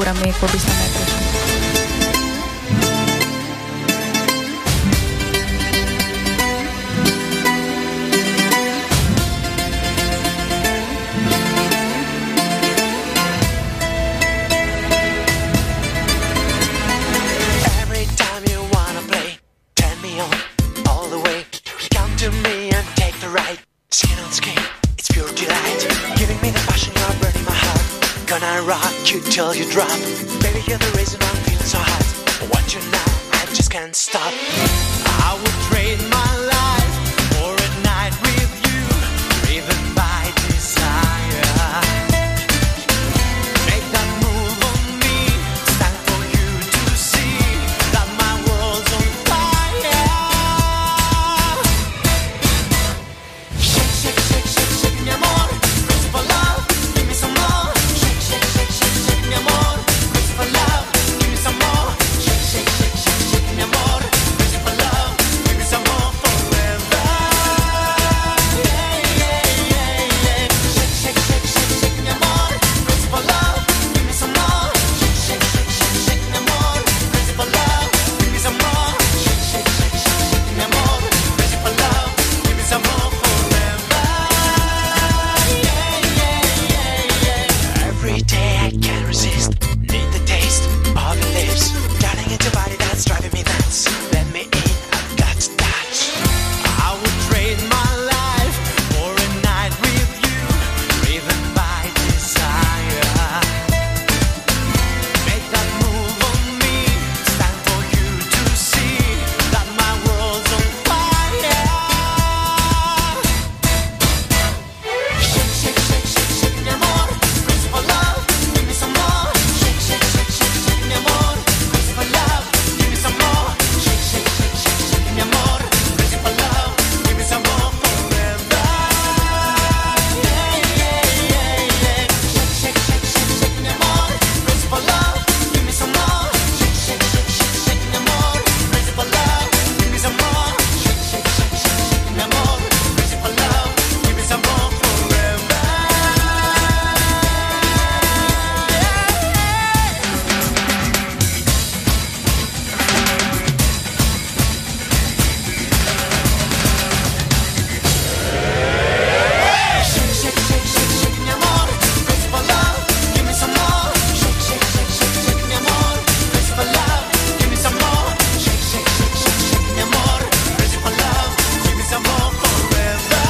γραμμή εκπομπή στα μέτρα σου. Every time you wanna play, turn me on all the way. Come to me and take the ride. Skin on skin, it's pure delight. Giving me the passion, you're burning my heart. Gonna rock you till you drop. Baby, you're the reason I'm feeling so hot. I want you now, I just can't stop. I would trade my life for a night with you, driven by desire. Make that move on me. It's time for you to see that my world's on fire. Shake, shake, shake, shake, shake, mi amor. Crazy for love, give me some more. Shake, shake, shake, shake, shake, mi amor. Crazy for love, give me some more. Shake, shake, shake, shake, shake, mi amor. Crazy for love, give me some more forever. Yeah, yeah, yeah, yeah. Shake, shake, shake, shake, shake, mi amor. Crazy for love, give me some more. Shake, shake, shake, shake, shake, mi amor. Crazy for love, give me some more. Shake, shake, shake, shake, shake, mi amor. Crazy for love, give me some more forever. Every day I can't resist. Need the taste of your lips. Darling, it's your body that's driving me nuts. Let me in, I've got to touch. I would trade my life for a night with you, driven by desire. Make that move on me. It's time for you to see that my world's on fire. Shake, shake, shake, shake, shake, mi amor. Crazy for love, give me some more. Shake, shake, shake, shake, shake, mi amor. Crazy for love, give me some more. Shake, shake, shake, shake, shake, mi amor. Crazy for love, give me some more forever. Yeah, yeah, yeah, yeah. Shake, shake, shake, shake, shake, mi amor. Crazy for love, give me some more. Shake, shake, shake, shake, shake, mi amor. Crazy for love, give me some more. Shake, shake, shake, shake, shake, mi amor. Crazy for love, give me some more forever. Shake, shake, shake, shake, shake, mi amor. Crazy for love, give me some more. Shake, shake, shake, shake, shake, mi amor. Crazy for love, give me some more. Shake, shake, shake, shake, shake, mi amor. Crazy for love, give me some more forever.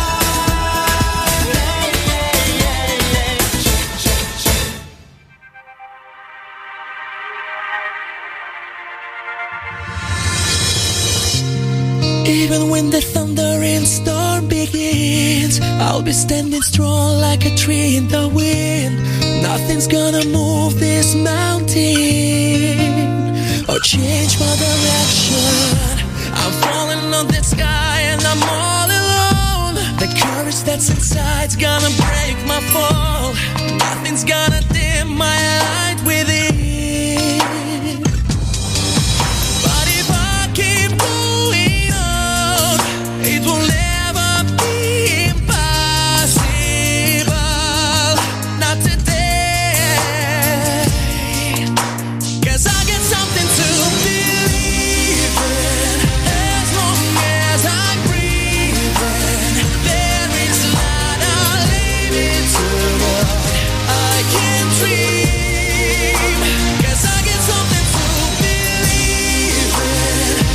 Yeah, yeah, yeah, yeah. Shake, shake, shake. Even when the thundering storm begins, I'll be standing strong like a tree in the wind. Nothing's gonna move this mountain or change my direction. I'm falling on that sky and I'm all alone. The courage that's inside's gonna break my fall. Nothing's gonna dim my light within. But if I keep going on, it will never be impossible. Not today. Guess I get something to believe in. As long as I'm breathing, there is light. I leave it to what I can dream. Guess I get something to believe in.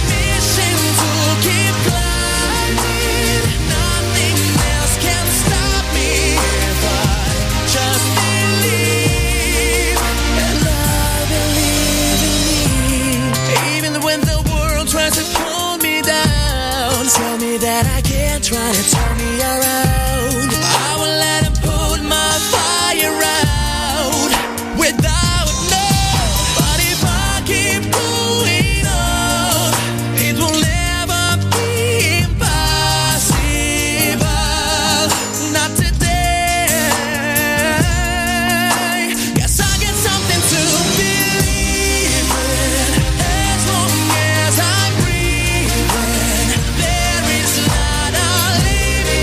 Mission to keep climbing. Nothing else can stop me if I just believe. And I believe in me. Even when the world tries to pull me down, tell me that I can't try to turn me around. I will let him put my fire out without no. But if I keep going on, it will never be impossible. Not today. Guess I get something to believe in. As long as I'm breathing, there is light. I'll leave it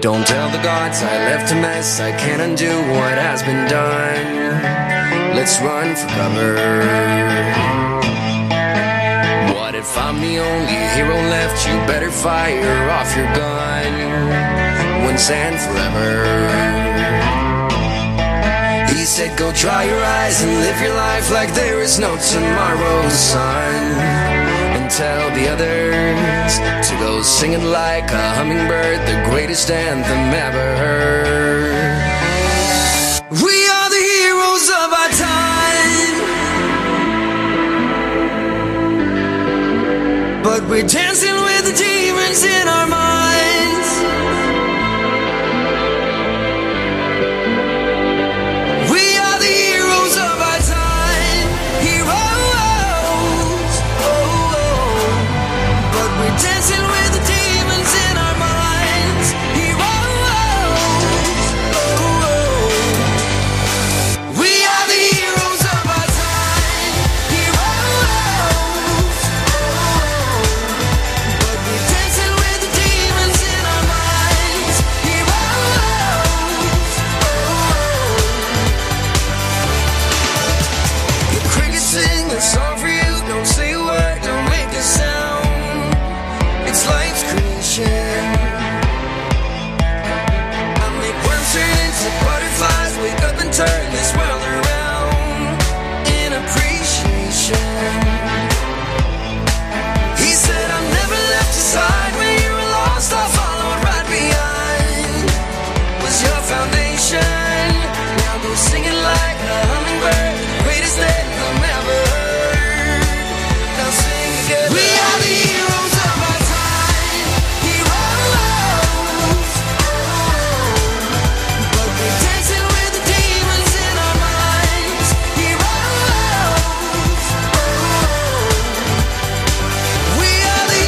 Don't tell the gods I left a mess. I can't undo what has been done. Let's run for cover. What if I'm the only hero left? You better fire off your gun. Once and forever. He said, Go dry your eyes and live your life like there is no tomorrow, sun. And tell the others to go singing like a hummingbird, the greatest anthem ever heard. We are the heroes of our time, but we're dancing with the demons in our minds. We are the heroes of our time. Heroes. Oh, oh. But we're dancing with the demons in our minds. Heroes. Oh, oh. We are the heroes of our time. Heroes. Oh, oh. But we're dancing with the demons in our minds. Heroes. Oh, oh. The crickets sing a song for you. Don't say a word, don't make a sound. It's life's creation. I make worms turn into butterflies. Wake up and turn this world around in appreciation. He said, I never left your side when you were lost. I followed right behind was your foundation. Now go singing like a hummingbird, the greatest that I've ever heard. Now sing together. We are the heroes of our time, heroes. But we're dancing with the demons in our minds, heroes. We are the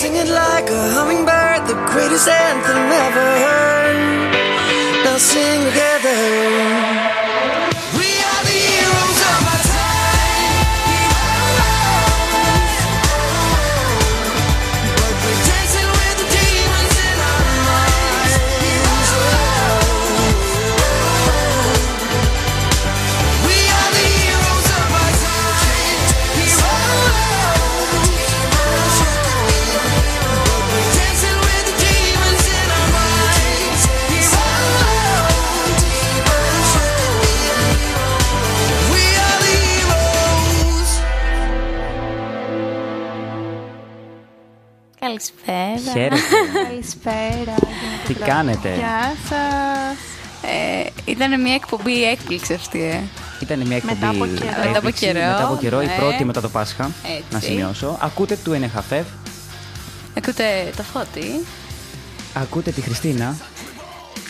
Singing like a hummingbird, the greatest anthem ever heard. Now sing together. We are the heroes of our time. Heroes. But we're dancing with the demons in our minds. Heroes. We are the heroes of our time. Heroes. Dancing with the demons in our minds. Heroes. We are the Καλησπέρα. heroes. Χαίρετε. Ναι. Καλησπέρα. Τι κάνετε. Γεια σας. Ε, ήταν μια εκπομπή έκπληξη αυτή, ε. Ήταν μια εκπομπή. Μετά από καιρό. έκπληξη, Μετά από καιρό, μετά από καιρό, η ναι. πρώτη μετά το Πάσχα. Έτσι. Να σημειώσω. Ακούτε του NHF, Ακούτε το φώτι. ακούτε τη Χριστίνα.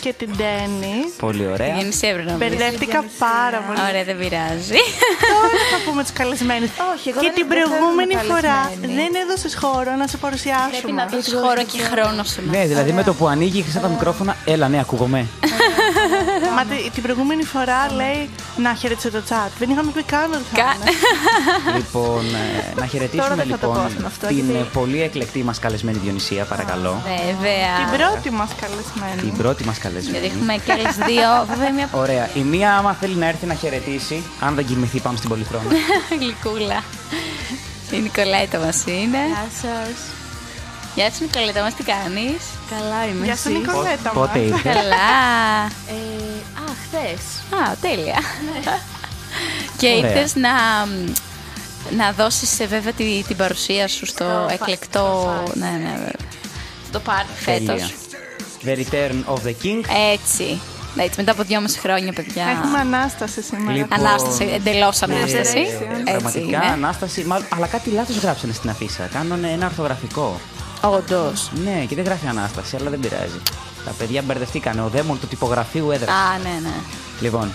Και την Τέννη. Πολύ ωραία. Βγαίνει σε να πεις. Μπερδεύτηκα πάρα ναι. πολύ. Ωραία, δεν πειράζει. Τώρα θα πούμε του καλεσμένου. Όχι, εγώ Και δεν- την δεν θέλω προηγούμενη φορά καλεσμένη. δεν έδωσε χώρο να σε Πρέπει να παρουσιάσουμε. δώσει χώρο και χρόνο σε εμάς. Ναι, δηλαδή με το που ανοίγει η Χριστίνα τα μικρόφωνα, έλα ναι, ακούγομαι. Μα τη- την προηγούμενη φορά λέει να χαιρετήσω το τσάτ. Δεν είχαμε πει καν ότι θα Κα- είναι. λοιπόν, ε, να χαιρετήσουμε δεν θα το λοιπόν κόψουμε αυτό, την γιατί- ε, πολύ εκλεκτή μας καλεσμένη Διονυσία, παρακαλώ. Την Βέβαια. πρώτη μας Την καλεσμένη. πρώτη μας ναι. Γιατί καλεσμένη. έχουμε και άλλες δύο. Βέβαια, μια Ωραία. Η μία, άμα θέλει να έρθει να χαιρετήσει, αν δεν κοιμηθεί, πάμε στην πολυθρόνα. γλυκούλα. Η Νικολάιτα μα είναι. Γεια σας. Γεια σου, Νικολάιτα μα, τι κάνεις. Καλά είμαι. Γεια σου εσείς? Ναι, Νικολέτα μας. Πότε ήρθες. Καλά. Ε, α, χθες. Ναι. Α, τέλεια. και ήρθες να, να δώσεις βέβαια τη, την παρουσία σου στο φα- εκλεκτό. στο ναι, ναι, βέβαια. Το πάρτι φέτο. Τέλεια. The return of the king. Έτσι. Έτσι, μετά από δυόμιση χρόνια, παιδιά. Έχουμε ανάσταση σήμερα. Λοιπόν. Ανάσταση, εντελώς Ναι, ανάσταση. ε, Έτσι ναι. Πραγματικά, είναι. ανάσταση. μάλλον- αλλά κάτι λάθος γράψανε στην αφίσα. Κάνανε ένα ορθογραφικό. Όντως. Ναι, και δεν γράφει ανάσταση, αλλά δεν πειράζει. Τα παιδιά μπερδευτήκανε. Ο δαίμον του τυπογραφείου έδρασε. Α, ναι, ναι. Λοιπόν,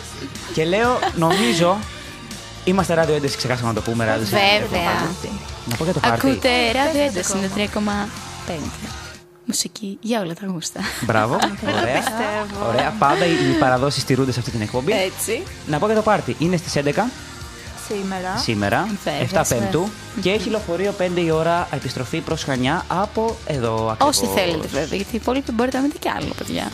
και λέω, νομίζω. Είμαστε ράδιο 11, ξεχάσαμε να το πούμε. Ράδιο 11. Βέβαια. Να πω για το πάρτι. Ε, Ακούτε ράδιο Πες ένταση, είναι 3,5. Μουσική για όλα τα γούστα. Μπράβο. Ωραία. Ε. Ωραία. Πάντα οι παραδόσει τηρούνται σε αυτή την εκπομπή. Έτσι. Να πω για το πάρτι. Είναι στις 11. Σήμερα. σήμερα, Βέβαια, 7 Πέμπτου. Και έχει λεωφορείο 5 η ώρα επιστροφή προς Χανιά από εδώ ακριβώς. Όσοι θέλετε βέβαια, γιατί οι υπόλοιποι μπορείτε να μείνετε κι άλλο, παιδιά.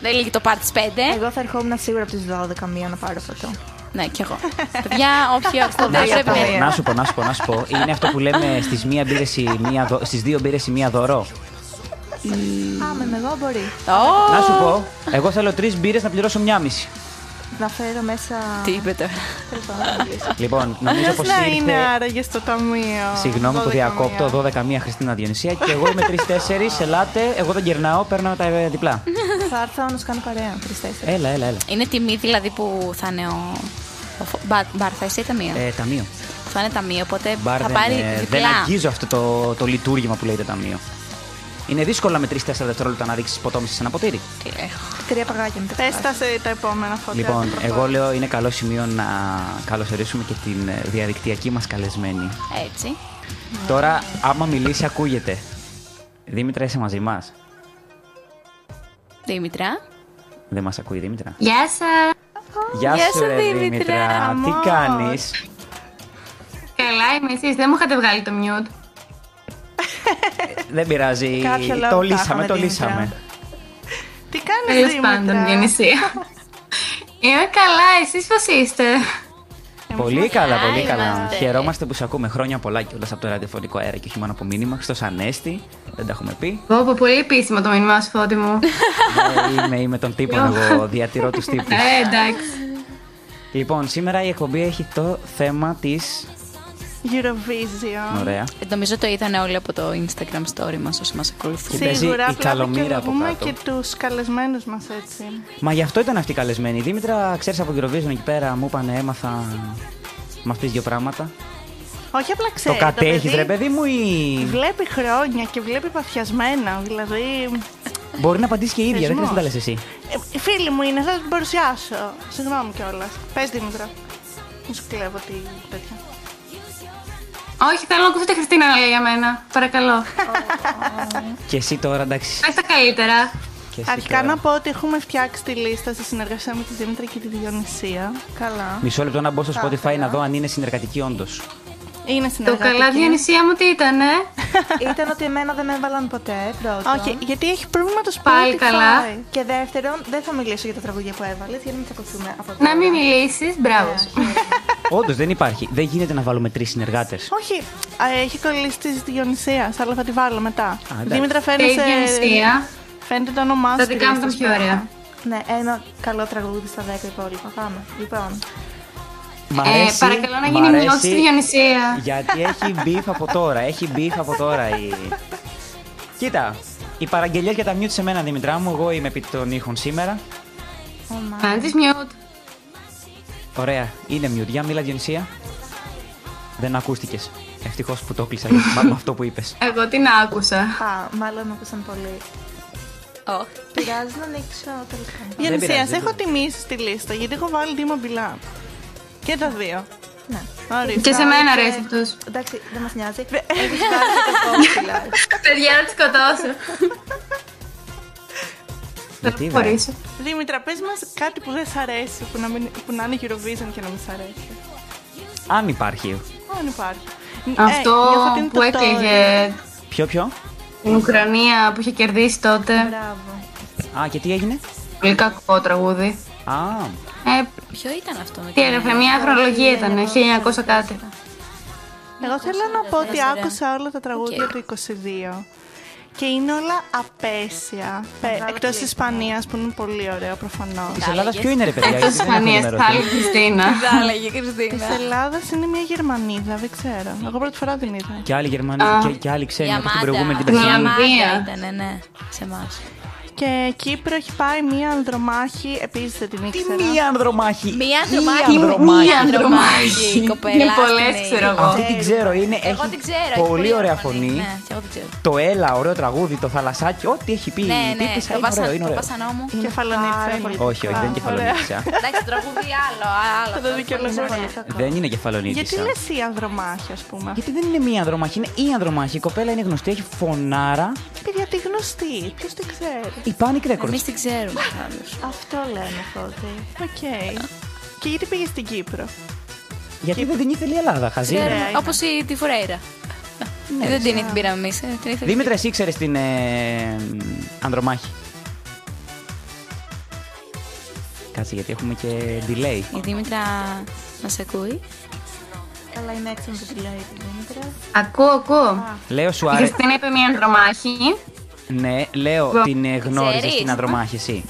Δεν λύγει το πάρτι 5. Εγώ θα ερχόμουν σίγουρα από τις 12 μία να πάρω φωτό. Ναι, κι εγώ. παιδιά, όποιοι ακούτε Να σου πρέπει πω. να. Να σου πω, να σου πω, να σου πω. Είναι αυτό που λέμε στις, μία μπύρες η μία δω- στις δύο μπύρες η μία δώρο. Α, με εγώ μπορεί. Ω, Να σου πω, εγώ θέλω τρεις μπύρες να πληρώσω μία μισή. Να φέρω μέσα. Τι είπε τώρα. τέλος πάντων, να Λοιπόν, νομίζω πως να είναι ήρθε... άραγες στο ταμείο. Συγγνώμη που 12 μία. διακόπτω, 12 μία Χριστίνα Διονυσία και εγώ είμαι 3-4, ελάτε, εγώ δεν κερνάω, παίρνω τα ε, διπλά. Θα έρθω να σου κάνω παρέα. Τρει-τέσσερι. Έλα, έλα, έλα. Είναι τιμή δηλαδή που θα είναι ο. ο φο- μπα- Μπαρ, θα είσαι ή ταμείο. Ε, ταμείο. Θα είναι ταμείο, οπότε Μπαρ θα δεν, πάρει ε, δεν διπλά. αγγίζω αυτό το, το λειτουργήμα που λέγεται ταμείο. Είναι δύσκολο με 3-4 δευτερόλεπτα να ρίξεις ποτόμηση σε ένα ποτήρι. Τι έχω. Τρία παγάκια μετά. Πες τα σε τα επόμενα φώτα. Λοιπόν, προχωρώ. εγώ λέω είναι καλό σημείο να καλωσορίσουμε και την ε, διαδικτυακή μας καλεσμένη. Έτσι. Τώρα, άμα μιλήσει, ακούγεται. Δήμητρα, είσαι μαζί μας. Δήμητρα. Δεν μας ακούει η Δήμητρα. Γεια σας! Γεια, γεια σου, ρε, Δήμητρα. Τι Χαμός. κάνεις. Καλά είμαι εσείς, δεν μου είχατε βγάλει το mute. Δεν πειράζει. Κάποιο λόγο Το τα λύσαμε, είχαμε, το Δήμητρα. λύσαμε. Τι κάνεις Τέλος πάντων, Δήμητρα. Διονυσία. Είμαι Ε, καλά, εσείς πώς είστε. Πολύ καλά, πολύ καλά. είμαστε. Χαιρόμαστε που σε ακούμε χρόνια πολλά κιόλα από το ραδιοφωνικό αέρα και όχι μόνο από μήνυμα. Στο Σανέστη, δεν τα έχουμε πει. Πω, πω, πολύ επίσημο το μήνυμά σου, Φώτη μου. Ε, είμαι, είμαι των τύπων, εγώ διατηρώ τους τύπους. ε, εντάξει. λοιπόν, σήμερα η εκπομπή έχει το θέμα της. Eurovision. Ωραία. Ε, Νομίζω το είδανε όλοι από το Instagram story μας όσοι μας ακολουθούν. Και παίζει η Σίγουρα, απλά Καλομήρα και από ακούμε κάτω. και τους καλεσμένους μας έτσι. Μα γι' αυτό ήταν αυτή η καλεσμένη. Η Δήμητρα, ξέρεις από τον Eurovision εκεί πέρα, μου είπανε, έμαθα. Μα αυτέ δύο πράγματα. Όχι απλά ξέρει. το κατέχεις, ρε παιδί μου, ή. Βλέπει χρόνια και βλέπει παθιασμένα. Δηλαδή. Μπορεί να απαντήσει και η ίδια, δεν Θεσμός. χρειάζεται να τα λες εσύ. Ε, φίλοι μου είναι, θα την παρουσιάσω. Συγγνώμη κιόλας. Πες Δήμητρα. Μου σου κλέβω τη τέτοια. Όχι, θέλω να ακούσω τη Χριστίνα να λέει για μένα. Παρακαλώ. Και εσύ τώρα, εντάξει. Πες τα καλύτερα. Και εσύ Αρχικά τώρα. να πω ότι έχουμε φτιάξει τη λίστα στη συνεργασία με τη Δήμητρα και τη Διονυσία. Καλά. Μισό λεπτό να μπω στο Spotify να δω αν είναι συνεργατική, όντως. Είναι Ναι. Το συνεργατική. καλά, Διονυσία μου, τι ήταν, ε. Ήταν ότι εμένα δεν με έβαλαν ποτέ. Πρώτον. Όχι, γιατί έχει πρόβλημα το Spotify. Πάλι καλά. Και δεύτερον, δεν θα μιλήσω για τα τραγούδια που έβαλες, γιατί να μην τσακωθούμε από τώρα. Να μην μιλήσεις, μπράβο. σου. όντως δεν υπάρχει. Δεν γίνεται να βάλουμε τρεις συνεργάτες. Όχι, α, έχει κολλήσει της Διονυσίας, αλλά θα τη βάλω μετά. εντάξει. Δήμητρα Ε, φαίνεται. Διονυσία, Φαίνεται το όνομά σου. τα στη δικά μου λίστα ήταν πιο σου. ωραία. Ναι, ένα καλό τραγούδι στα 10 υπόλοιπα. Πάμε. Λοιπόν, Μ' Ε, αρέσει, παρακαλώ να μ' γίνει αρέσει, μειώση στη Διονυσία. Γιατί έχει μπιφ από τώρα. Έχει μπιφ από τώρα η. Κοίτα, η παραγγελία για τα μute σε μένα, Δημητρά μου. Εγώ είμαι επί των ήχων σήμερα. Να της mute. Ωραία, είναι mute. Για μίλα, Διονυσία. Δεν ακούστηκες. Ευτυχώς που το κλείσα γιατί θυμάμαι αυτό που είπες. Εγώ την άκουσα. α, μάλλον ακούσαν πολύ. Ω. Πειράζει να ανοίξω τέλο πάντων. Δεν Διονυσία, πειράζει, σε δεν έχω τιμήσει στη λίστα γιατί έχω βάλει Δήμα Μπιλά. Και τα δύο. Ναι. Ορίστε. Και σε μένα αρέσει αυτός. Εντάξει, δεν μας νοιάζει. Έχει πάρει και το κόκκιλα. Παιδιά, να τη σκοτώσω. Γιατί, Θα βρε? προχωρήσω. Δήμητρα, πες μας κάτι που δεν σ' αρέσει, που να, μην, που να είναι Eurovision και να μην σ' αρέσει. Αν υπάρχει. Αν υπάρχει. Ε, Αυτό νιώθω ότι είναι που το τώρα. έκλαιγε Ποιο, ποιο. την Ουκρανία που είχε κερδίσει τότε. Μπράβο. Α, και τι έγινε. Πολύ κακό τραγούδι. Α, Ε, Ποιο ήταν αυτό με τι έγραφε, μια αχρολογία ήταν, 1900 κάτι. Εγώ θέλω να πω ότι άκουσα όλα τα τραγούδια του 22. Και είναι όλα απέσια. Ε, Εκτό τη Ισπανίας ναι. που είναι πολύ ωραίο προφανώς. της Ελλάδας ποιο είναι, ρε παιδιά. Εκτός γιατί δεν έχω Ισπανίας, ενημερωθεί. πάλι Χριστίνα. Θα έλεγε Τη Κριστίνα. Ελλάδας είναι μια Γερμανίδα, δεν ξέρω. Εγώ πρώτη φορά την είδα. Και άλλοι Γερμανοί και, και άλλοι Η ξένοι από την προηγούμενη Αμάντα. την Η περσινή. Αμάντα Ιρλανδία. ήταν, ναι, σε εμάς. Και Κύπρο έχει πάει μία ανδρομάχη, επίσης δεν την ήξερα. Μία ανδρομάχη. Μία Τι ανδρομάχη. ανδρομάχη. μία ανδρομάχη. Η κοπέλα. Είναι στην πολλέ, ξέρω είναι. εγώ. Αυτή την ξέρω, είναι, Εγώ έχει την ξέρω. έχει πολύ ωραία φωνή. Ναι, και εγώ την ξέρω. Το έλα, ωραίο τραγούδι, το θαλασσάκι, ό,τι έχει πει Ναι, η ναι, τύπησα το είναι ωραίο, βασαν- είναι το ωραίο. βασανό μου. Κεφαλονίτσα. είναι. Όχι, όχι, δεν είναι κεφαλονίτησα. Εντάξει, το τραγούδι άλλο. άλλο αυτό, Θα το πολύ δικαιολογήσω. ωραία. Δεν είναι Γιατί κεφαλονίτησα. λες η ανδρομάχη, ας πούμε. Γιατί δεν είναι μία ανδρομαχή, είναι η ανδρομαχή. Η κοπέλα είναι γνωστή, έχει φωνάρα. Παιδιά, τη γνωστή. Ποιος την ξέρει. Η Panic Records. Εμείς την ξέρουμε. άλλους. Αυτό λέμε, Φώτη. Οκ. Και γιατί πήγες στην Κύπρο. Γιατί δεν την ήθελε η Ελλάδα, χαζή. είναι. Όπως η τη Φουρέιρα. δεν την την πήραμε εμείς. Την ήθελε. Ναι, Δήμητρα, εσύ ήξερες την ε, Ανδρομάχη. Κάτσε, γιατί έχουμε και delay. Η Δήμητρα μας ακούει. Αλλά είναι έξω που τη λέει η Δήμητρα. Ακούω, ακούω. Λέω σου Η άρεσε. Χριστίνα είπε μια ανδρομάχη. Ναι, λέω την ε, γνώριζες Ξέρεις, την μα. Ανδρομάχη εσύ.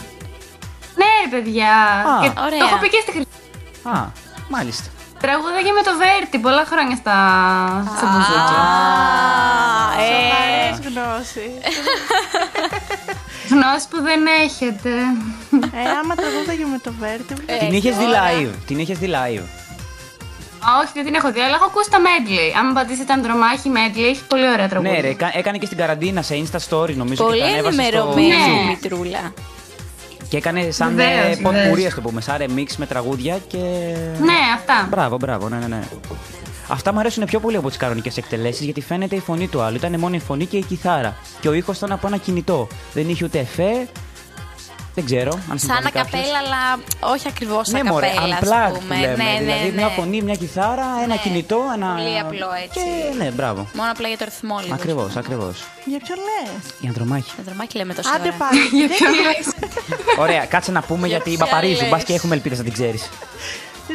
Ναι, ρε παιδιά. Α, και το ωραία. έχω πει και στη Χριστίνα. Α, μάλιστα. Τραγούδα και με το Βέρτι πολλά χρόνια στα. στα μπουζούκια. ε, Ε. Σοβαρές γνώση. Γνώση που δεν έχετε. Ε, άμα τραγούδα και με το Βέρτι. Την είχες δει live. Την είχες δει live. Α, Όχι, δεν την έχω δει, αλλά έχω ακούσει τα medley. Αν πατήσετε ανδρομάχη medley, έχει πολύ ωραία τραγούδια. Ναι, ρε, κα- έκανε και στην καραντίνα σε Insta Story, νομίζω. Πολύ και τα ανέβασε στο ενημερωμένη η YouTube. Μητρούλα. Και έκανε σαν Βεβαίως, ποτπουρί, βεβαίως. ας το πούμε. Σαν remix με τραγούδια και. Ναι, αυτά. Μπράβο, μπράβο, ναι, ναι, ναι. Αυτά μου αρέσουν πιο πολύ από τις κανονικές εκτελέσεις γιατί φαίνεται η φωνή του άλλου. Ήταν μόνο η φωνή και η κιθάρα. Και ο ήχος ήταν από ένα κινητό. Δεν είχε ούτε εφέ. Δεν ξέρω αν Σαν συμφωνεί κάποιος. ακαπέλα, αλλά όχι ακριβώς Ναι, μωρέ, ακαπέλα, ας unplugged πούμε. που λέμε. δηλαδή, μια φωνή, μια κιθάρα, ένα Ναι. κινητό, ένα. Πολύ απλό έτσι. Ναι. Και, ναι, μπράβο. Μόνο απλά για το ρυθμό λίγο. Ακριβώς, ακριβώς. Για ποιον λες. Η Ανδρομάχη. Με δρομάκι λέμε τόση Άντε ώρα. πάλι. Για Δεν- ποιον λες. Ωραία, κάτσε να πούμε γιατί η ποια Παπαρίζου. λες. Μπα και έχουμε ελπίδε να την ξέρει.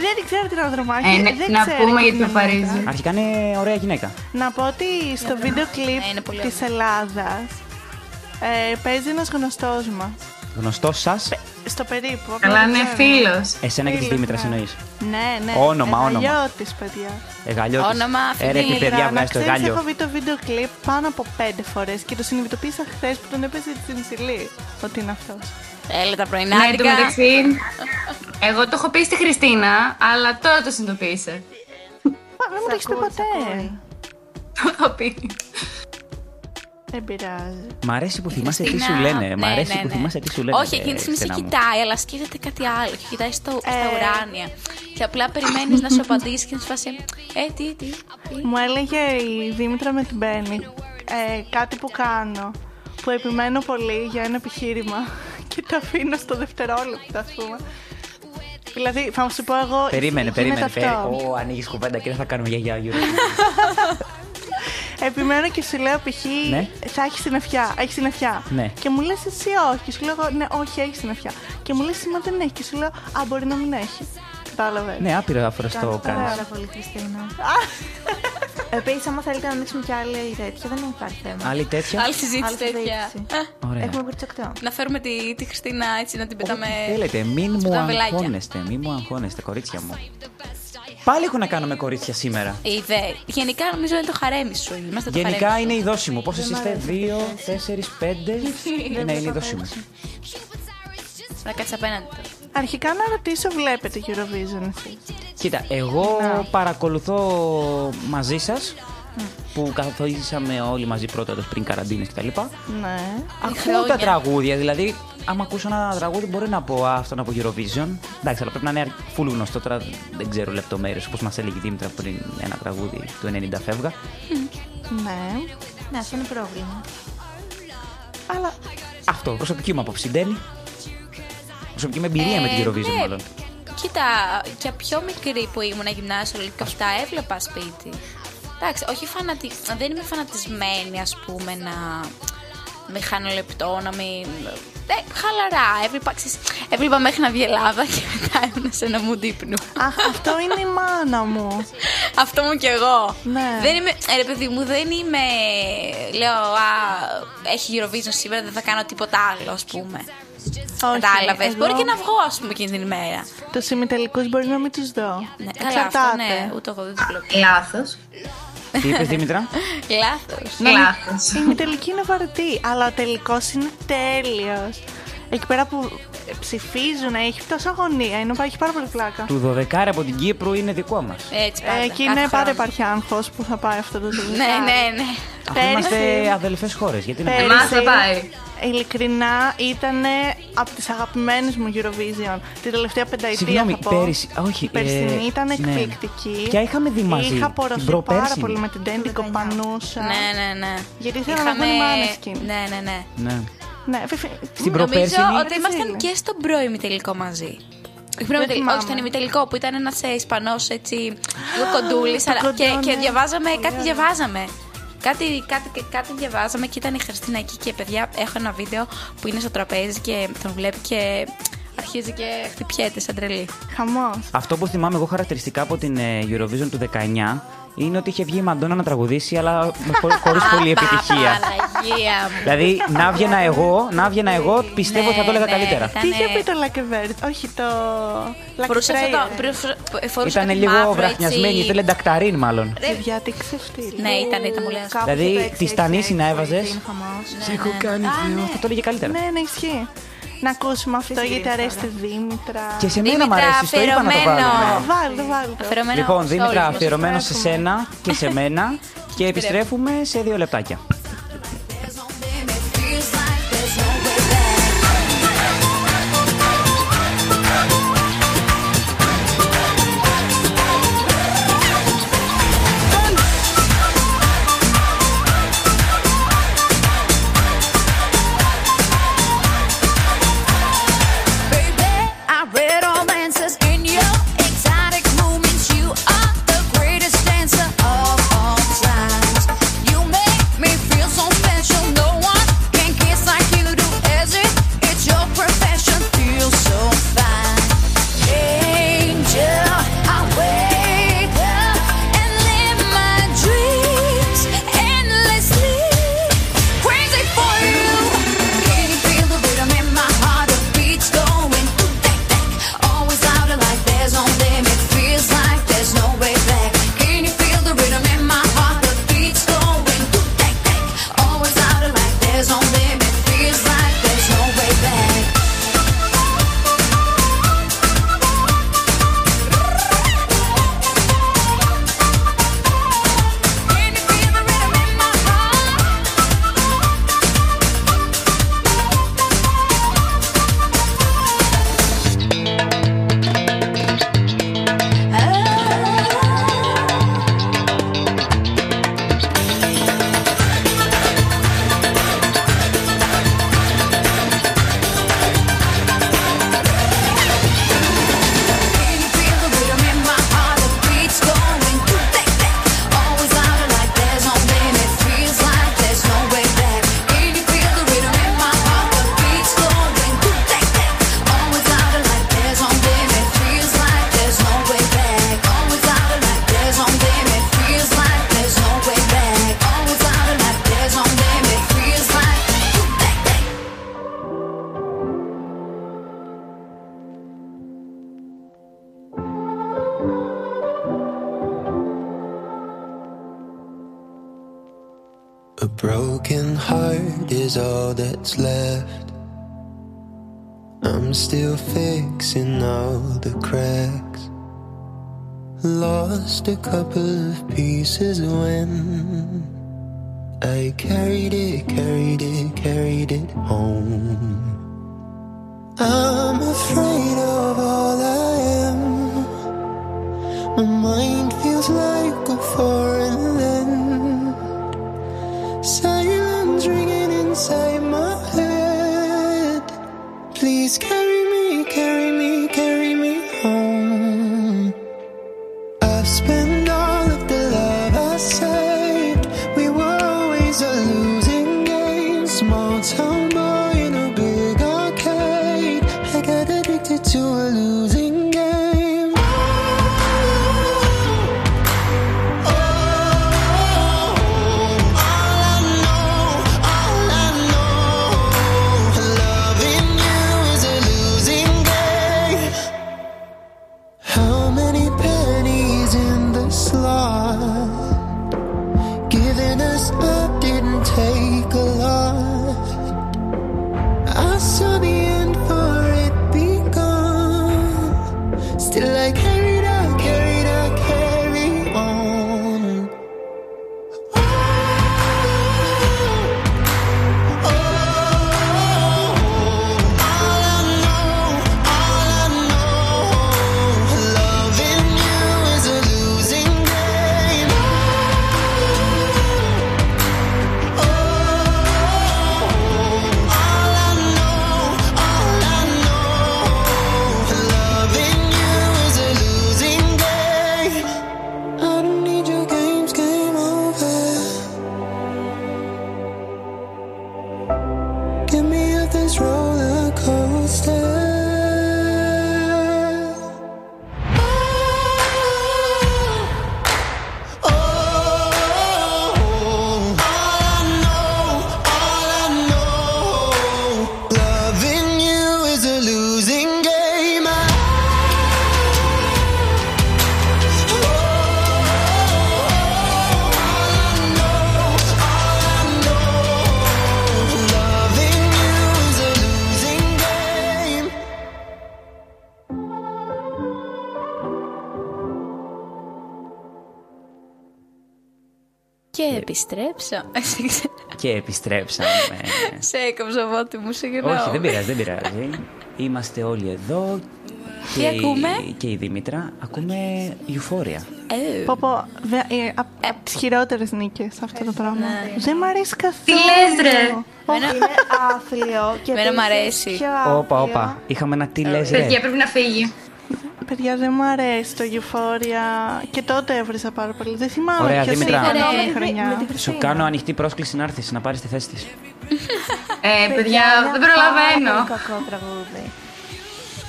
Δεν την ξέρω την Ε, Ανδρομάχη. ναι, δεν Να ξέρω πούμε και για την την Ανδρομάχη. Παπαρίζου. Αρχικά είναι ωραία γυναίκα. Να πω ότι στο βίντεο Ναι, είναι κλιπ πολύ της Ελλάδας ε, παίζει ένας γνωστός μας. Γνωστός σας. Στο περίπου. απλά Καλά, ναι, δεν είναι ξέρω. φίλος. Εσένα και της Φίλος, Δήμητρας ναι. εννοείς. Ναι, ναι. Όνομα, όνομα. Εγαλιώτης, παιδιά. Εγάλιο. Όνομα, Έρε, φίλη, τι παιδιά Παιδιά, να βγάζει το ξέρεις, έχω εγάλιο. δει το βίντεο κλιπ πάνω από πέντε φορές και το συνειδητοποίησα χθες που τον έπαιζε στην Σιλή ότι είναι αυτός. Έλα τα Ναι, εν τω πρωινάδικα. μεταξύ, εγώ το έχω πει στη Χριστίνα, αλλά τώρα το συνειδητοποίησα. Μα δεν μου το έχεις πει ποτέ. Το έχω πει. Δεν πειράζει. Μ' αρέσει που θυμάσαι τι Χριστίνα, σου λένε. Μ' ναι, αρέσει ναι, που ναι. θυμάσαι τι σου λένε. Όχι, εκείνη τη στιγμή σε Χριστίνα μου. κοιτάει, αλλά σκέφτεται κάτι άλλο. Και κοιτάει στο, στα ουράνια. Και απλά περιμένεις να σου απαντήσει και να σου φάσει. Ε, τι, τι. τι». Μου έλεγε η Δήμητρα με την Μπέννη ε, κάτι που κάνω που επιμένω πολύ για ένα επιχείρημα και τα αφήνω στο δευτερόλεπτο, ας πούμε. Δηλαδή, θα μου σου πω εγώ. Περίμενε, γίνεται περίμενε. περί- αυτό. Ω, ανοίγεις κουβέντα και δεν θα κάνουμε γιαγιά γύρω. Επιμένω και σου λέω, π.χ. Ναι. θα έχεις την ευκιά. Έχεις την ευκιά. Ναι. Και μου λες εσύ όχι. Και σου λέω, εγώ, ναι, όχι, έχεις την ευκιά. Και μου λες, μα δεν έχει. Και σου λέω, α, μπορεί να μην έχει. Κατάλαβες. Ναι, άπειρο αφορεστό κάνεις. Πάρα πολύ, Χριστίνα. Επίσης, άμα θέλετε να ανοίξουμε κι άλλη τέτοια, δεν υπάρχει θέμα. Άλλη τέτοια. Άλλη συζήτηση Άλλη τέτοια. συζήτηση. Α, Ωραία. Έχουμε βουρτσοκτό. Να φέρουμε τη, τη Χριστίνα έτσι να την πετάμε. Ό,τι θέλετε, μην μου σπουδά βελάκια. αγχώνεστε, μην μου αγχώνεστε, κορίτσια μου. Πάλι έχω να κάνω με κορίτσια σήμερα. Η ιδέα. Γενικά νομίζω είναι το χαρέμι σου. Είμαστε το Γενικά χαρέμι σου. είναι η δόση μου. Πόσε είστε, 2, 4, 5. Ναι, είναι η δόση μου. Να κάτσει απέναντι. Αρχικά να ρωτήσω, βλέπετε Eurovision εσείς. Κοίτα, εγώ παρακολουθώ μαζί σας που καθορίσαμε όλοι μαζί πρώτα τους πριν καραντίνε κτλ. Ναι. Ακούω χρόνια. τα τραγούδια, δηλαδή, άμα ακούσω ένα τραγούδι, μπορεί να πω «Α, αυτό να από Eurovision. Εντάξει, αλλά πρέπει να είναι full γνωστό τώρα, δεν ξέρω λεπτομέρειες. Όπως μας έλεγε η Δήμητρα πριν ένα τραγούδι του 90 φεύγα. Ναι. Ναι, αυτό είναι πρόβλημα. Αλλά Αυτό, προσωπική μου άποψη. Ντένι. Προσωπική μου εμπειρία με την Eurovision, ναι. μάλλον. Κοίτα, για πιο μικρή που ήμουν γυμνάσιο και αυτά έβλεπα σπίτι. Εντάξει, όχι φανατι... δεν είμαι φανατισμένη, ας πούμε, να με χάνω λεπτό, να μην... Ε, χαλαρά, έβλεπα, ξέρεις, έβλεπα μέχρι να βγει η Ελλάδα και μετά ήμουν σε ένα μου ύπνου. αχ, αυτό είναι η μάνα μου. Αυτό μου κι εγώ. Ναι. Δεν είμαι, ε, ρε παιδί μου, δεν είμαι. Λέω, Α, έχει Eurovision σήμερα, δεν θα κάνω τίποτα άλλο, ας πούμε. Κατάλαβες. εγώ- Μπορεί και να βγω, ας πούμε, εκείνη την ημέρα. Του ημιτελικού μπορεί να μην τους δω. Ναι, καλά, αυτό, Εξαρτάται. ναι, ούτε εγώ δεν τους βλέπω. Λάθος. Τι είπες, Δήμητρα. Λάθος. Λάθος. Η ημιτελική είναι βαρετή, αλλά ο τελικός είναι τέλειος. Εκεί πέρα που ε, ψηφίζουν, έχει τόσο αγωνία. Είναι, έχει πάρα πολύ πλάκα. Του 12 από την Κύπρο είναι δικό μας. Έτσι πάντα. Ε, εκεί κάθε ναι, χρόνο. πάντα υπάρχει άγχος που θα πάει αυτό το τελικό. Ναι, ναι, ναι. Αφού είμαστε Πέρυσι- αδελφές χώρες, γιατί να Εμάς θα πάει. Ειλικρινά ήταν από τις αγαπημένες μου Eurovision. Την τελευταία πενταετία. Συγγνώμη, θα πω. πέρυσι. Όχι, Η περσινή ε, ήταν ναι. εκπληκτική. Ποια είχαμε δει μαζί, Είχα την απορροφεί πάρα προπέρσινη. πολύ με την Τέντη, την κοπανούσα. Ναι, ναι, ναι. Γιατί ήθελα να δω Måneskin. Ναι, ναι, ναι. Ναι. Ναι, φι- φι- Στην μ, προπέρσινη. Νομίζω ότι ήμασταν και στον πρώιμη τελικό μαζί. Πριν Δεν τελικό, θυμάμαι. όχι, ήταν ημιτελικό που ήταν ένας Ισπανός έτσι. λίγο κοντούλης. το κοντό, και, και ναι. διαβάζαμε, κάτι διαβάζαμε. Κάτι, κάτι, και- κάτι διαβάζαμε και ήταν η Χριστίνα εκεί και παιδιά έχω ένα βίντεο που είναι στο τραπέζι και τον βλέπει και αρχίζει και χτυπιέται σαν τρελή. Χαμός. Αυτό που θυμάμαι εγώ χαρακτηριστικά από την ε, Eurovision του 19 είναι ότι είχε βγει η Μαντόνα να τραγουδήσει, αλλά χωρί πολλή επιτυχία. Παναγία μου. δηλαδή, να βγαίνα εγώ, να βγαίνα εγώ, πιστεύω θα το έλεγα ναι, καλύτερα. ήταν- Τι Ναι. είχε πει το Λακεβέρτ, όχι το. Φορούσε αυτό το- Λακεβέρτ. προφ- φορούσε Ήταν ε, κάτι λίγο μαύρο, βραχνιασμένη, έτσι. ήθελε ντακταρίν μάλλον. Ρε, Παιδιά, τι ξεφτύλι. Ναι, ήταν, ήταν μου λέει. Δηλαδή, τη τανίση να έβαζε. Σε έχω κάνει Θα το έλεγε καλύτερα. Ναι, ναι, ισχύει. Να ακούσουμε αυτό γιατί αρέσει τη Δήμητρα. Και σε μένα μου Δήμητρα, αρέσει, το είπα να το βάλω. Ναι. αφιερωμένο. Βάλτε, βάλτε. Αφιερωμένο Λοιπόν, σε Δήμητρα, όλους. αφιερωμένο σε σένα και σε μένα και επιστρέφουμε σε δύο λεπτάκια. Baby, I read all answers in your exotic movements. You are the greatest dancer of all times. You make me feel so special. No one can kiss like you do. As it, it's your profession. Feel so fine, angel. I wake up and live my dreams endlessly. Crazy for you. Can you feel the rhythm in my heart? The beat's going boom, bang, bang. Always louder, like there's no limit. Feels like there's no way back. Can you feel the rhythm in my heart? The beat's going boom, bang, bang. Always louder, like there's no limit. Feels like there's no way back. Can you feel the rhythm in my heart? A broken heart is all that's left. I'm still fixing all the cracks. Lost a couple of pieces when I carried it, carried it, carried it home. I'm afraid of all I am. My mind feels like a foreign land. Silence ringing inside my head. Please carry me, carry me, carry me home. I've spent all of the love I saved. We were always a losing game. Small town boy in a big arcade. I got addicted to a losing game. Loving you is a Και επιστρέψα. Και επιστρέψαμε. σε έκοψα βότι μου, συγγνώμη. Όχι, δεν πειράζει, δεν πειράζει. Είμαστε όλοι εδώ. Τι και η- ακούμε? Και η Δήμητρα. Ακούμε Euphoria. Ε, Πω, πω, δε- ε, απ- απ' τις χειρότερες νίκες αυτό το πράγμα. Δεν μ' αρέσει καθόλου. Τι λες, ρε? Μένα- Είναι άθλιο και Εμένα μ' επίσης αρέσει. πιο Όπα, άθλιο. όπα. Είχαμε ένα τι λες ρε. Παιδιά, πρέπει να φύγει. Παιδιά, δεν μου αρέσει το Euphoria. Και τότε έβρισα πάρα πολύ. Δεν θυμάμαι Ωραία, ποιος Δήμητρα. ήταν Ρε, όλη με η χρονιά. Σου κάνω ανοιχτή πρόσκληση να έρθεις να πάρεις τη θέση της. Ε, παιδιά, είναι δεν πάρα προλαβαίνω. πολύ κακό τραγούδι.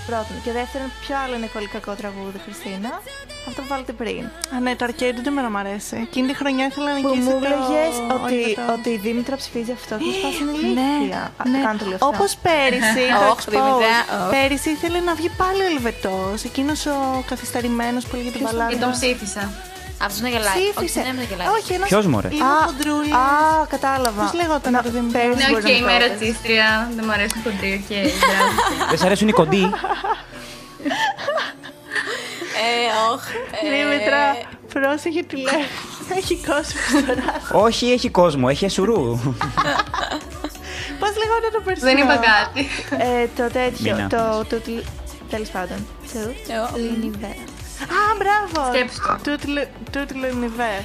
Πρώτον. Και δεύτερον, ποιο άλλο είναι πολύ κακό τραγούδι, Χριστίνα. Αυτό που βάλετε πριν. Α, ναι, το Arcade δεν με αρέσει. Εκείνη τη χρονιά ήθελα να Που νικήσει μου το... έλεγες ότι, όλο το- ότι η Δήμητρα ψηφίζει αυτό. Θα σου πάσει Ναι, ηλικία. Α, ναι. Κάνω το λέω αυτό. Όπως πέρυσι. το Όχι, Exposed. Δήμητρα, όχι. πέρυσι ήθελε να βγει πάλι ο Ελβετός. Εκείνος ο καθυστερημένος που έλεγε την Και παλάδα. Ε, τον ψήφισα. Αυτός να γελάει. Ψήφισε. Όχι, δεν με γελάει. Όχι, ένας. Ποιος, μωρέ? Λίγο Α, χοντρούλι. Α, κατάλαβα. Πώς λέγονταν Να- το Δήμητρα? πέρυσι Ναι, μπορεί οκ, να είμαι το πες. ρατσίστρια. Δεν μου αρέσουν κοντρή, οκ. μπράβο. Δεν σ' αρέσουν οι κοντοί. Ε, όχι. Δήμητρα, πρόσεχε τι Ναι. λέει. Έχει κόσμο τώρα. Όχι, έχει κόσμο, έχει εσουρού. Πώ λέγονταν το περσινό. Δεν είπα κάτι. Ε, το τέτοιο. Μήνα. Το. το, Τέλος πάντων. Του. Ε, Λινιβέ. Α, μπράβο. Σκέψου το. Τούτλο Νιβέ.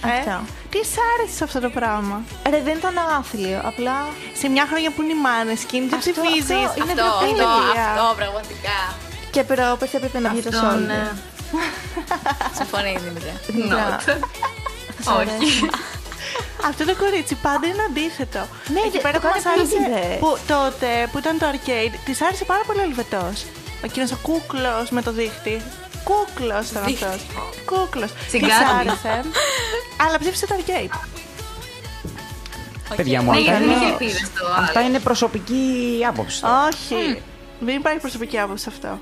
Αυτό. Τι σ' άρεσε αυτό το πράγμα. Ρε, δεν ήταν άθλιο. Απλά. Σε μια χρονιά που είναι οι μάνε και είναι τι Αυτό- ψηφίζεις. αυτό είναι Αυτό, αυτό, Ευρωβουλία. αυτό, πραγματικά. Και πρόπερση έπρεπε να βγει το Αυτό, σόλ. ναι. Συμφωνεί η Δήμητρα. Not. Όχι. Αυτό το κορίτσι πάντα είναι αντίθετο. Ναι, Εκεί δε- πέρα το που μας κάνει άρεσε επίτηδες. που, τότε που ήταν το arcade, της άρεσε πάρα πολύ ο Ελβετός. Εκείνος ο κούκλος με το δίχτυ. Κούκλο ήταν αυτό. Κούκλο. Τη Συγκάτομα. άρεσε. αλλά ψήφισε το arcade. Παιδιά μου, Ναι, γιατί αυτά δεν είχε είναι- ελπίδες το αυτά άλλο. είναι προσωπική άποψη. τώρα. Όχι. Μην υπάρχει προσωπική άποψη αυτό.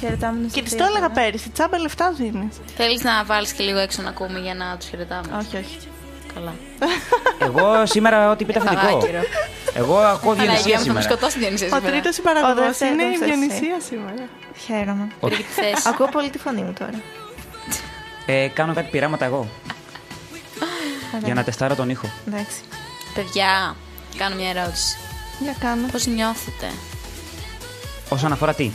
Χαιρετάμε την Και τη Σοφία το έλεγα τώρα. πέρυσι. Τσάμπα λεφτά δίνεις. Θέλεις να βάλεις και λίγο έξω να ακούμε για να τους χαιρετάμε. Όχι, όχι. Καλά. Εγώ σήμερα ό,τι πείτε θετικό. Πανάκυρο. Εγώ ακούω Παναγία διανοησία μου, θα με σήμερα. σκοτώσει την Διονυσία Ο σήμερα. τρίτος υπαραγωγός δεύτερος είναι η εσύ. Διονυσία σήμερα. Χαίρομαι. Ο- Βρήκε τη θέση. Ακούω πολύ τη φωνή μου τώρα. ε, κάνω κάτι πειράματα εγώ. για να τεστάρω τον ήχο. Εντάξει. Παιδιά, κάνω μια ερώτηση. Για κάνω. Πώς νιώθετε, Όσον αφορά τι.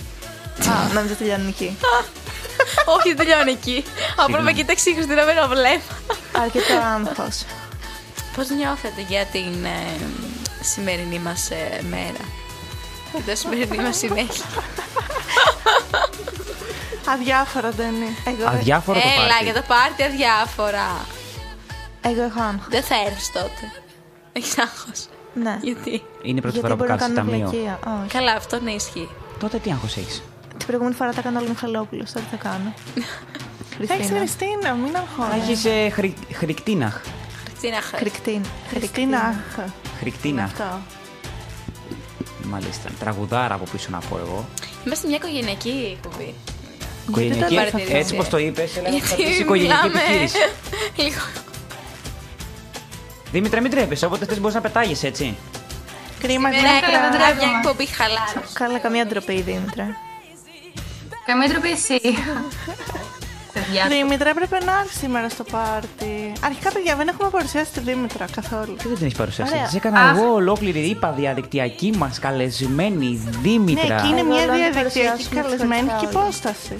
Α, νόμιζα τελειώνουν εκεί. Όχι, δεν τελειώνει εκεί. Απλά με Συγγνώμη. κοίταξε η Χριστίνα με ένα βλέμμα. Αρκετό άγχος. Πώς νιώθετε για την ε, σημερινή μας μέρα, για την σημερινή μας συνέχεια. Αδιάφορο δεν είναι. Εγώ, Αδιάφορο το Έλα, πάρτι. για τα πάρτι αδιάφορα. εγώ έχω άγχος. Δεν θα έρθεις τότε. Έχεις άγχος. Ναι. Γιατί. Είναι η πρώτη Γιατί φορά που μπορεί να κάθεσαι κάνουμε ταμείο. βλακεία. Όχι. Καλά, αυτό ναι ισχύει. Τότε τι άγχος έχεις. Την προηγούμενη φορά τα έκανα όλο Μιχαλόπουλο. Τώρα τι θα κάνω. Εντάξει, Χριστίνα. Χριστίνα, μην αγχώνεσαι. Έχεις ε, χρυ, χρυκτίναχ. Τι να χα- Κρικτίν. Χριστίνα, αχ. Χρυκτίναχ, Αυτό. μάλιστα. Τραγουδάρα από πίσω να πω εγώ. Είμαστε μια οικογενειακή εκπομπή. Οικογενειακή. το παρατηρήσατε? Έτσι πως το είπες, έλεγα θα πεις Γιατί οικογενειακή μιλάμε. επιχείρηση. Λίγο. Δήμητρα, μην τρέπεσαι, όποτε θες μπορείς να πετάγεις, έτσι. Κρίμα, Μέρα Δήμητρα. έκανα μια εκπομπή χαλάρωση. Καλά, καμία ντροπή, Δήμητρα. Καμία ντροπή εσύ. Παιδιά, ε, Δήμητρα έπρεπε να έρθεις σήμερα στο πάρτι. Αρχικά, παιδιά, δεν έχουμε παρουσιάσει τη Δήμητρα καθόλου. Και δεν την έχεις παρουσιάσει. Ωραία. Της έκανα Αχ. εγώ ολόκληρη, είπα διαδικτυακή μας καλεσμένη Δήμητρα. Ναι, και είναι Εγώ μια λέω να διαδικτυακή παρουσιάσουμε καλεσμένη ξεχωριστά και όλα. υπόσταση.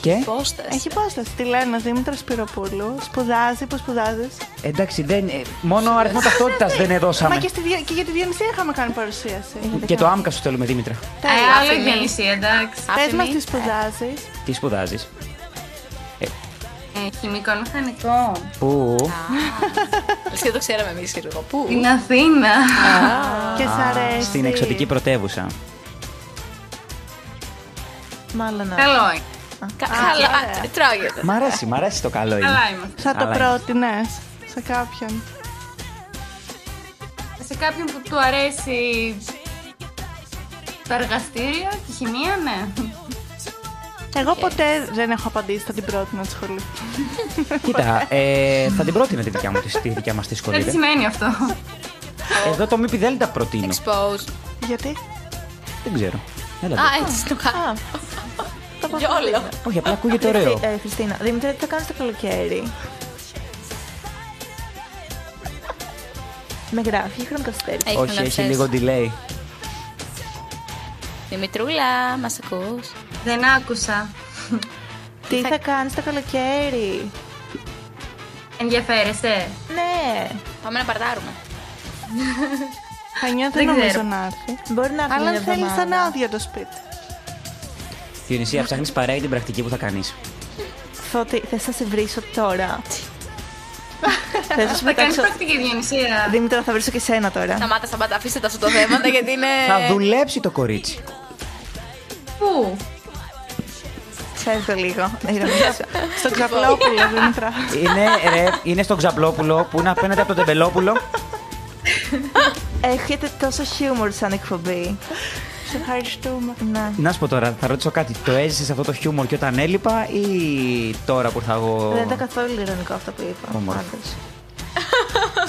Και- Υπόσταση. Έχει υπόσταση. Τη λένε Δήμητρα Σπυροπούλου. Σπουδάζει, που σπουδάζεις. εντάξει, δεν, ε, μόνο αριθμό ταυτότητας δεν Μα δώσαμε. και, στη, Δια- και για τη Διονυσία είχαμε κάνει παρουσίαση. Και το άμκα σου θέλουμε, Δήμητρα. ε, άλλο η Διονυσία, εντάξει. Πες μας Αφημί. τι σπουδάζεις. Τι σπουδάζεις. Ε, Χημικό μηχανικό. Πού. Λες και το ξέραμε εμείς λίγο. Πού. Ναι. Στην Αθήνα. Και σ' αρέσει. Στην εξωτική πρωτεύουσα. Μάλλον ναι. όχι. Καλό είναι. Κα- Καλά, τρώγεται. Μ' αρέσει, μ' αρέσει το καλό είναι. Καλά είμαστε. Θα το Αλλά είναι. πρότεινες σε κάποιον. Σε κάποιον που του αρέσει το εργαστήριο και η χημεία, ναι. Εγώ ποτέ δεν έχω απαντήσει, θα την πρότεινα της σχολή. Κοίτα, ε, θα την πρότεινε τη δικιά μου τη- τη δικιά μας της σχολή. Δεν τι ρε. σημαίνει αυτό. Εδώ το μη πιδέλτα προτείνω. Expose. Γιατί? Δεν ξέρω. Έλα. Α, εδώ. έτσι το κάνω. Α, Γιόλο. Όχι, απλά ακούγεται ωραίο. Χριστί- ε, Χριστίνα, Δήμητρα, τι θα κάνεις το καλοκαίρι. Με γράφει, έχει χρονοκαστέρι. Έχει Όχι, έχει λίγο delay. Δημητρούλα, μας ακούς. Δεν άκουσα. Τι θα κάνεις το καλοκαίρι. Ενδιαφέρεσαι. Ναι. Πάμε να παρτάρουμε. Χανιά δεν Δεν νομίζω ξέρω. να έρθει. Μπορεί να έρθει Αλλά μια αν θέλει θα είναι εβδομάδα. άδεια το σπίτι. Διονυσία, ψάχνεις παρέα για την πρακτική που θα κάνεις. Φώτη, θες να σε βρίσω τώρα. θες να σου Θα κάνει πετάξω... πρακτική διονυσία. Δήμητρα, θα βρίσω και σένα τώρα. Σταμάτα, σταμάτα, αφήστε τα σου το θέματα γιατί είναι. Θα δουλέψει το κορίτσι. Πού? Ξέρεις το λίγο. να ηρεμήσω. Στο Ξαπλόπουλο, Δήμητρα. είναι, ρε, είναι στο Ξαπλόπουλο που είναι απέναντι από το Τεμπελόπουλο. Έχετε τόσο χιούμορ σαν εκπομπή. Ναι. Σε ευχαριστούμε. Να. Να σου πω τώρα, θα ρωτήσω κάτι. Το έζησες αυτό το χιούμορ και όταν έλειπα ή τώρα που θα εγώ. Δεν ήταν καθόλου ηρωνικό αυτό που είπα. Όμορφο. Δηλαδή,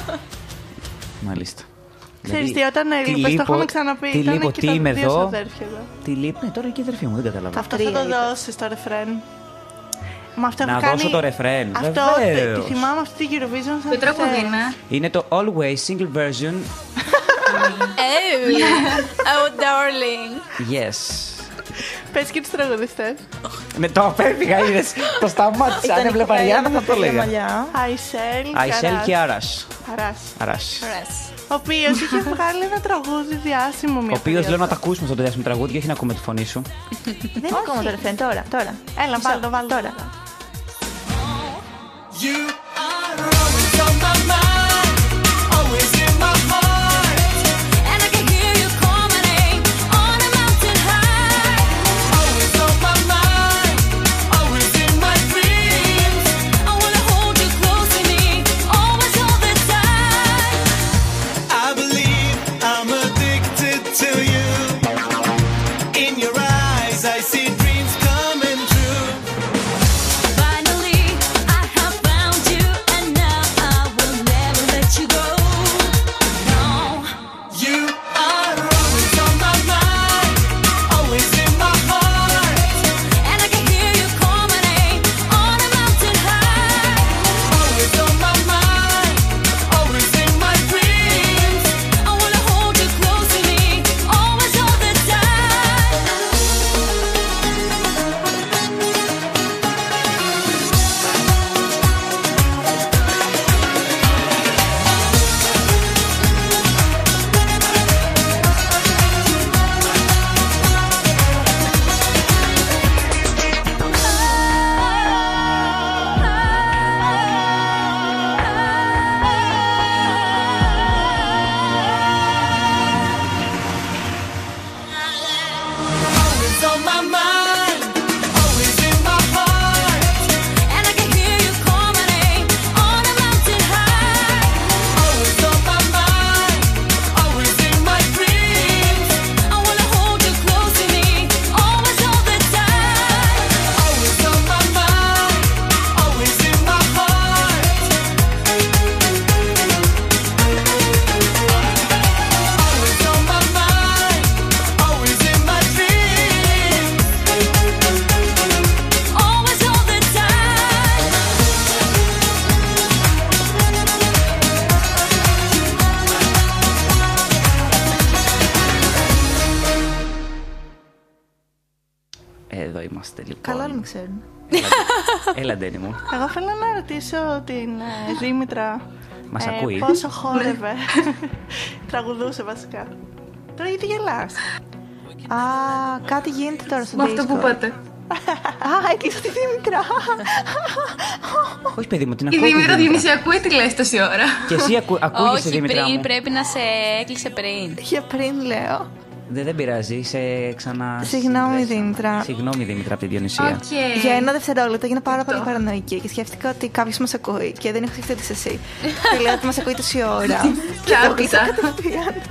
πάντως. Μάλιστα. Ξέρεις Δηλαδή, τι, όταν έλειπες, το λείπω- έχουμε ξαναπεί. Τι ήταν λείπω, και τι τα είμαι δύο εδώ. συναδέρφια εδώ. Τι λείπω, ναι, τώρα είναι και η αδερφή μου, δεν καταλαβαίνω. Αυτό θα Τρία το ήταν. δώσεις το ρεφρέν. Μα αυτό Να που κάνει... δώσω το ρεφρέν. Αυτό Βεβαίως. τη θυμάμαι αυτή τη Eurovision. σαν Ποιο τραγούδι Ε, χθες. ναι. είναι. Είναι το Always Single Version. Hey, oh darling. Yes. Πες και τους τραγουδιστές. Ναι, το απέφυγα, είδες. Το σταμάτησα. Αν Ήταν η έβλεπα κοπέλα Ριάννα με θα τα το τρία έλεγα. μαλλιά. Αισελ και Αισελ Αράς. και Άρας. Αράς. Άρας. Ο οποίος είχε βγάλει ένα τραγούδι διάσημο Ο μια οποίος περίοδο. λέω να τα ακούσουμε στο τελευταίο τραγούδι και όχι να ακούμε τη φωνή σου. Δεν είναι ακόμα το ρεφρέν, τώρα, τώρα. Έλα, βάλ' το, βάλ' το. Τώρα. You are always on my mind, always in my heart, and I can hear you call my name on a mountain high. Always on my mind, always in my dreams. I wanna hold you close to me, always all the time. I believe I'm addicted to you. In your eyes, I see dreams coming true. Finally, I have found you, and now I will never let you go. No. You are always on my mind, always in my heart. And I can hear you call my name on a mountain high. Always on my mind, always in my dreams. I wanna hold you close to me, always all the time. Always on my mind, always in my heart. And I can hear you call my name on a mountain high. Always on my mind, always in my dreams. I wanna hold you close to me, always all the time. Always on my mind, always in my heart. Always on my mind, always in my dreams, always all the time. Εδώ είμαστε λοιπόν. Καλά όλοι με ξέρουν. Έλα, Έλα, Ντένι μου. Εγώ θέλω να ρωτήσω την ε, Δήμητρα. Μας ακούει. Ε, Πόσο χόρευε. Τραγουδούσε βασικά. Τώρα γιατί γελάς. Α, κάτι γίνεται τώρα στο Με αυτό που Discord. είπατε. Α, έκλεισα τη Δήμητρα. Όχι, παιδί μου, την Η ακούω. Δήμητρα Διονυσιακούει τι λες τόση ώρα. Και εσύ ακού, ακούγεσαι, Όχι, Δήμητρα πριν μου. πρέπει να σε έκλεισε πριν. Για πριν λέω. Δεν, δεν πειράζει, είσαι ξανά. Συγγνώμη, συνδέσαμε. Δήμητρα. Συγγνώμη, Δήμητρα, από τη Διονυσία. Οκ. Για ένα δευτερόλεπτο έγινα πάρα πολύ παρανοϊκή και σκέφτηκα ότι κάποιος μας ακούει και δεν έχω σκεφτεί ότι είσαι εσύ. και λέω ότι μας ακούει τόση ώρα. Και άκουσα. Κατευθείαν.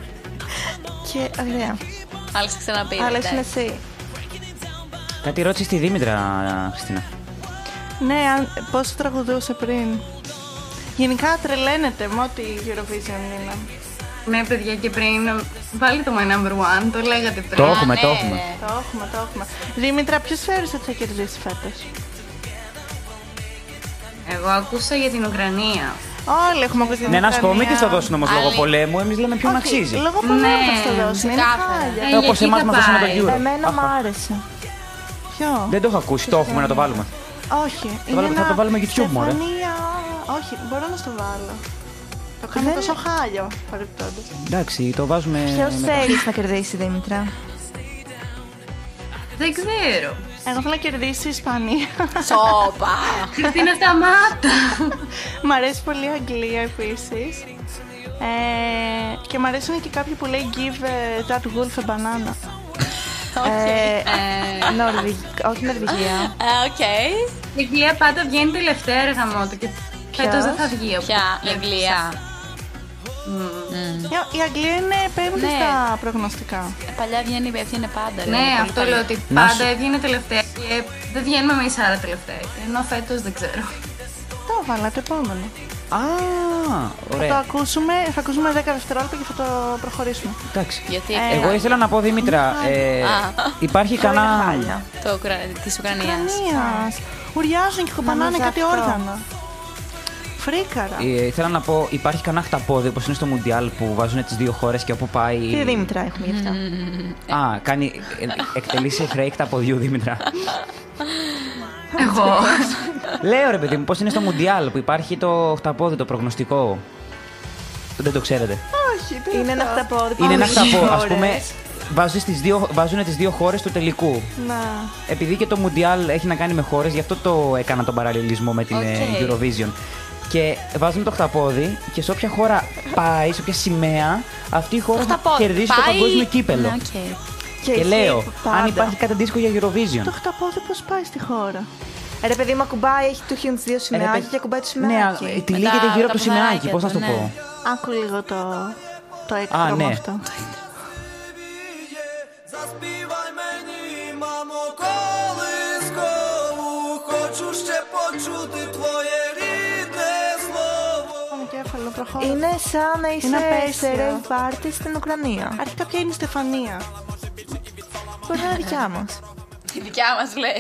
και ωραία. Αλλά σε ξαναπεί. Αλλά εντάξει. ήσουν εσύ. Κάτι ρώτησες στη Δήμητρα, Χριστίνα. Ναι, αν- πόσο τραγουδούσε πριν. Γενικά τρελαίνεται με ό,τι η Eurovision είναι. Ναι, παιδιά, και πριν πάλι το my number one, το λέγατε πριν. Το έχουμε, το ναι, έχουμε. ρε. Το έχουμε, το έχουμε. Δήμητρα, ποιος θεωρείς ότι θα κερδίσει φέτος. Εγώ άκουσα για την Ουκρανία. Όλοι έχουμε ακούσει. Ναι, ένα κομίκη θα δώσουν όμως λόγω πολέμου. Εμείς λέμε ποιον αξίζει. Λόγω πολέμου θα το δώσουν. Είναι Ναι, ξεκάθαρα. χάλια. Ε, Όπως γιατί εμάς θα μας δώσανε πάει. τον Euro. Εμένα Αχα. μου άρεσε. Ποιο? Δεν το έχω ακούσει. Το έχουμε να το βάλουμε. Όχι. είναι βάλουμε- θα ένα το βάλουμε YouTube, μωρέ. Στεφανία. Όχι, μπορώ να στο βάλω. Το κάνω τόσο χάλιο, παρεπτόντω. Εντάξει, το βάζουμε. Ποιος μετά. θέλει να κερδίσει, Δήμητρα. Δεν ξέρω. Εγώ θέλω να κερδίσει η Ισπανία. Σόπα! Χριστίνα, σταμάτα! μ' αρέσει πολύ η Αγγλία επίσης. Ε, και μ' αρέσουν και κάποιοι που λέει Give ε, that wolf a banana. Ε, ε, Νορβηγία. Όχι Νορβηγία. ε, Οκ. Η Αγγλία πάντα βγαίνει τελευταία έργα του και φέτος δεν θα βγει. από Ποια ό,τι η Αγγλία. Η- Η Αγγλία είναι πέμπτη Ναι. στα προγνωστικά. Ε, Παλιά βγαίνει, έβγαινε πάντα. ρε, Ναι, πολύ αυτό παλιά. λέω ότι Να πάντα σου- έβγαινε τελευταία και δεν βγαίνουμε εμείς άρα τελευταία. Ενώ φέτος δεν ξέρω. Το έβαλα, το επόμενο. Α, Θα το ωραία. ακούσουμε, θα ακούσουμε 10 δευτερόλεπτα και θα το προχωρήσουμε. Εντάξει. Γιατί Ε, Εγώ ήθελα να πω, Δήμητρα, Α. ε, Α. υπάρχει κανένα. Το Ουκρα... της Ουκρανίας. Ουκρανίας. Ουριάζουν και κοπανάνε Να κάτι μαζευτώ. όργανα. Φρίκαρα. Ε, Ήθελα να πω, υπάρχει κανένα χταπόδι όπως είναι στο Μουντιάλ που βάζουν τις δύο χώρες και όπου πάει. Τι Δήμητρα έχουμε γι' αυτό. Α, κάνει. ε, Εκτελείς σε χρέη χταποδιού, Δήμητρα. Εγώ. Λέω ρε παιδί μου, πώς είναι στο Μουντιάλ που υπάρχει το χταπόδι, το προγνωστικό. Δεν το ξέρετε. Όχι, τι Είναι ένα χταπόδι. Είναι ένα χταπό, ας Ώρες. πούμε. Βάζουν τις δύο, βάζουνε τις δύο χώρες του τελικού. Να. Επειδή και το Μουντιάλ έχει να κάνει με χώρες, γι' αυτό το έκανα τον παραλληλισμό με την ε, Οκ. Eurovision. Και βάζουν το χταπόδι και σε όποια χώρα πάει, σε όποια σημαία, αυτή η χώρα θα κερδίσει το παγκόσμιο κύπελο. Ναι, οκ. Και, λέω, αν υπάρχει κάτι αντίστοιχο για Το Eurovision. χταπόδι πώς πάει στη χώρα. Ε, Ρε παιδί μου, ακουμπάει, έχει του χιούν τι δύο σημαίακια παιδί- και ακουμπάει το Ε, Ναι, α, σημαίακι. ε, τυλίγεται γύρω από το σημαίακι, ποδαράκια πώς θα του, το ναι. πω. Άκου λίγο το, το έκτρο ναι. αυτό. Заспівай мені, мамо, колискову, хочу ще почути твоє рідне слово. Πάμε κέφαλο, προχώρα. Είναι σαν να Είναι είσαι απέσιο. σε rave party στην Ουκρανία. Αρχικά ποια είναι η Στεφανία. Μπορεί να είναι δικιά μας. Τη δικιά μας λες.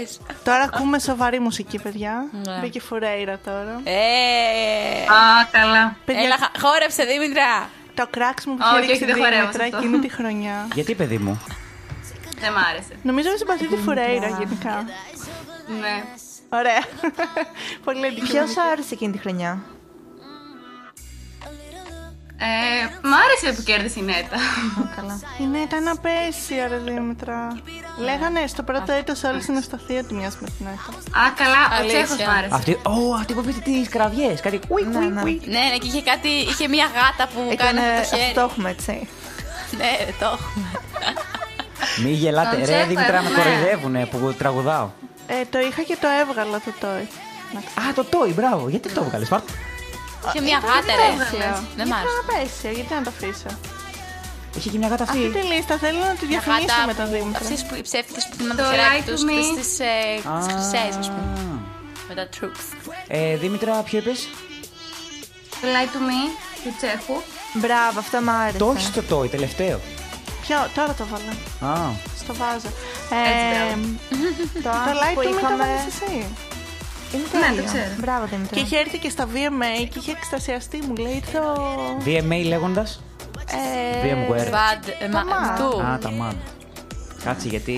Τώρα ακούμε σοβαρή μουσική, παιδιά. Ναι. Μπήκε Φουρέιρα τώρα. Ε, Α, καλά. Παιδιά, Έλα, χα- χόρεψε Δήμητρα. το κράξ μου που Όχι, είχε όχι, ρίξει δεν χορεύω Δήμητρα αυτό. εκείνη τη χρονιά. Γιατί, παιδί μου. Δεν μ' άρεσε. Νομίζω ότι συμπαθεί τη Φουρέιρα γενικά. Ναι. Ωραία. Πολύ Ποιο αντικειμενική. σου άρεσε εκείνη τη χρονιά. Ε, μ' άρεσε που κέρδισε η Νέτα. Καλά. Είναι, ήταν απέσια, ρε Δήμητρα. Λέγανε στο πρώτο έτος όλοι στην Ευσταθία ότι μοιάζει με την Εύα. Α, καλά, ο Αλήθεια. Τσέχος μ' άρεσε. Αυτή, ω, αυτή που πείτε τις κραυγές. Κάτι. κουικ, Ναι, κουικ, ναι. κουικ. Ναι, ναι, και είχε κάτι, είχε μία γάτα που Έκανε κάνει Ε, το χέρι. αυτό έχουμε έτσι. Ναι, ρε, το έχουμε. Μη γελάτε, Τον ρε Τσέχο, Δήμητρα, με ναι. κοροϊδεύουνε που τραγουδάω. Ε, το είχα και το έβγαλα το τόι. Α, το τόι, μπράβο. Γιατί το έβγαλες, Πάρτε. Είχε μία Ε, γάτα, ρε. Δεν μ' Ήταν άρεσε. απέσια, γιατί να το αφήσω. Είχε και μια γάτα Αυτή αυτή. τη λίστα θέλω να τη Μια γάτα διαφημίσουμε το που- Δήμητρα. αυτές που οι ψεύτικες που θυμάμαι Το το χεράκι Like τους Me. και στις ε, τις Α. χρυσές, ας πούμε. Με τα truth. Ε, Δήμητρα, ποιο είπες. Fly to me του Τσέχου. Μπράβο, αυτό μ' άρεσε. Το όχι στο τόι, τελευταίο. Ποιο, τώρα το βάλα. Α, Στο βάζω. Έτσι, Ε, μπράβο. Το το άλλο like που του μην το είχαμε. βάλεις εσύ. Είναι Ναι, τέλειο. το ξέρω. Μπράβο, Και Δημητρή. είχε έρθει και στα VMA και είχε εκστασιαστεί, μου λέει το. VMA λέγοντας. Ε, VMware. Bad, ε, μα- μάνα. του. Α, τα μάτ. Κάτσε γιατί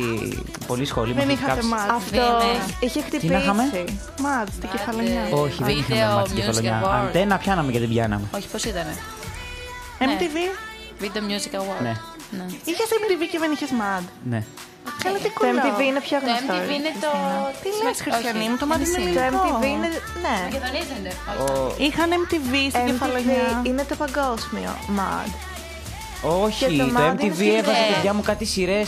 πολλοί σχολοί μας Δεν έχουν είχατε κάψει. μάτ. Αυτό VMA. είχε να είχαμε? χτυπήσει. Μάτ στην κεφαλονιά. Όχι, δεν είχαμε Video μάτς στην Music κεφαλονιά. Award. Αντένα πιάναμε και δεν πιάναμε. Όχι, πώς ήτανε. Ναι. MTV. Video Music Award. Ναι, Είχε MTV και δεν είχες MAD. ναι. Καλά, τι Το κουλό. MTV είναι πιο Το γνωστό. MTV είναι το... Τι λες, Χριστιανή μου, το μάτι είναι Το ελληνικό. MTV είναι. Ναι. Μακεδονία ήταν, όχι. Ο- Είχαν MTV στην κεφαλονιά. MTV είναι το παγκόσμιο. Μαντ. Όχι, Και το το Mad MTV είναι έβαζε χειρότερο. παιδιά μου κάτι σειρές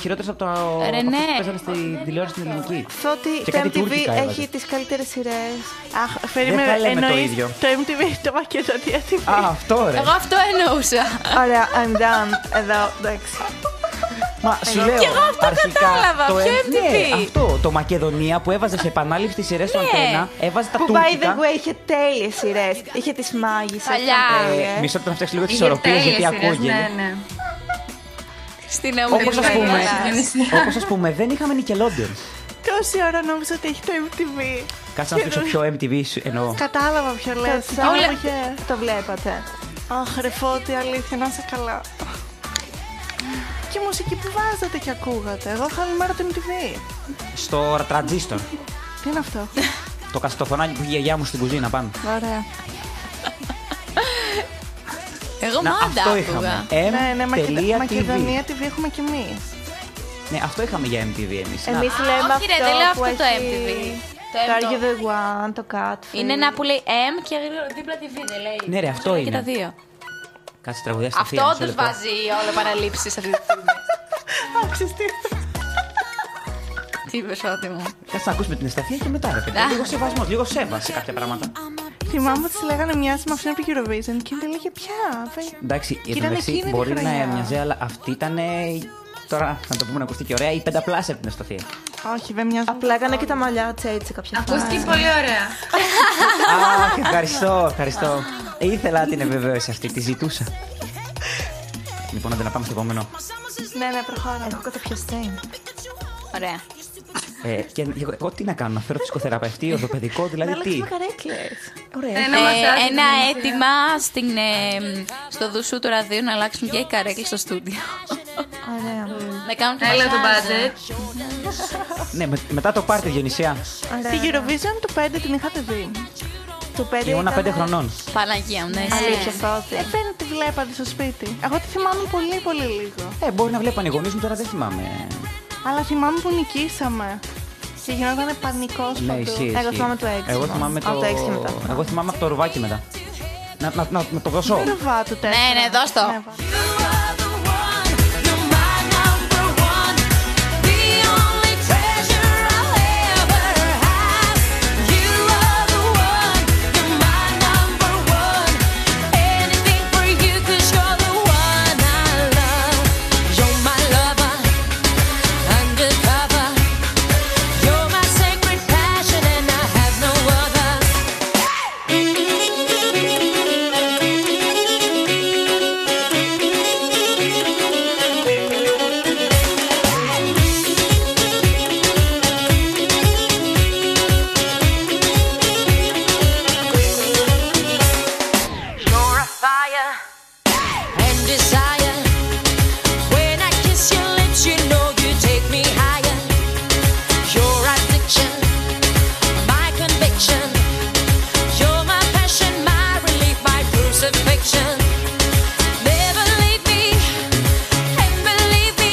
χειρότερες από τα. Ρε, από αυτές ναι. που παίζανε στη τηλεόραση στην ελληνική. Αυτό ότι Και το κάτι MTV τουρκικά έβαζε. έχει τις καλύτερες σειρές. Αχ, περίμενε, θα λέμε το εννοείς ίδιο. το MTV, το Μακεδονία TV. Α, αυτό ρε. Εγώ αυτό εννοούσα. Ωραία, I'm done. Εδώ, εντάξει. Μα σου λέω. Κι εγώ αυτό αρχικά, κατάλαβα, το ποιο M- MTV. Ναι, αυτό. Το Μακεδονία που έβαζε σε επανάληψη τη σειρές του Ναι. Αντένα, έβαζε τα Που by τουρκικά. the way είχε τέλειες σειρές. Είχε τις μάγισσες. Παλιά. ήταν τέλειες. Ε, Μισό λεπτό να φτιάξει λίγο τις Είχε ισορροπίε, γιατί τέλειες σειρές, ακούγεται. Ναι, ναι. Στην Όπως α Ομιλία. πούμε. Τέλειες. Όπως ας πούμε, δεν είχαμε Nickelodeon. Το τόση ώρα νόμιζα ότι έχει το MTV. Κάτσε να Και φτιάξω νόμιζα- πιο MTV σου εννοώ. Κατάλαβα ποιο λες. Κατάλαβα Κατάλαβα και το βλέπατε. Αχ, ρε φώτη, αλήθεια, να είσαι καλά. Και μουσική που βάζατε και ακούγατε. Εγώ είχα όλη μέρα το MTV. Στο τραντζίστον. Τι είναι αυτό. Το καστοφωνάκι που είχε η γιαγιά μου στην κουζίνα πάνω. Ωραία. Εγώ Να, μάντα αυτό άκουγα. είχαμε. M. Ναι, ναι, Μακεδο- TV. Μακεδονία TV έχουμε κι εμείς. Ναι, αυτό είχαμε για MTV εμείς. Να. Εμεί λέμε όχι, ρε, αυτό δεν λέω που αυτό το έχει MTV. Το Το M Are το- You The One, το Catfish. Είναι ένα που λέει M και δίπλα τη V, δεν λέει. Ναι, ρε, αυτό Λέει είναι. Και τα δύο. Κάτσε τραγουδιά στα Αυτό θεία, μισό όντω λεπτό. βάζει όλο παραλήψει αυτή τη στιγμή. Άξιες τι. Τι είπε, Σώτη μου. Κάτσε να ακούσουμε την εσταθία και μετά, ρε παιδί. Α. Λίγο σεβασμός, λίγο σέβα σε κάποια πράγματα. Θυμάμαι ότι της λέγανε μοιάζει με αυτήν από την Eurovision και δεν λέγε πια. δεν- Εντάξει, Και για το ήταν μεταξύ εκείνη τη μπορεί να χρονιά. μοιάζει, αλλά αυτή ήταν. Τώρα να το πούμε να ακουστεί και ωραία, η πενταπλάσια από την εσταθία. Όχι, δεν μοιάζει. Απλά έκανε και τα μαλλιά της έτσι κάποια φορά. Ακούστηκε πολύ ωραία. Αχ, ευχαριστώ, ευχαριστώ. Ε, Ήθελα την επιβεβαίωση αυτή, τη ζητούσα. Λοιπόν, άντε να πάμε στο επόμενο. Ναι, ναι, προχώρα. Έχω καταπιαστεί. Ωραία. Ε, και εγώ, εγώ τι να κάνω, να φέρω ψυχοθεραπευτή, οδοπαιδικό, Να δηλαδή τι. αλλάξουμε καρέκλες. Ωραία. Ένα Ε, μασάζ. ένα αίτημα στην, ε, στο δουσού του ραδίου να αλλάξουν και οι καρέκλες στο στούντιο. Ωραία. να κάνουν και Έλα το μασάζ. ε. budget. Ναι, με- μετά το πάρτι Διονυσία. Ωραία. Τη Eurovision του 5 την είχατε δει. Του 5 Ήμουνα ήταν- πέντε χρονών. Παναγία μου, ναι. Αλήθεια, Ε, φώτη. δεν τη βλέπατε στο σπίτι. Εγώ τη θυμάμαι πολύ πολύ λίγο. Ε, μπορεί να βλέπανε οι γονείς μου, τώρα δεν θυμάμαι. Αλλά θυμάμαι που νικήσαμε. Και γινόταν πανικός Ναι, ισχύει. παντού. ισχύει. θυμάμαι το έξι Εγώ μόνο. θυμάμαι το. Από το έξι και μετά. Εγώ θυμάμαι από το ρουβάκι μετά. Να, να, να, να το δώσω. Δεν ρουβάτου Ναι, ναι, δώσ' το. Never leave me, and believe me,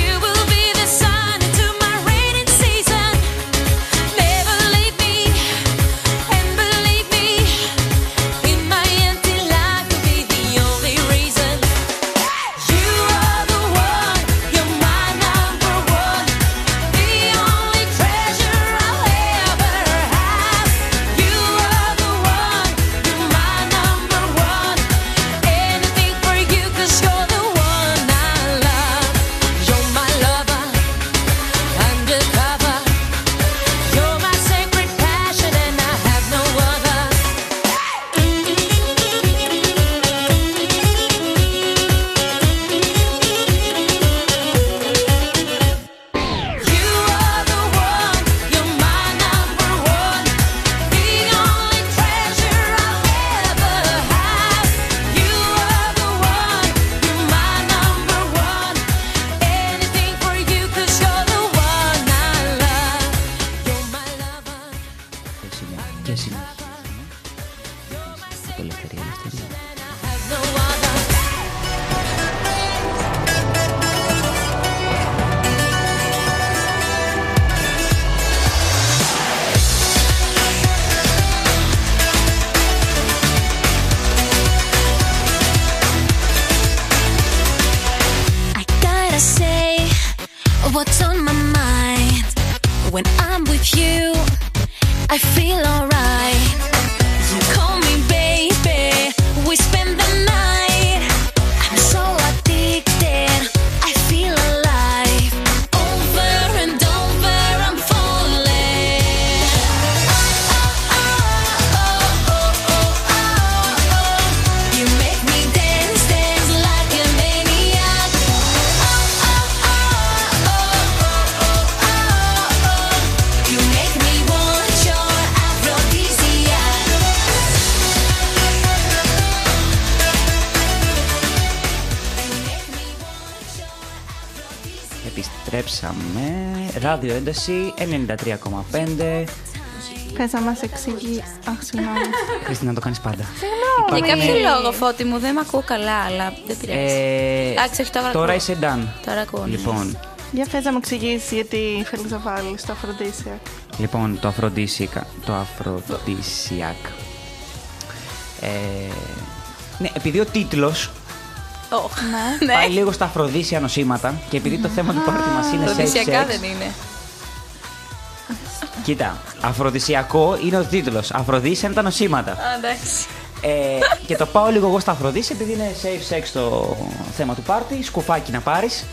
you will be the sun into my raining season. Never leave me, and believe me, in my empty life will be the only reason. You are the one, you're my number one, the only treasure I'll ever have. You are the one, you're my number one, anything for you 'cause you're the one I love. You're my lover, undercover. You're my sacred passion, and I have no other. You are the one, you're my number one, the only treasure I'll ever have. You are the one, you're my number one, anything for you 'cause you're the one I love. You're my lover. Και συνέχεια. Και συνέχεια. Το ελευθερία, ελευθερία. I gotta say what's on my mind. When I'm with you, I feel alright. You call me baby, we spend the night. I'm so addicted, I feel alive. Over and over, I'm falling. Oh, oh, oh, oh, oh, oh, oh, oh. You make me dance, dance like a maniac. Oh, oh, oh, oh, oh, oh, oh, oh. επιστρέψαμε. Ράδιο ένταση 93,5. Θες να μας εξηγεί... Αχ, συγγνώμη. Χριστίνα, το κάνεις πάντα. ε, Για Υπάρχει- κάποιο λόγο, φώτη μου, δεν με ακούω καλά, αλλά δεν πειράζει. Ε, Εντάξει, όχι, τώρα ακούω. είσαι done. Τώρα ακούω. Λοιπόν, Για θες να μου εξηγήσει γιατί θέλεις να βάλεις το αφροντίσιακ. λοιπόν, το αφροντίσικα. Το αφροντίσιακ. Ε, ναι, επειδή ο τίτλος Ναι. πάει λίγο στα αφροδίσια νοσήματα και επειδή το θέμα του πάρτι μας είναι safe Προδοσιακά sex, δεν είναι. Κοίτα, αφροδισιακό είναι ο τίτλος. Αφροδίσια είναι τα νοσήματα. Α, Εντάξει. Ε, και το πάω λίγο εγώ στα Αφροδίση επειδή είναι safe sex το θέμα του πάρτι. Σκουφάκι να πάρεις.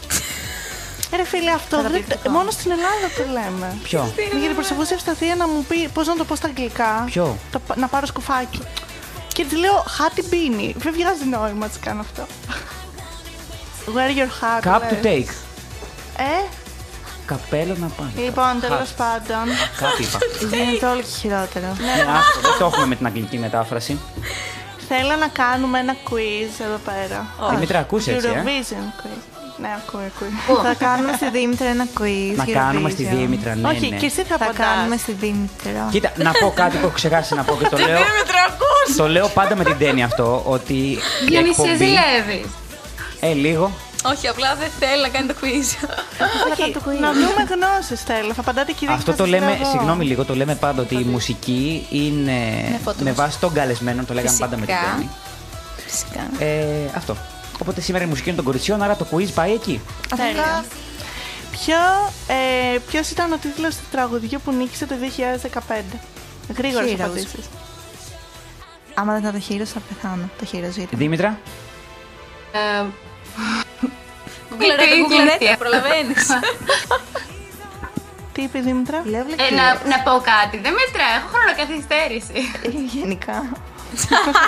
Ε, Ρε φίλε, αυτό δεν... μόνο στην Ελλάδα το λέμε. Ποιο? Γιατί προσπαθούσε η Ευσταθία να μου πει πώς να το πω στα αγγλικά. Ποιο? Το πα- να πάρω σκουφάκι. Και τη λέω hat την πίνει. Δεν βγάζει νόημα να τη κάνω αυτό. Wear your hat. Cup to λες. take. Ε, Καπέλο να πάρει. λοιπόν, τέλος Hat. πάντων. Κάτι είπα. Γίνεται όλο και χειρότερο. Ναι, άστο, δεν το έχουμε με την αγγλική μετάφραση. Θέλω να κάνουμε ένα quiz εδώ πέρα. Όχι. Δημήτρη, ακούς έτσι, ε? Eurovision quiz. Ναι, ακούω, ακούω. Θα κάνουμε στη Δήμητρα ένα quiz. Να κάνουμε στη Eurovision. Δήμητρα, ναι, Όχι, ναι. και εσύ θα Θα απαντάς. κάνουμε στη Δήμητρα. Κοίτα, να πω κάτι που έχω ξεχάσει να πω και το λέω. Το λέω πάντα με την τένεια αυτό, ότι η Διονυσία εκπομπή... ζηλεύεις. Ε, λίγο. Όχι, απλά δεν θέλει να κάνει το quiz. Όχι, να δούμε γνώσεις θέλω. Θα απαντάτε κυρίω. Αυτό το λέμε, συγγνώμη λίγο, το λέμε πάντα ότι η μουσική είναι φωτός. με βάση των καλεσμένων, το λέγαμε πάντα με την Φυσικά. τένεια. Φυσικά. Ε, αυτό. Οπότε σήμερα η μουσική είναι των κοριτσιών, άρα το quiz πάει εκεί. Τέλεια. Ποιο, ε, ποιος ήταν ο τίτλος του τραγουδιού που νίκησε το 2015. Γρήγορες Heroes. απαντήσεις. Άμα δεν θα το χείρος θα πεθάνω. Το χείρος ήταν. Δήμητρα, Ε, Κουκλαρέτα, τι κουκλαρέτα, γίνεται. προλαβαίνεις. Τι είπε η Δήμητρα? Ε, να, να πω κάτι. Δεν μετρά. Έχω χρονοκαθυστέρηση. Γενικά.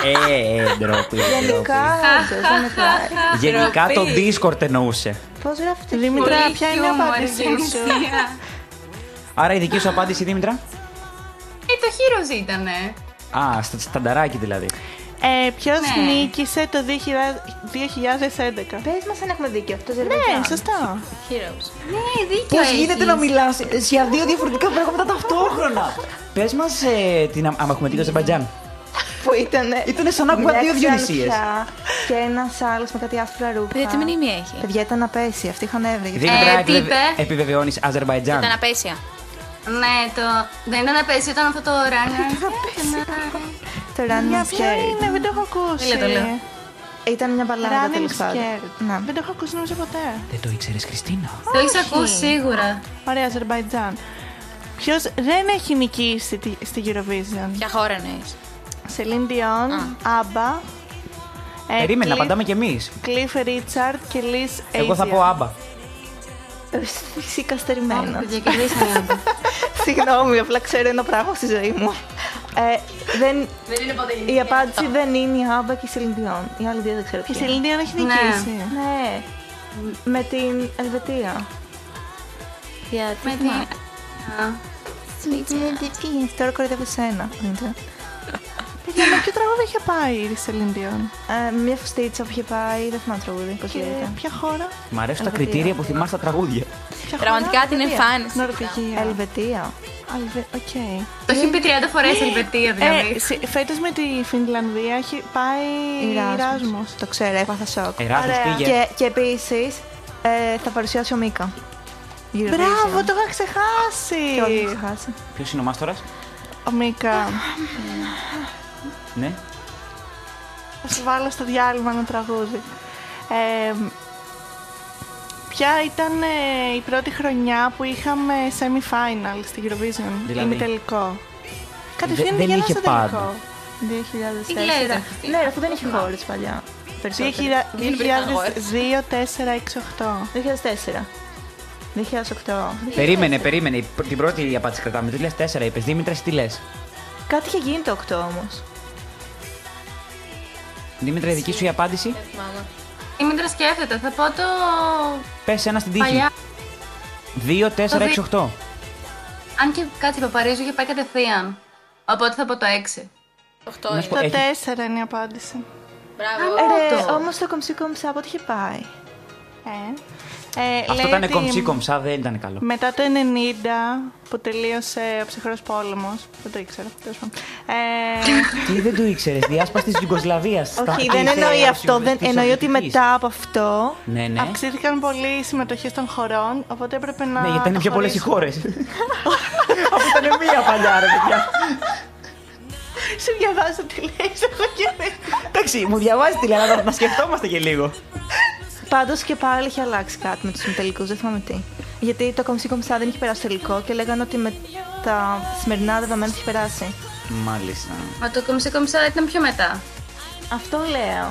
Ε, ε, ντροπή, ντροπή. Γενικά, όντως, δεν με πλάει. Γενικά το ντροπή. Discord εννοούσε. Πώς γράφετε Δήμητρα, Πολύ ποια είναι η χιούμορ, απάντησή σου. Διονυσία. Άρα η δική σου απάντηση, Δήμητρα. Ε, το χείρος ήτανε. Α, στα στανταράκι δηλαδή. Ε, ποιος Ναι. νίκησε το 2011. Πες μας αν έχουμε δίκιο αυτό, Ναι, σωστά. Heroes. Ναι, δίκιο Πώς έχεις. γίνεται να μιλάς για δύο διαφορετικά πράγματα ταυτόχρονα. Πες μας, ε, την άμα έχουμε δει το Αζερμπαϊτζάν. Που ήτανε... Ήτανε σαν να ακούγα μια δύο Διονυσίες. ξανθιά Και ένας άλλος με κάτι άσπρα ρούχα. Παιδιά, Ε, τι μνήμη έχει. Παιδιά ήταν απέσια, αυτή είχαν έβρεγε. Δήμητρα, Ε, τι επιβεβαι- είπε? επιβεβαιώνεις Αζερβαϊτζάν. Ήταν απέσια. Ναι, το... δεν ήταν απέσιο, ήταν αυτό το runner. Το Running Ποια Scared. είναι, ναι, δεν το έχω ακούσει. Έλα, το λέω. Ήταν μια μπαλάδα Running τέλος πάντων. Scared. Να. Δεν το έχω ακούσει νομίζω ποτέ. Δεν το ήξερες, Κριστίνα. το έχεις ακούσει σίγουρα. Ωραία, Αζερβαϊτζάν. Ποιος δεν έχει νικήσει τη- στη Eurovision. Ποια χώρα εννοείς. Σελήν Διόν, Άμπα. Ε, Περίμενα, απαντάμε κι εμείς. Κλειφ Ρίτσαρτ και Λις Εγώ θα πω άμπα. Φυσικά στερημένο. Παιδιά, κερδίσαμε. Συγγνώμη, απλά ξέρω ένα πράγμα στη ζωή μου. Ε, δεν... Δεν είναι ποτέ Η απάντηση δεν είναι η Άμπα και η Σελιντιόν. Οι άλλοι δύο δεν ξέρω Και ποιοι. Σελήν Διόν έχει Ναι. νικήσει. Ναι, με την Ελβετία. Γιατί Με τι- Τώρα κορυδεύω σένα. Δήμητρα. Παιδιά, με ποιο τραγούδι είχε πάει η Σελήν Διόν. Ε, Μια φουστίτσα που είχε πάει, δεν θυμάμαι τραγούδι. Πώς Και λέγεται. ποια χώρα. Μ' αρέσουν τα Ελβετία. κριτήρια που θυμάσαι τα τραγούδια. Ποια Πραγματικά την εμφάνιση. Νορβηγία. Ελβετία. Ελβε- Οκ. Το έχει πει 30 φορές η Ελβετία Ε, δηλαδή. φέτος με τη Φινλανδία έχει πάει η Ράσμου. Το ξέρω, έπαθα σοκ. Εράσμος Ωραία. πήγε. Και, και επίσης θα παρουσιάσει ο Μίκα. Μπράβο, το Ποιο είχα δεν ξεχάσει. ξεχάσει. Ποιος είναι ο Μάστορας. Ο Μίκα. Ναι. Θα σου βάλω στο διάλειμμα ένα τραγούδι. Ε, ποια ήταν ε, η πρώτη χρονιά που είχαμε semi-final στην Eurovision, Δηλαδή? ημιτελικό. Δε- Κατευθείαν δεν πηγαίνω είχε στο τελικό. πάντα. 2004. Τι λέτε, ήταν- αυτή. Ναι, ρε, αφού δεν είχε χώρες παλιά. Περισσότερο. 2002-4-6-8. 2004. 2008. Περίμενε, περίμενε. Η πρω- Την πρώτη απάντηση κρατάμε. Το 2004 είπες. Δήμητρα, εσύ τι λες. Κάτι είχε γίνει το 8 όμως. Δήμητρα, η δική σου η απάντηση. Η Μήτρα σκέφτεται, θα πω το Πες ένα στην τύχη. παλιά. 2, 4, 6, 8. Αν και κάτι είπα, Παρίζου είχε πάει κατευθείαν. Οπότε θα πω το 6. 8 Να είναι. σου πω, ε, Το έχει- 4 είναι η απάντηση. Ε, Μπράβο. Ρε, όμως το κομψή κομψά από ό,τι είχε πάει. Ε. Ε, Αυτό λέει ήταν ότι κομψή κομψά, δεν ήταν καλό. Μετά το 90 που τελείωσε ο ψυχρός πόλεμος, δεν το ήξερα, τέλος πάντων. Ε, Τι δεν το ήξερες, διάσπαση της Ιουγκοσλαβίας. Όχι, δεν εννοεί αυτό. Δεν εννοεί ότι μετά από αυτό. Ναι, ναι. αυξήθηκαν πολύ οι συμμετοχές των χωρών, οπότε έπρεπε να. Ναι, γιατί ήταν τα πιο πολλές οι χωρίσουν. χώρες. Αφού ήταν μία παλιά, ρε παιδιά. Σε διαβάζω τι λέει εγώ και δεν. Εντάξει, μου διαβάζει τη λέξη, αλλά να σκεφτόμαστε και λίγο. Πάντως και πάλι είχε αλλάξει κάτι με τους τελικού, δεν θυμάμαι τι. Γιατί το κομψή κομψά δεν είχε περάσει τελικό και λέγανε ότι με τα σημερινά δεδομένα έχει περάσει. Μάλιστα. Μα το κομψή κομψά ήταν πιο μετά. Αυτό λέω.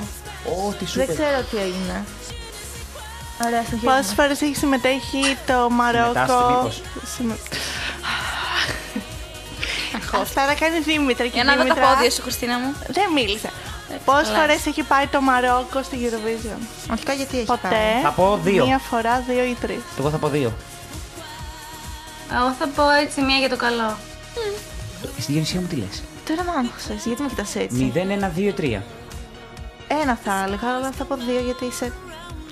Ό,τι σου δεν ξέρω τι έγινε. Ωραία, συνεχίζουμε. Πόσες φορές έχει συμμετέχει το Συμμετάσχει Μαρόκο. μήπως. Συμμε- Αυτά τα κάνει Δήμητρα και Για να δω τα Δήμητρα- πόδια σου, Χριστίνα μου. Δεν μίλησα. Πόσε καλά. φορές έχει πάει το Μαρόκο στην Eurovision. Αρχικά γιατί έχει Ποτέ. πάει. Θα πω δύο. Μία φορά, δύο ή τρεις. Εγώ θα πω δύο. Εγώ θα πω έτσι μία για το καλό. Στην γεννησία μου τι λες. Τώρα μου άγχωσες, γιατί μου κοιτάς έτσι. 0, 1, 2, 3. Ένα θα έλεγα, αλλά θα πω δύο γιατί είσαι.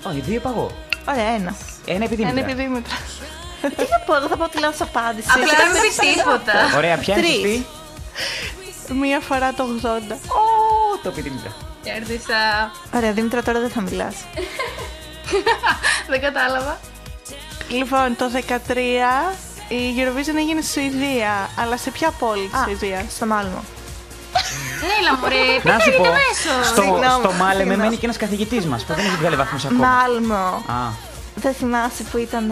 Όχι, δύο είπα εγώ. Ωραία, ένα. Ένα επειδή Είναι μου. επειδή Δήμητρα. Τι θα πω, εγώ θα πω τη λάθος απάντηση. Απλά δεν μου πεις τίποτα. Ωραία, ποια είναι η Τρεις. σωστή. Μία φορά το 80. Ω, Το πει τη μητέρα. Κέρδισα. Ωραία, Δήμητρα, τώρα δεν θα μιλάς. Δεν κατάλαβα. Λοιπόν, το 13 η Eurovision έγινε στη Σουηδία. Αλλά σε ποια πόλη της Σουηδίας. Στο μάλλον. Έλα μωρέ, Να σου πήγαινε πω, το μέσο. στο, Συγγνώμη, στο Μάλεμε συγγνώμη. μένει και ένας καθηγητής μας που δεν έχει βγάλει βαθμού ακόμα. Μάλμο. Α, Δεν θυμάσαι που ήταν.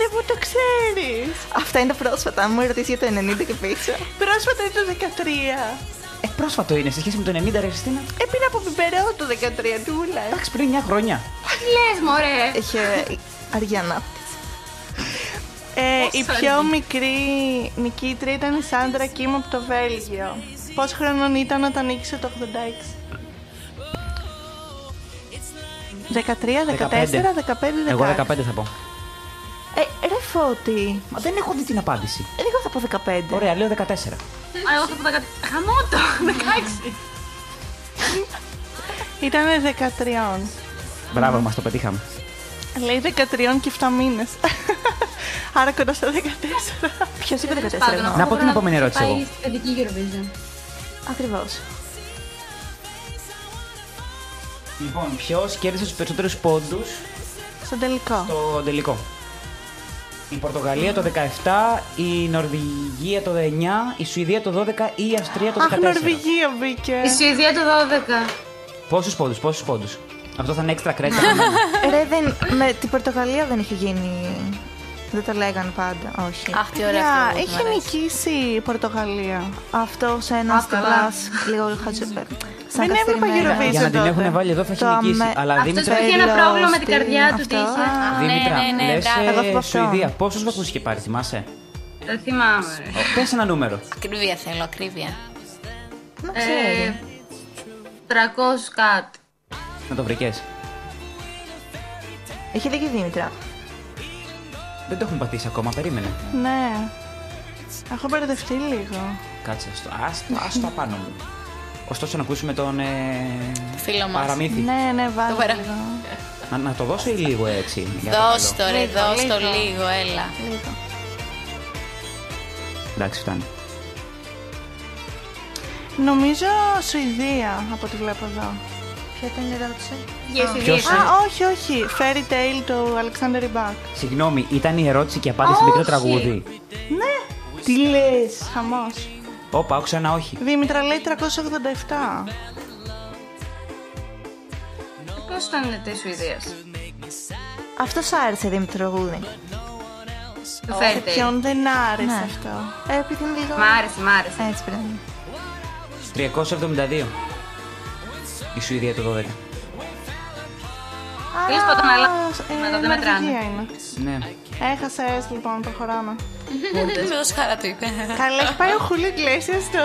Ρε, πού το ξέρεις. Αυτά είναι τα πρόσφατα. Αν Μου ρωτήσεις για το 90 και πίσω. Πρόσφατα είναι το 13. ε, πρόσφατο είναι σε σχέση με το 90 ρε Χριστίνα. Έπεινα Ε, από πιπερό το 13 τούλα. Εντάξει, πριν 9 χρόνια. Τι λες μωρέ. Έχει ε, αργή ανάπτυξη. Ε, η Πόσο πιο αργή. μικρή νικήτρια ήταν η Σάντρα Κίμ από το Βέλγιο. Πόσο χρονών ήταν όταν νίκησε το 86. 13, 14, 15, 16. Εγώ 15 θα πω. Ε, ρε φώτη. Μα δεν έχω δει την απάντηση. Εγώ θα πω 15. Ωραία, λέω 14. Α, εγώ θα πω τα κατ- Χαμό το, 16. Ήταν 13. Μπράβο μας, το πετύχαμε. Λέει 13 και 7 μήνες. Άρα κοντά στα 14. Ποιος είπε 14 Πάντων, εγώ. αυτό Να πω μπορεί την επόμενη είχε ερώτηση πάει εγώ. στην παιδική Eurovision. Ακριβώς. Λοιπόν, ποιος κέρδισε τους περισσότερους πόντους Στον τελικό. στο τελικό. Η Πορτογαλία το 17, η Νορβηγία το 9, η Σουηδία το 12 ή η Αυστρία το 14. Αχ, Νορβηγία μπήκε. Η Σουηδία το 12. Πόσους πόντους, πόσους πόντους. Αυτό θα είναι έξτρα κρέτα. Ρε, δεν, με την Πορτογαλία δεν είχε γίνει. Δεν το λέγανε πάντα, όχι. Αχ, τι ωραία Ωραία, αυτό. έχει νικήσει η Πορτογαλία. Αυτό σε ένα καλά, λίγο χατσοπέρ. Δεν έβλεπα Eurovision. Για να την τότε. έχουν βάλει εδώ θα έχει Το νικήσει. αμέ- Αλλά Αυτός που Δήμητρα, είχε ένα Βέλος, πρόβλημα με την τι- καρδιά του, τι αυτό. είχε. Δήμητρα, ναι, ναι, λες, μπράβο. ε, Εγώ θα πω αυτό. Σουηδία. Πόσους βαθμούς είχε πάρει, θυμάσαι. Δεν θυμάμαι. ρε. Πες ένα νούμερο. Ακρίβεια θέλω, ακρίβεια. Ε, 300 κάτι. Να το βρήκες. Είχε δίκιο η Δήμητρα. Δεν το έχουν πατήσει ακόμα, περίμενε. Ναι. Έχω μπερδευτεί λίγο. Κάτσε, ας το, ας το, ας το απάνω μου. Ωστόσο, να ακούσουμε τον. Ε, Φίλο μας. Παραμύθι. Ναι, ναι, Το βάλε παρα- λίγο. Να, να το δώσω ή λίγο έτσι. για το Δώσ' καλό. το ρε, Λίγο, δώσ' το λίγο. λίγο, έλα. λίγο. Εντάξει, φτάνει. Νομίζω Σουηδία από ό,τι βλέπω εδώ. Ποια ήταν η ερώτηση. Για Σουηδία. Ποιος είναι. Α, όχι, όχι. Fairy Tale του Alexander Rybak. Συγγνώμη, ήταν η ερώτηση και η απάντηση μικρό Όχι. τραγούδι. Ναι. Τι λες. Χαμός. Όπα, άκουσα ένα όχι. Δήμητρα λέει 387. Πώς ήταν της Σουηδίας. Αυτός σ' άρεσε Δήμητρα τραγούδι. Σε Το Fairy Tale. ποιον δεν άρεσε Ναι. αυτό. Ε, επειδή είναι λίγο. Μ' άρεσε, μ' άρεσε. Έτσι πρέπει να είναι. 372. Η Σουηδία το 12. Τέλο πάντων, αλλά. Ε, Μετά δεν μετράνε. Νορβηγία είναι. Ναι. Έχασες, λοιπόν, προχωράμε. Με ως χαρά του είπε. Καλά, έχει πάει ο Χούλιο Γκλέσια στο...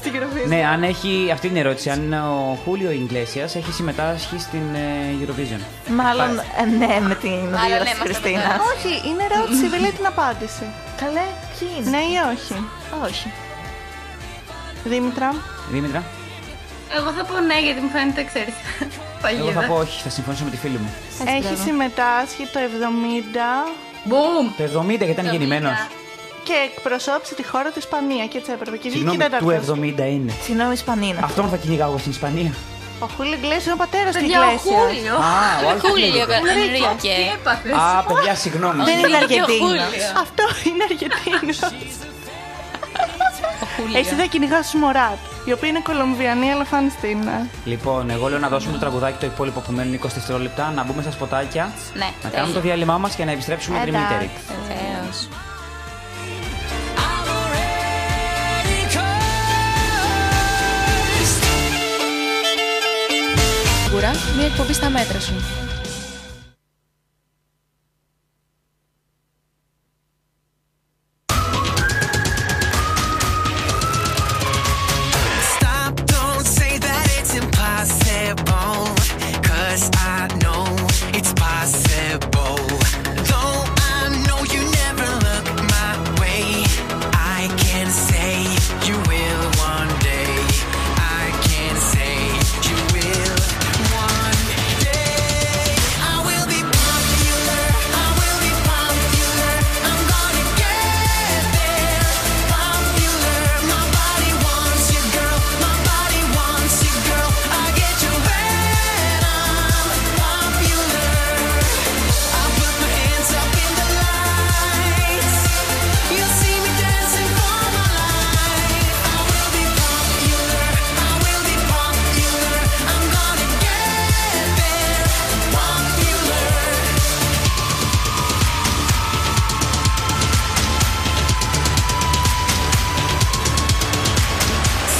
στην Eurovision. Ναι, αν έχει αυτή την ερώτηση, αν ο Χούλιο Ιγκλέσιας έχει συμμετάσχει στην ε, Eurovision. Μάλλον ε, ναι, με την Μάλλον, ναι, δήλωση μας τη το Χριστίνα. Όχι, είναι ερώτηση, δεν λέει την απάντηση. Καλέ, ποιοι είναι. Ναι ή όχι. όχι. Δήμητρα, Δήμητρα, Εγώ θα πω ναι, γιατί μου φαίνεται, ξέρεις. εγώ θα Παγίδα. πω όχι, θα συμφωνήσω με τη φίλη μου. Έχει μπράβο. συμμετάσχει το 70. Μπούμ! Το 70 γιατί ήταν γεννημένος. Και εκπροσώπησε τη χώρα του Ισπανία και έτσι έπρεπε. Και βγήκε Συγγνώμη, τέταρτο. του 70 είναι. Συγγνώμη, Ισπανίνα. Αυτόν θα κυνηγάω εγώ στην Ισπανία. Ο Χούλι Γκλέσιο είναι ο πατέρας του Παιδιά, ο Γκλέσιο. Χούλιο. Α, ο άλλος Χούλιο, Χούλιο. Ενρίκε. Τι έπαθες. Α, παιδιά, συγγνώμη. Δεν είναι Βγήκε ο Αργεντίνο. Χούλιος. Αυτό είναι Αργεντίνος. Ο Χούλιο. Εσύ θα κυνηγάς τους Μωράτ, οι οποίοι είναι Κολομβιανοί αλλά φάνε στην. ε, Λοιπόν, εγώ λέω να δώσουμε το τραγουδάκι το υπόλοιπο που μένουν 20 δευτερόλεπτα, να μπούμε στα σποτάκια, Ναι, να κάνουμε το διάλειμμά μας και να επιστρέψουμε τριμήτερη. εντάξει. Βεβαίως. Σίγουρα μια εκπομπή στα μέτρα σου. Stop, don't say that it's impossible. Cause I know it's possible. Though I know you never look my way, I can say you will one day. I can say you will one day. I will be popular. I will be popular. I'm gonna get there. Popular. My body wants you, girl. My body wants you, girl. I get you when I'm popular. I put my hands up in the lights. You'll see me dancing for my life. I will be popular. I will be popular. I'm gonna get there. Popular.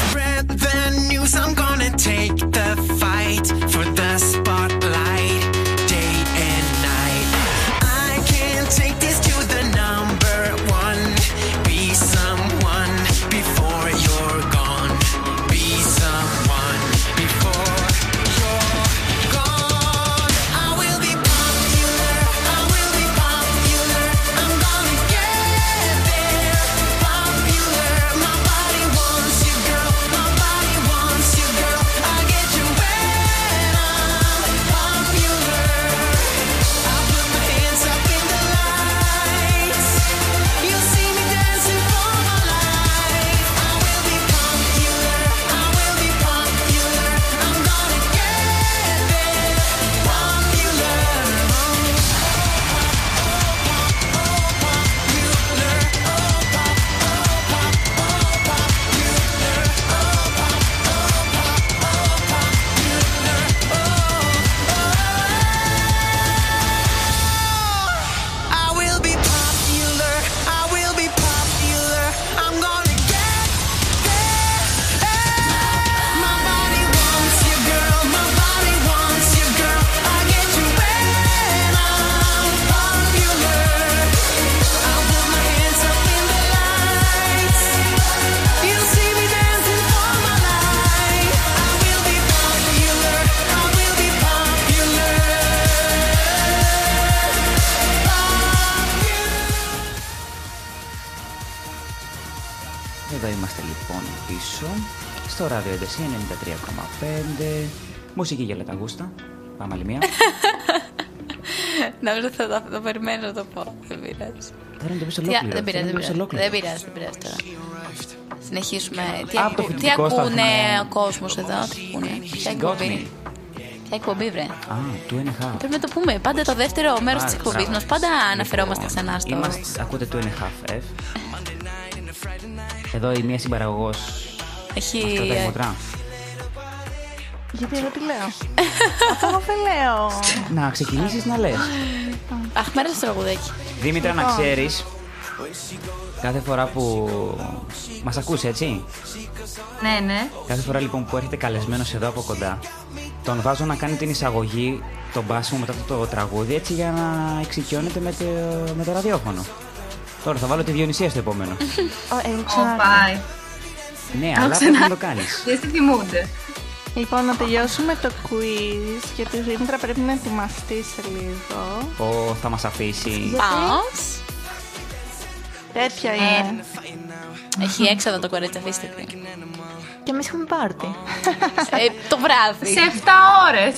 spread the news. I'm gonna take the fight for the spotlight, day and night. I can take this to the number one. Be someone before you're gone. Be someone before you're gone. I will be popular. I will be popular. I'm gonna get there. Popular. My body wants you, girl. My body wants you, girl. I get you when I'm popular. I put my hands up in the lights. You'll see me dancing for my life. I will be popular. I will be popular. I'm gonna get there. Popular. I will be popular. I will be popular. I'm gonna get there. My body wants you, girl. My body wants you, girl. I get you when I'm popular. I put my hands up in the lights. You'll see me dancing all my life. I will be popular. I will be popular. Εδώ είμαστε λοιπόν πίσω στο ράδιο Εντεσία 93,5. Μουσική για τα γούστα. Πάμε άλλη μία. Νόμιζα θα το, το περιμένω να το πω. Δεν πειράζει. Τώρα να το πεις Τι α- ολόκληρο. Δεν πειράζει, δεν πειράζει. Δεν Θέλω να το πεις ολόκληρο. πειράζει, δεν πειράζει τώρα. Συνεχίσουμε. Τι, Από ακού- το τι φοιτητικό ακούνε σταθμό. ο κόσμος εδώ, τι ακούνε. Ποια Got me. εκπομπή. Ποια εκπομπή, βρε. Α, του NH. Πρέπει να το πούμε. Πάντα το δεύτερο μέρος της εκπομπής μας. Πάντα αναφερόμαστε ξανά στο. Λοιπόν, Είμαστε, ακούτε του NHF. Εδώ η μία συμπαραγωγός. Έχει. Αυτά τα δημοτρά. Γιατί εγώ τι λέω. Αυτό εγώ δεν λέω. Να ξεκινήσεις να λες. Αχ, μέρα στο τραγουδάκι. Δήμητρα, να Λοιπόν. ξέρεις. Κάθε φορά που. Μας ακούσει, έτσι. Ναι, ναι. Κάθε φορά λοιπόν που έρχεται καλεσμένος εδώ από κοντά, τον βάζω να κάνει την εισαγωγή, τον μπάσιμο μετά αυτό το τραγούδι, έτσι για να εξοικειώνεται με το, με το ραδιόφωνο. Τώρα θα βάλω τη Διονυσία στο επόμενο. Ω, ε, Εγώ Ω, ξανά. πάει. ναι, αλλά πρέπει να το κάνεις. Δεν στη θυμούνται. Λοιπόν, να τελειώσουμε το quiz γιατί η Δήμητρα πρέπει να ετοιμαστεί σε λίγο. Ο θα μας Ε. αφήσει. Πάω. Τέτοια είναι. Έχει έξοδο το κορίτσι, αφήστε τη. Και εμείς έχουμε πάρτι. Ε, Το βράδυ. Σε 7 ώρε.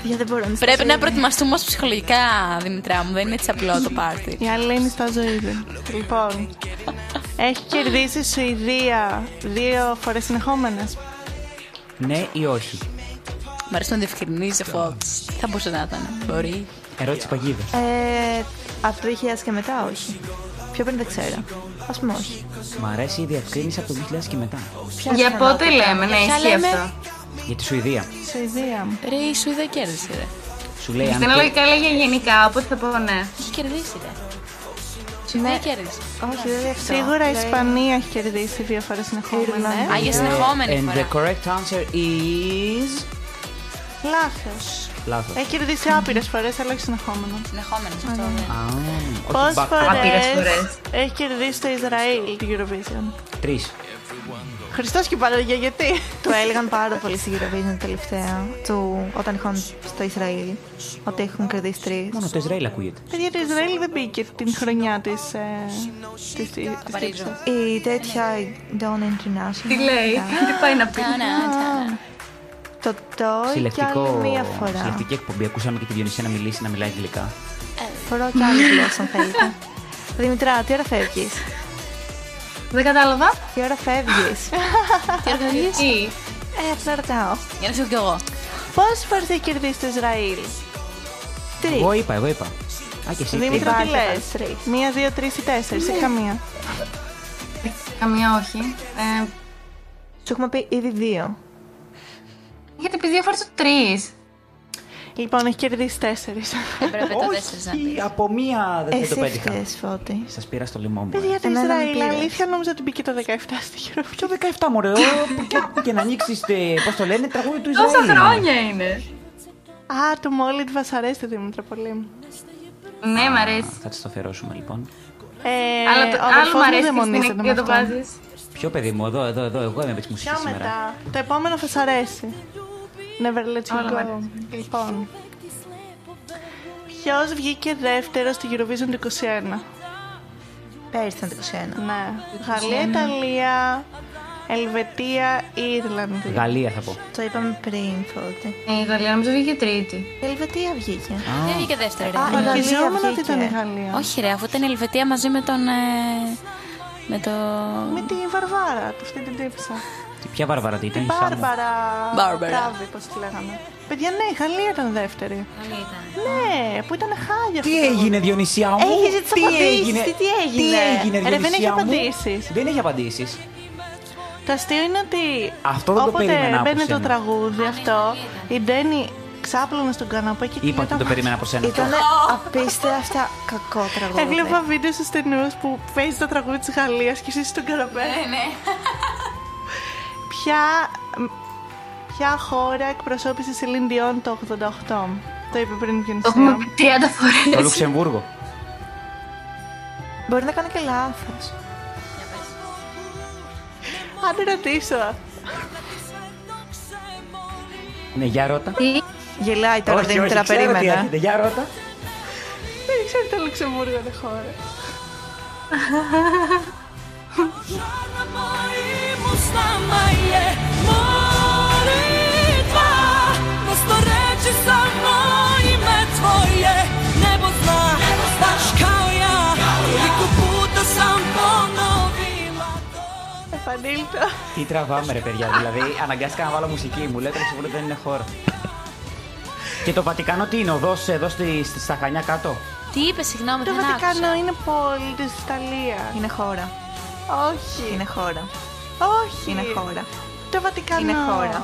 παιδιά, δεν μπορώ να Πρέπει να προετοιμαστούμε ως ψυχολογικά, Δημητρά μου. Δεν είναι έτσι απλό το πάρτι. Η άλλη λέει νηστά ζωή δεν. Λοιπόν, έχει κερδίσει η Σουηδία δύο φορές συνεχόμενες. Ναι ή όχι. Μ' αρέσει να διευκρινίζει αυτό. Θα μπορούσε να ήταν. Μπορεί. Ερώτηση παγίδα. Ε, από το 2000 και μετά, όχι. Πιο πριν δεν ξέρω. Ας πούμε, όχι. Μ' αρέσει η διευκρίνηση από το 2000 και μετά. Ποια Για πιθανότητα. πότε λέμε, ναι, Ποια ισχύει λέμε? αυτό. Για τη Σουηδία. Σουηδία. Ρε, η Σουηδία κέρδισε, ρε. Σου λέει αν. Στην και- λογικά έλεγε γενικά, οπότε θα πω ναι. Έχει κερδίσει, ρε. Η Σουηδία κέρδισε. Όχι, δεν είναι αυτό. Σίγουρα η Λέει- Ισπανία έχει κερδίσει δύο φορές συνεχόμενα. Α, Ε, για συνεχόμενη And the φορά. correct answer is. Λάθος. Λάθος. Έχει κερδίσει άπειρες φορές, αλλά όχι συνεχόμενα. Συνεχόμενη αυτό, ναι. Πόσε φορές Άπειρες φορές. έχει κερδίσει το Ισραήλ την Eurovision. Τρεις. Χριστός και η Παναγία, γιατί. Το έλεγαν πάρα πολύ στην Eurovision τελευταία, του, όταν είχαν στο Ισραήλ, ότι έχουν κερδίσει τρεις. Μόνο το Ισραήλ ακούγεται. Παιδιά, το Ισραήλ δεν μπήκε την χρονιά της. Ε, της, της, Παρίζω. της- Η τέτοια η Dawn International. Τι λέει, τι πάει να πει. Τάνα, τάνα. Το Toy και άλλη Συλλεκτικό. μία φορά. Συλλεκτική εκπομπή. Ακούσαμε και τη Διονυσία να μιλήσει, να μιλάει γλυκά. Φορώ και άλλη γλώσσα, αν θέλετε. Δημητρά, τι ώρα φεύγεις. Δεν κατάλαβα. Τι ώρα φεύγεις. Τι ώρα θα βγεις? Τι. ε, απλά ρωτάω. Για να φύγω κι εγώ. Πόσες φορές έχει κερδίσει το Ισραήλ, Τρεις. Εγώ είπα, εγώ είπα. Α, και εσύ. τι είπα. Ε, Δήμητρα, τι Υπάρχει, λε. υπάρχει, τρεις. Μία, δύο, τρεις ή τέσσερις, Ναι. ή καμία. Καμία όχι. Ε, Σου έχουμε πει ήδη δύο. έχετε πει δύο φορές το τρεις. Λοιπόν, έχει κερδίσει τέσσερις. Έπρεπε Ε, το τέσσερις να πει. Όχι, από μία δεν το Ε, Εσύ πέτυχα. χθες, Φώτη. Σας πήρα στο λαιμό μου. ε. Παιδιά, το Εμένα δεν Ισραήλ. πήρες. Αλήθεια, νόμιζα ότι μπήκε το 17 στη Eurovision. Ποιο 17 μωρέ, ο, που και, και να ανοίξεις, πώς το λένε, τραγούδι του Ισραήλ. Τόσα είναι. χρόνια είναι. Α, το Μόλιτ μα αρέσει, Δήμητρα, πολύ. Ναι, μ' Α, αρέσει. Θα της το αφιερώσουμε λοιπόν. Ε, Αλλά ο το άλλο αδερφός μ' μου αρέσει και στην δαιμονίζεται εκ- με δεν το αυτόν. βάζεις. Ποιο παιδί μου, εδώ, εδώ, εδώ, εγώ είμαι με τη μουσική Πιο σήμερα. μετά. Το επόμενο θα σ' αρέσει. Never let you Όλα go. μαζί. Λοιπόν. Ποιος βγήκε δεύτερος στη Eurovision του 21. Πέρυσι ήταν το 21. Ναι. Γαλλία, Ιταλία, Ελβετία ή Ιρλανδία. Γαλλία θα πω. Το είπαμε πριν, Φώτη. Ε, Η Γαλλία νομίζω βγήκε τρίτη. Η Ελβετία βγήκε. Δεν Ε, βγήκε δεύτερη, ρε. Α, Γαλλία Ελπιζόμουν ότι βγήκε. ήταν η Γαλλία. Όχι, ρε, αφού ήταν η Ελβετία μαζί με τον. ε, με το. Με τη Βαρβάρα, αυτή την τύψα. Τι- Ποια βαρβαρά τι ήταν, η Σάμου. Μπάρμπαρα. Μπάρμπαρα. Τάβη, πώ τη λέγαμε. Παιδιά, ναι, η Γαλλία ήταν δεύτερη. Ναι, που ήταν χάλια. αυτό Τι το έγινε, Διονυσία μου. Έχει ζητήσει τι απαντήσεις, έγινε, τι- τι έγινε. έγινε, Ρε, δεν Διονυσία έχει μου? απαντήσεις. Δεν έχει απαντήσεις. Το αστείο είναι ότι Αυτό δεν το όποτε περίμενα από μπαίνει το σένα. τραγούδι αυτό, η Ντένι ξάπλωνε στον καναπέ και Είπα ότι κλαίταν. δεν το περίμενα από σένα. Ήταν απίστευτα αυτά κακό τραγούδι. Έβλεπα βίντεο στους ταινίε που παίζει το τραγούδι της Γαλλίας και εσύ στον καναπέ. Ναι, Ποια, ποια χώρα εκπροσώπησε η Σελήν Διόν το 88. Το είπε πριν βγει Το έχουμε πει 30 φορές. Το Λουξεμβούργο. Μπορεί να κάνω και λάθος. Αν ρωτήσω. Ναι, για ρώτα. Τι. Γελάει τώρα, όχι, όχι, Δημητρά, ξέρω τι περίμενα. έρχεται. Για ρώτα. Δεν ξέρω το Λουξεμβούργο είναι χώρα. Επανήλθω. Τι τραβάμε, ρε παιδιά. Δηλαδή, αναγκάστηκα να βάλω μουσική. Μου λέει το Λουξεμβούργο δεν είναι χώρα. Και το Βατικανό τι είναι, οδός εδώ στη, στη- στα Χανιά κάτω. Τι είπες, συγγνώμη, Το δεν άκουσα. Βατικανό είναι πόλη της Ιταλίας. Είναι χώρα. Όχι. Είναι χώρα. Όχι. Είναι χώρα. Το Βατικανό. Είναι χώρα.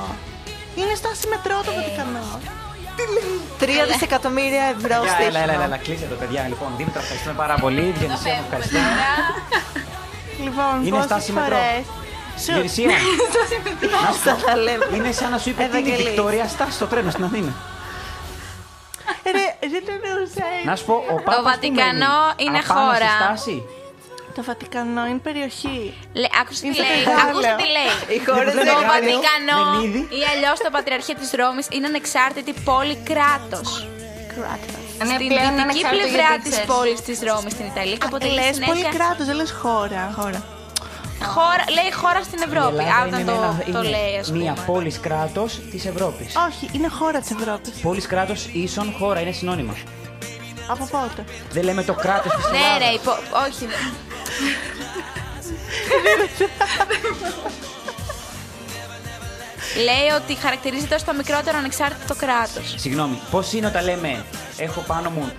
Είναι στάση μετρό το Βατικανό. Τρία δισεκατομμύρια ευρώ Για, Έλα, έλα, έλα, στήχημα. έλα, κλείσε το παιδιά. Λοιπόν, Δήμητρα, ευχαριστούμε πάρα πολύ. Διονυσία, μου ευχαριστώ. Λοιπόν, Είναι πόσες στάση μετρό. φορές. Διονυσία, Στα τα λέμε. είναι σαν να σου είπε την Ευαγγελής. Βικτόρια στάση στο τρένο στην Αθήνα. Ε, Ρε, δεν το εννοούσα. ε. Να σου πω, ο Πάπας Βατικανό είναι Απάνω στη χώρα. στάση. Το Βατικανό είναι περιοχή. Λε- Άκουσε τι Είναι λέει. μεγάλο. Άκουσες τι λέει. Οι χώρες Δεν δεν το Το μεγάλο. Βατικανό Μενίδη. ή αλλιώς το Πατριαρχείο της Ρώμης είναι ανεξάρτητη πόλη κράτος. Ε, Ναι, Στην πλέον είναι δυτική ανεξάρτητο γιατί πλευρά της ξέρεις. Ε, πόλης της Ρώμης στην Italia και αποτελεί Λε Ε, πολύ συνέχεια. κράτος, δεν λες χώρα. Χώρα. Χώρα, λέει χώρα στην Ευρώπη. Ελλάδα Άρα είναι το, ένα- το είναι λέει, ας Μία πούμε. πόλης κράτος της Ευρώπης. Όχι, είναι χώρα της Ευρώπης. Πόλης κράτος ίσον χώρα, είναι συνώνυμα. Από πότε. Δεν λέμε το κράτος της Ναι, ρε, υπο... όχι. λέει ότι χαρακτηρίζεται ως το μικρότερο ανεξάρτητο κράτος. Ναι, Συγγνώμη, πώς είναι όταν λέμε έχω πάνω μου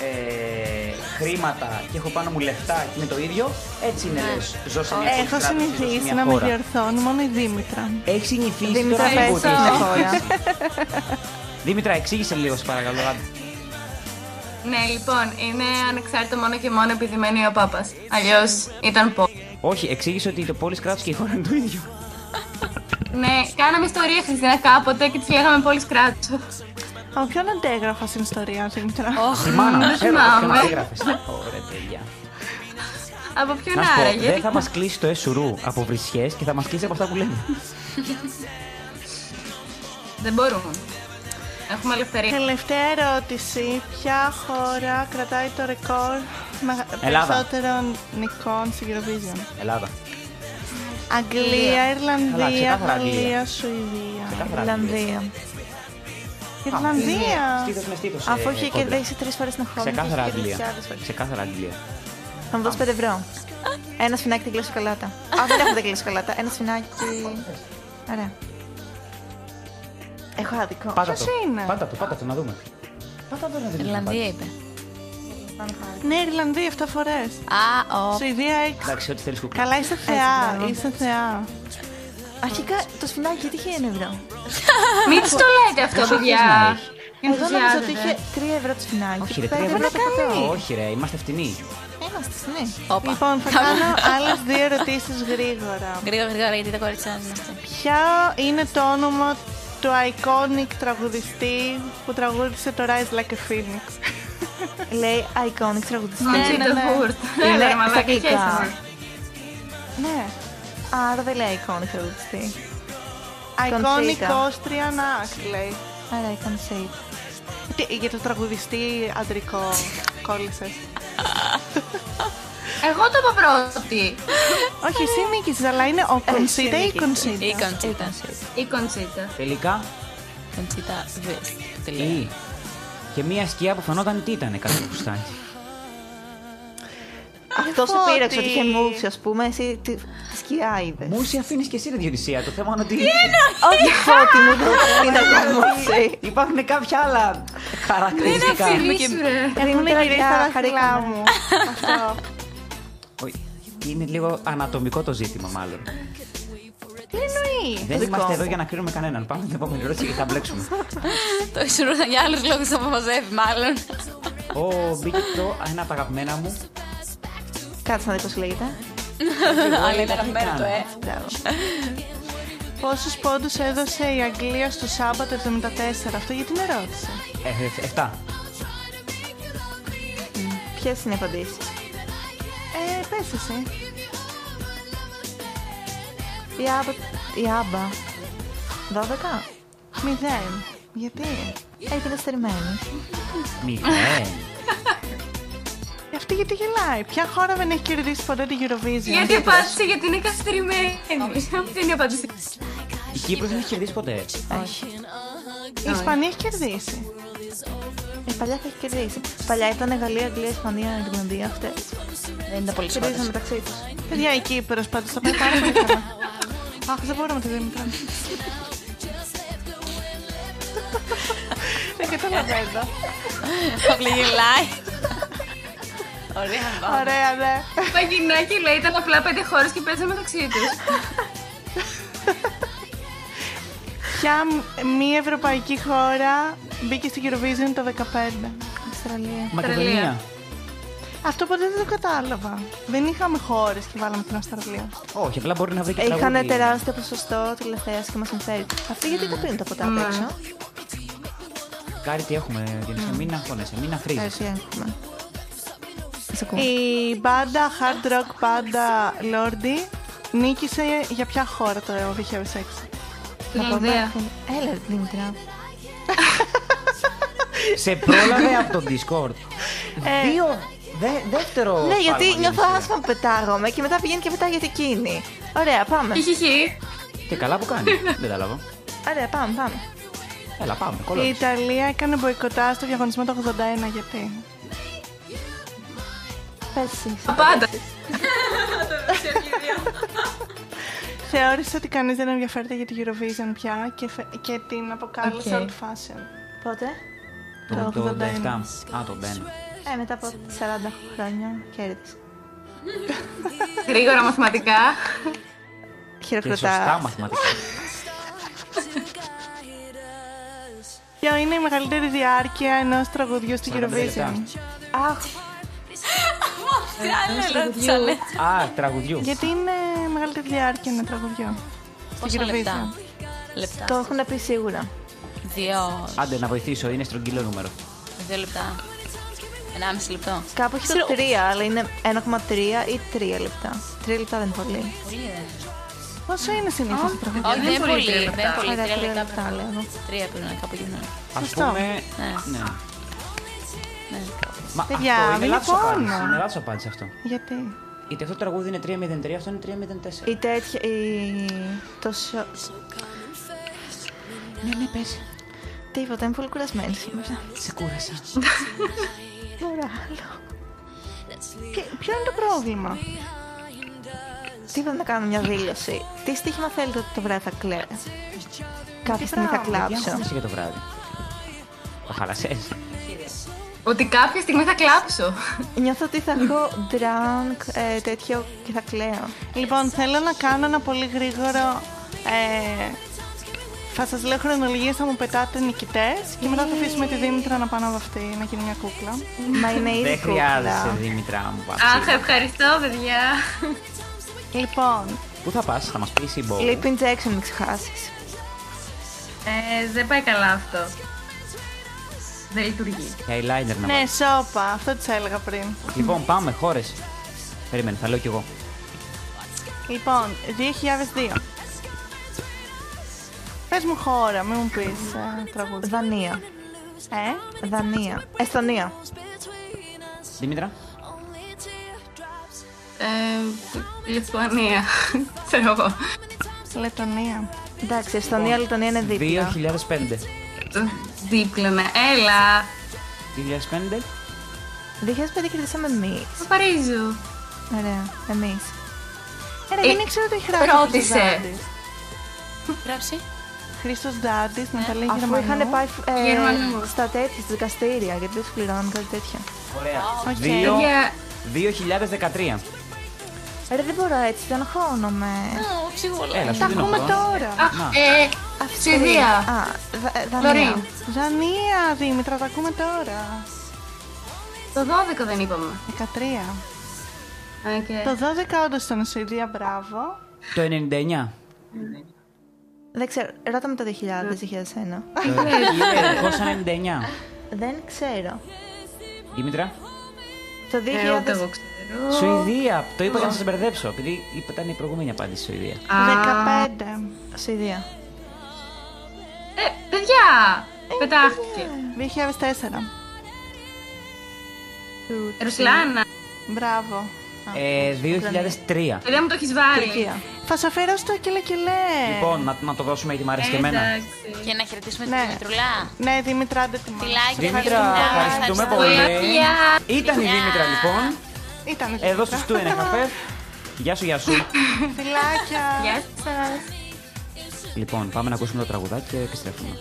ε, χρήματα και έχω πάνω μου λεφτά και είναι το ίδιο. Έτσι είναι, Ναι. λες. Ζω σε Ε, μια πόλη Έχω κράτος ή ζω σε συνηθίσει μια να με χώρα. διορθώνει μόνο η Δήμητρα. Έχεις συνηθίσει Δήμητρα, τώρα πες που το. είσαι. Δήμητρα, εξήγησε λίγο, σε παρακαλώ. άντε. Ναι, λοιπόν, είναι ανεξάρτητο μόνο και μόνο επειδή μένει ο Πάπας. Αλλιώς ήταν πόλη. Όχι, εξήγησε ότι το πόλη κράτο και η χώρα είναι το ίδιο. Ναι, κάναμε ιστορία Χριστίνα κάποτε και τη λέγαμε πόλη κράτου. Από ποιον αντέγραφα στην ιστορία, Δήμητρα. Η μάνα δεν μας, έλα, δεν θυμάμαι. έγραφες. Ωραία, παιδιά. Από ποιον Να σου πω, άραγε. δεν θα μας κλείσει το εσουρού από βρισιέ και θα μας κλείσει από αυτά που λέμε. Δεν μπορούμε. Έχουμε ελευθερία. Τελευταία ερώτηση. Ποια χώρα κρατάει το ρεκόρ με Ελλάδα. περισσότερων νικών στην Eurovision. Ελλάδα. Αγγλία, Καλά, Ιρλανδία, ξεκάθαρα Αγγλία. Γαλλία, Σουηδία. Ξεκάθαρα Αγγλία. Ιρλανδία. Στήθος με στήθος, ε, Αφού είχε κόντρα. κερδίσει τρεις φορές την χώρα. Ξεκάθαρα είχε κερδίσει Αγγλία. άλλες φορές. Ξεκάθαρα Αγγλία. Θα μου δώσεις 5 ευρώ. Ένα σφινάκι την κλείσει σοκολάτα. Α, δεν έχω την κλείσει σοκολάτα. Ένα σφινάκι. Ωραία. Έχω άδικο. Πάτα το. Πάτα το, πάτα το να δούμε. Πάτα το να δούμε. Ιρλανδία ναι. είπε. Ναι, Ιρλανδία 7 φορέ. Α, ο. Σουηδία 6. Εντάξει, ό,τι θέλεις κουκλά. Καλά, είσαι Έτσι, θεά. ναι. μπράβο. Είσαι θεά. Αρχικά το σφινάκι γιατί είχε 1 ευρώ. Μην τη το λέτε αυτό, παιδιά. Εγώ νόμιζα ότι Ενθουσιάζεται. είχε 3 ευρώ το σφινάκι. Όχι, ρε, Πέντε τρία ευρώ. το ποτό. Όχι, ρε, είμαστε φτηνοί. Είμαστε, ναι. Όπα. Ναι. Λοιπόν, θα κάνω άλλες δύο ερωτήσεις γρήγορα. Γρήγορα, γρήγορα, γιατί τα κορίτσια είμαστε. Ποια είναι το όνομα του iconic τραγουδιστή που τραγούδισε το Rise Like a Phoenix. Λέει iconic τραγουδιστή. Κοντσίτα ναι. Βουρτ. Είναι Έλα, ρε, στα μαλάκα, αγγλικά. χέσταμε. Ναι. Άρα δεν λέει iconic τραγουδιστή. Iconic Conchita. Austrian Act, λέει. Άρα iconic shape. Τι, για το τραγουδιστή αντρικό κόλλησες. Εγώ το είπα πρώτη. Όχι, εσύ νίκησες, αλλά είναι ο Κονσίτα ή η Η Κονσίτα. Κοντσίτα. Η Κοντσίτα. Τελικά, Κοντσίτα, δες. Τελεία. ή. Και μία σκιά που φανόταν τι ήταν κάτι που κουστάει. Αυτό σε Φώτη. πείραξε ότι είχε μούφι, ας πούμε, εσύ τη τη σκιά είδες. Μου σε αφήνεις και εσύ, ρε Διονυσία. Το θέμα είναι ότι. Όχι, φώτη μου, δεν είναι το μούφι. Υπάρχουν κάποια άλλα χαρακτηριστικά. Ψηρίσου, ρε. Έχουν Δήμητρα, γυρίσει για τα δάχτυλά χαρήκαμε. μου. Αυτό. Όχι, Είναι λίγο ανατομικό το ζήτημα, μάλλον. Τι εννοεί. Δεν δικό είμαστε μου. εδώ για να κρίνουμε κανέναν. Πάμε στην επόμενη ερώτηση και θα μπλέξουμε. Το ισουρούσαν για άλλους λόγους να μαζεύει, μάλλον. Ω, μπήκε το ένα από τα αγαπημένα μου. Κάτσε να δεις πώς λέγεται. Αλλά ήταν απέναντι το ε. Μπράβο. Πόσους πόντους έδωσε η Αγγλία στο Σάμπατο 74. Αυτό γιατί με ρώτησε. Ε, ε, ε, Εφτά. Ποιες είναι οι απαντήσεις. Ε, πες εσύ. Η άμπα. Η άμπα. 12. Μηδέν. Γιατί. Έγινε στερημένη. Μηδέν. Ε, Αυτή γιατί γελάει. Ποια χώρα δεν έχει κερδίσει ποτέ την Eurovision. Γιατί απάντησε γιατί είναι καθυστερημένη. Αυτή είναι η απάντηση. Η Κύπρος δεν έχει κερδίσει ποτέ. Η Ισπανία έχει κερδίσει. Η παλιά θα έχεις κερδίσει. Παλιά ήταν Γαλλία, Αγγλία, Ισπανία, Ιρλανδία. Αυτές. Δεν ήταν πολύ Κερδίζαν σωστό. μεταξύ τους. Παιδιά, η Κύπρος πάντως θα πάει πάρα πολύ καλά. Αχ, δεν μπορούμε τη Δήμητρα. Δεν καταλαβαίνω. Απλή γελάει. Ωραία, πάμε. Ωραία, ναι. Παγινάκι λέει ήταν απλά πέντε χώρες και παίζανε μεταξύ τους. Ποια μη ευρωπαϊκή χώρα μπήκε στην Eurovision το 2015. Αυστραλία. Μακεδονία. Αυτό ποτέ δεν το κατάλαβα. Δεν είχαμε χώρες και βάλαμε την Αυστραλία. Όχι, απλά μπορεί να Ε, βρει και Είχαν τραγούδι. τεράστιο ποσοστό τηλεθέαση και μας συμφέρει. Αυτή γιατί τα πίνουν τα ποτά Ναι. απ' έξω. Κάρι, τι έχουμε, Διονύσια, μην αγχώνεσαι, μην αφρίζεις. Έτσι έχουμε. Σε ακούω. Η μπάντα, hard rock μπάντα Lordi, νίκησε για ποια χώρα το 2006. Να πάμε Ιδέα. αυτήν- Έλα, Δήμητρα. Σε πρόλαβε από το Discord. Ε, Δύο, Δε- δεύτερο. Ναι, γιατί φάρμακο νιώθω είναι. άσχημα που πετάγομαι και μετά πηγαίνει και μετά γιατί εκείνη. Ωραία, πάμε. Και καλά που κάνει. Δεν τα λάβω. Ωραία, πάμε, πάμε. Έλα, πάμε. Η κολλώ. Ιταλία έκανε μποϊκοτά στο διαγωνισμό το 81 γιατί. Πέσει. Πάντα. Θεώρησε ότι κανείς δεν ενδιαφέρεται για την Eurovision πια και, φε- και την αποκάλεσε Οκ. old fashion. Πότε? Το Το 87. 81. Α, το 1. Ε, μετά από 40 χρόνια κέρδισε. Γρήγορα μαθηματικά. Και σωστά Χειροκροτά. μαθηματικά. Ποια είναι η μεγαλύτερη διάρκεια ενός τραγουδιού στην 45 λεπτά. Eurovision. Αχ, Άλλα ρωτήσανε. Α, τραγουδιούς. Γιατί είναι μεγαλύτερη διάρκεια ένα τραγουδιό. Πόσα λεπτά. το Λεπτά. έχουν πει σίγουρα. Δύο. Άντε να βοηθήσω, είναι στρογγυλό νούμερο. Δύο λεπτά. Ενάμιση λεπτό. Κάπου έχει το 3, αλλά είναι 1,3 ή 3 λεπτά. 3 λεπτά δεν είναι πολύ. Πολύ ε. δεν είναι. Πόσο είναι συνήθως το τραγουδί. Όχι, δεν είναι πολύ. Δεν είναι πολύ. Άρα, Τρία τρία λεπτά, λεπτά πρέπει να λέω είναι. εγώ. Τρία πρέπει να είναι κάπου εκεί. ναι. Ας Σωστό. πούμε. Ναι. Ναι. Ναι. Μα Παιδιά, αυτό είναι μην λάθος απάντηση. πόνο. Είναι λάθος απάντηση αυτό. Γιατί. Γιατί αυτό το τραγούδι είναι 3-0-3, αυτό είναι 3-0-4. Η τέτοια. Η... Το σο... Ναι, ναι, πες. Τίποτα, είμαι πολύ κουρασμένη σήμερα. Σε κούρασα. Τώρα άλλο. Και ποιο είναι το πρόβλημα. Τι είπα να κάνω μια δήλωση. Τι στοίχημα θέλετε ότι το βράδυ θα κλαίω. Κάποια στιγμή θα Για να κλάψω. για το βράδυ. Το χαλασές. Ότι κάποια στιγμή θα κλάψω. Νιώθω ότι θα έχω drunk ε, τέτοιο και θα κλαίω. Λοιπόν, θέλω να κάνω ένα πολύ γρήγορο. Ε, θα σας λέω χρονολογίες, θα μου πετάτε νικητές και μετά θα αφήσουμε τη Δήμητρα να πάνω από αυτή να γίνει μια κούκλα. Μα είναι ήδη Δεν χρειάζεσαι, Δήμητρα μου. Αχ, παύση. ευχαριστώ, παιδιά. Λοιπόν, Πού θα πας, θα μας πεις η Μπόου. Lip injection, μην ξεχάσεις. Ε, δεν πάει καλά αυτό. Δεν λειτουργεί. Και eyeliner να ναι, βάλεις. σώπα, αυτό της έλεγα πριν. Λοιπόν, πάμε, χώρες. Περίμενε, θα λέω κι εγώ. Λοιπόν, 2002. Πες μου χώρα, μην μου πεις ε, τραγούδι. Δανία. Ε, Δανία. Εστονία. Δήμητρα, Ε, Λιθουανία. Ξέρω εγώ. Λετωνία. Εντάξει, Εστονία, Λετωνία είναι δίπλα. 2005. Δίπλα με. Έλα. 2005, 2005 κερδίσαμε εμείς. Το Παρίζου. Ωραία, εμείς. Ρε, Ε, δεν ήξερα ότι έχει γράψει ο ρώτησε. Χρήστος Δάντης. Γράψει. Χρήστος Δάντης, Ναταλή Ε, Αφού Γερμανού. είχαν πάει ε, Γερμανού. στα τέτοια, στα δικαστήρια, γιατί δεν σου πληρώνουν κάτι τέτοιο. Ωραία. Οκ. Δύο. Για... 2013. Ρε, δεν μπορώ έτσι, δεν αγχώνομαι. Ω, ψυχολόγο. Έλα, σου Τα δίνω ακούμε χρόνο. τώρα. Α, Να. ε, Σουηδία. Α, Δα- ε, Λωρίν. Δανία. Δανία, Δήμητρα, τα ακούμε τώρα. Το 12 δεν είπαμε. Ε, 13. Okay. Το 12 όντως ήταν Σουηδία, μπράβο. Το 99. Δεν ξέρω, ρώτα με το 2000, 2001. Το 1999. Δεν ξέρω. Δήμητρα. Το Ε, ούτε 2000. εγώ ξέρω. Σουηδία. Το είπα για να σας μπερδέψω, επειδή ήταν η προηγούμενη απάντηση Σουηδία. Α, 15. Σουηδία. Ε, παιδιά! Πετάχτηκε. 2004. Ρουσλάνα, Μπράβο. Ε, 2003. δεν μου το έχεις βάλει. Τουρκία. Θα σου αφιερώσω το κελέ κελέ. Λοιπόν, να, να το δώσουμε γιατί μου αρέσει και εμένα. Εντάξει. Και να χαιρετήσουμε Ναι. την Δημητρουλά. Ναι, Δήμητρα, άντε τη μάνα. Φιλάκια, Δήμητρα, ευχαριστούμε πολύ. Φιλάκια. Ήταν η Φιλιά. Δήμητρα λοιπόν. Ήταν η Εδώ Δήμητρα. στου είναι καφέ. Γεια σου, γεια σου. Φιλάκια. Γεια σας. λοιπόν, πάμε να ακούσουμε το τραγουδάκι και επιστρέφουμε.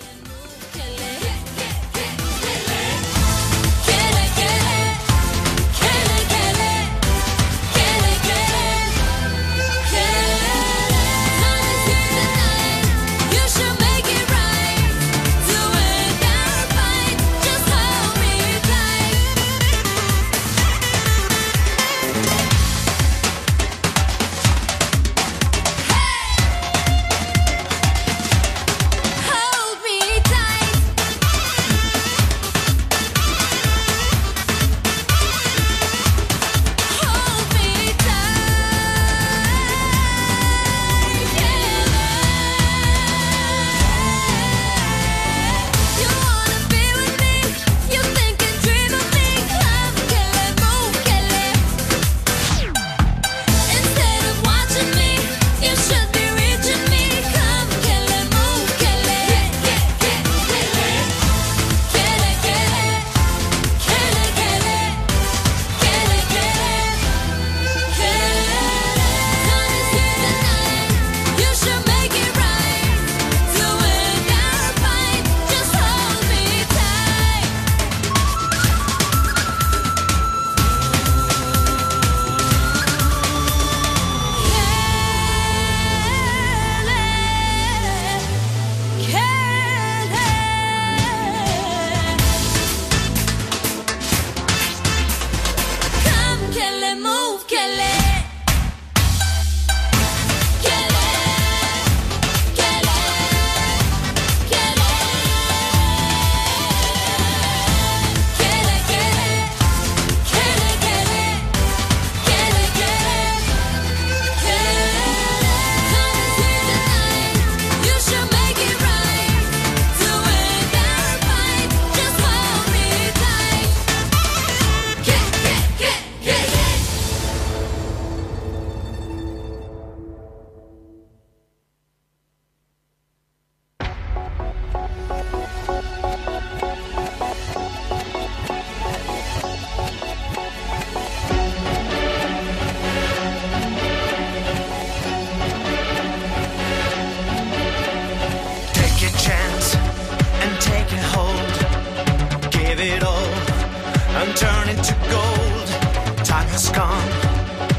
Hold me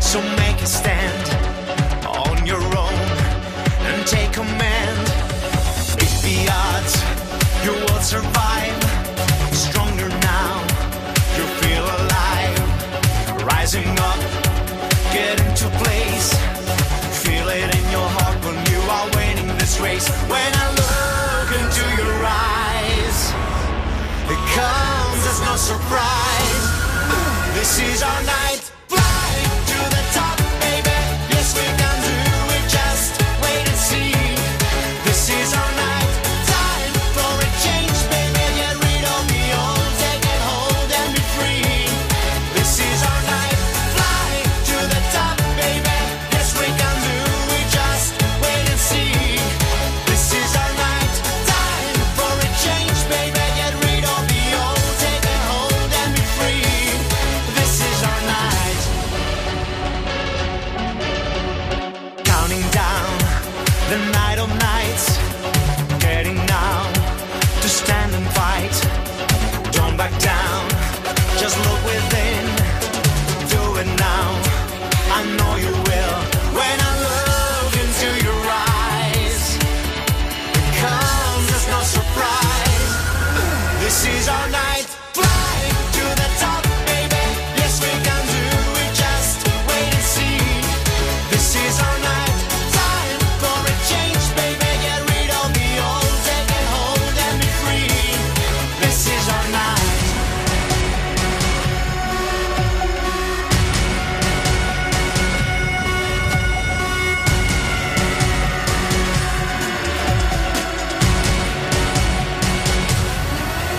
So make a stand on your own and take command. If the odds, you will survive. Stronger now, you feel alive. Rising up, get into place. Feel it in your heart when you are winning this race. When I look into your eyes, it comes as no surprise. This is our night. Flying to the top, baby. Yes, we can do it. Just wait and see. This is our night. Time for a change, baby. Get rid of the old. Take it hold and be free. This is our night. Flying to the top, baby. Yes, we can do it. Just wait and see. This is our night. Time for a change, baby. Get rid of the old. Take it hold and be free. This is our night. Counting down the night of nights. Getting now to stand and fight. Don't back down, just look within. Do it now, I know you will. When I look into your eyes, it comes as no surprise. This is our night. Flying to the top, baby. Yes, we can do it. Just wait and see. This is our night. Time for a change, baby. Get rid of the old. Take a hold and be free. This is our night.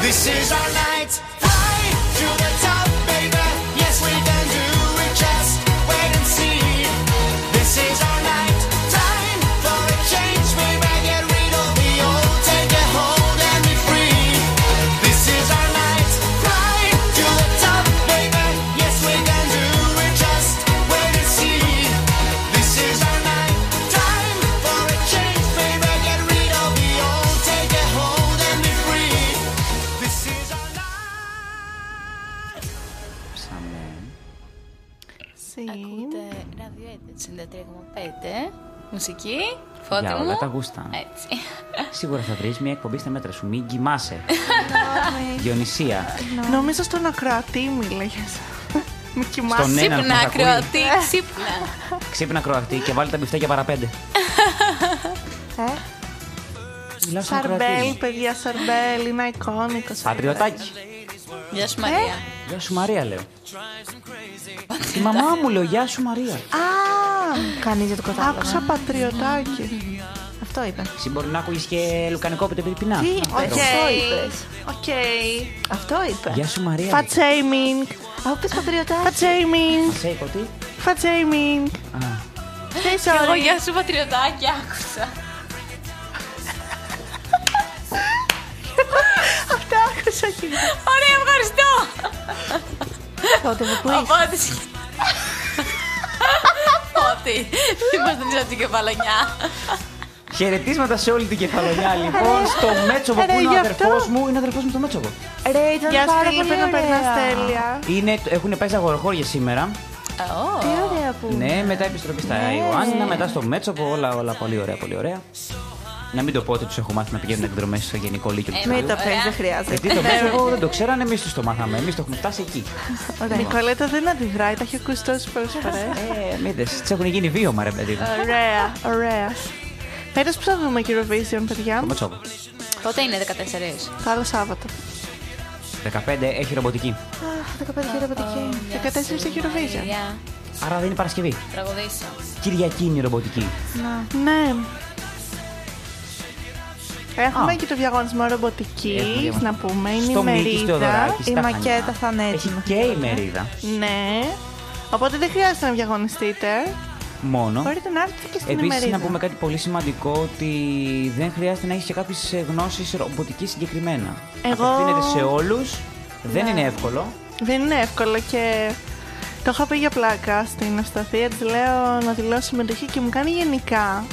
This is our night. Fly to the top, baby. Yes, we can do it. Just wait and see. This is our night. Time for a change, baby. Get rid of the old. Take a hold and be free. This is our night. Fly to the top, baby. Yes, we can do it. Just wait and see. This is our night. Time for a change, baby. Get rid of the old. Take a hold and be free. This is our night. Σαμέ. Ακούτε ραδιοέτηση 93,5. Μουσική, φώτη Για μου. όλα τα γούστα. Έτσι. Σίγουρα θα βρεις μια εκπομπή στα μέτρα σου. Μην κοιμάσαι. Διονυσία. Νομίζω στον ακροατή μιλάγε. Μη κοιμάσαι. Στον έναν που μας ακούει. Ε. ξύπνα. Ξύπνα κροατή και βάλει τα μπιφτέκια παραπέντε. Μιλάω στον Ε, Σαρμπέλ, ε- ακροατή. παιδιά, Σαρμπέλ, είναι εικόνικο. Πατριωτάκι. Γεια σου, Μαρία. Γεια σου Μαρία, λέω. Η μαμά μου λέω, Γεια σου Μαρία. Α, Κανείς δεν το κατάλαβε. άκουσα πατριωτάκι. Αυτό είπες. Εσύ μπορεί να ακούγεις και λουκανικό επειδή πεινά. Τι είπε, Εδώ. αυτό είπες. Οκ. Αυτό είπες. Γεια σου Μαρία. Φατσέιμινγκ. Αφού πει πατριωτάκι. Φατσέιμινγκ. Σέικο τι. Φατσέιμινγκ. Α, Say Και εγώ sorry. γεια σου, πατριωτάκι, άκουσα. Αυτά άκουσα και εγώ. Ωραία, ευχαριστώ. Τότε μου πού είσαι. Οπότε. Ότι είμαστε μέσα από την κεφαλονιά. Χαιρετίσματα σε όλη την κεφαλονιά λοιπόν στο Μέτσοβο που ρε, είναι ο γι' αδερφό αυτό. μου. Είναι αδερφός μου το Μέτσοβο. Ρε, ήταν Γεια σου, πάρα Φίλιππε, πολύ να περνά ωραία. τέλεια. Είναι, έχουν πάει στα γοροχώρια σήμερα. Τι ωραία που. Ναι, μετά επιστροφή στα Ιωάννινα, μετά στο Μέτσοβο. Όλα, όλα πολύ ωραία, πολύ ωραία. Να μην το πω ότι τους έχω μάθει να πηγαίνουν εκδρομές στο γενικό λύκειο. Ε, του Μην Σταυρού. το παίρνει, δεν χρειάζεται. Γιατί Ε, το Μέτσοβο δεν το ξέρανε, εμείς τους το μάθαμε. Εμείς το έχουμε φτάσει εκεί. Ωραία. Νικολέτα δεν αντιδράει, τα έχει ακούσει τόσες πολλέ φορές. Ε, μήτε, τι έχουν γίνει βίωμα, ρε παιδί μου. Ωραία, ωραία. Πέρας που θα δούμε Eurovision, παιδιά. Το Μέτσοβο. Πότε είναι 14. Το άλλο Σάββατο. 15 έχει ρομποτική. Αχ, 15 και ρομποτική. 14 έχει Eurovision. Παιδιά, Άρα δεν είναι Παρασκευή. τραγουδίσω. Κυριακή είναι η ρομποτική. Ναι. Έχουμε και το διαγωνισμό Έχουμε ρομποτική, διαγωνισμό. να πούμε. Είναι Στο η Μίκη, στο μερίδα. Δωράκι. Η Στα μακέτα Χανιά. θα είναι Έχει έτοιμη. και η μερίδα. Ναι. Οπότε δεν χρειάζεται να διαγωνιστείτε. Μόνο. Μπορείτε να έρθετε και στην Επίσης, ημερίδα. να πούμε κάτι πολύ σημαντικό ότι δεν χρειάζεται να έχεις και κάποιες γνώσεις ρομποτικής συγκεκριμένα. Εγώ- Ναι. Απευθύνεται σε όλους. Δεν είναι εύκολο. Δεν είναι εύκολο και το είχα πει για πλάκα στην Ευσταθία. Της λέω να δηλώσει συμμετοχή και μου κάνει γενικά.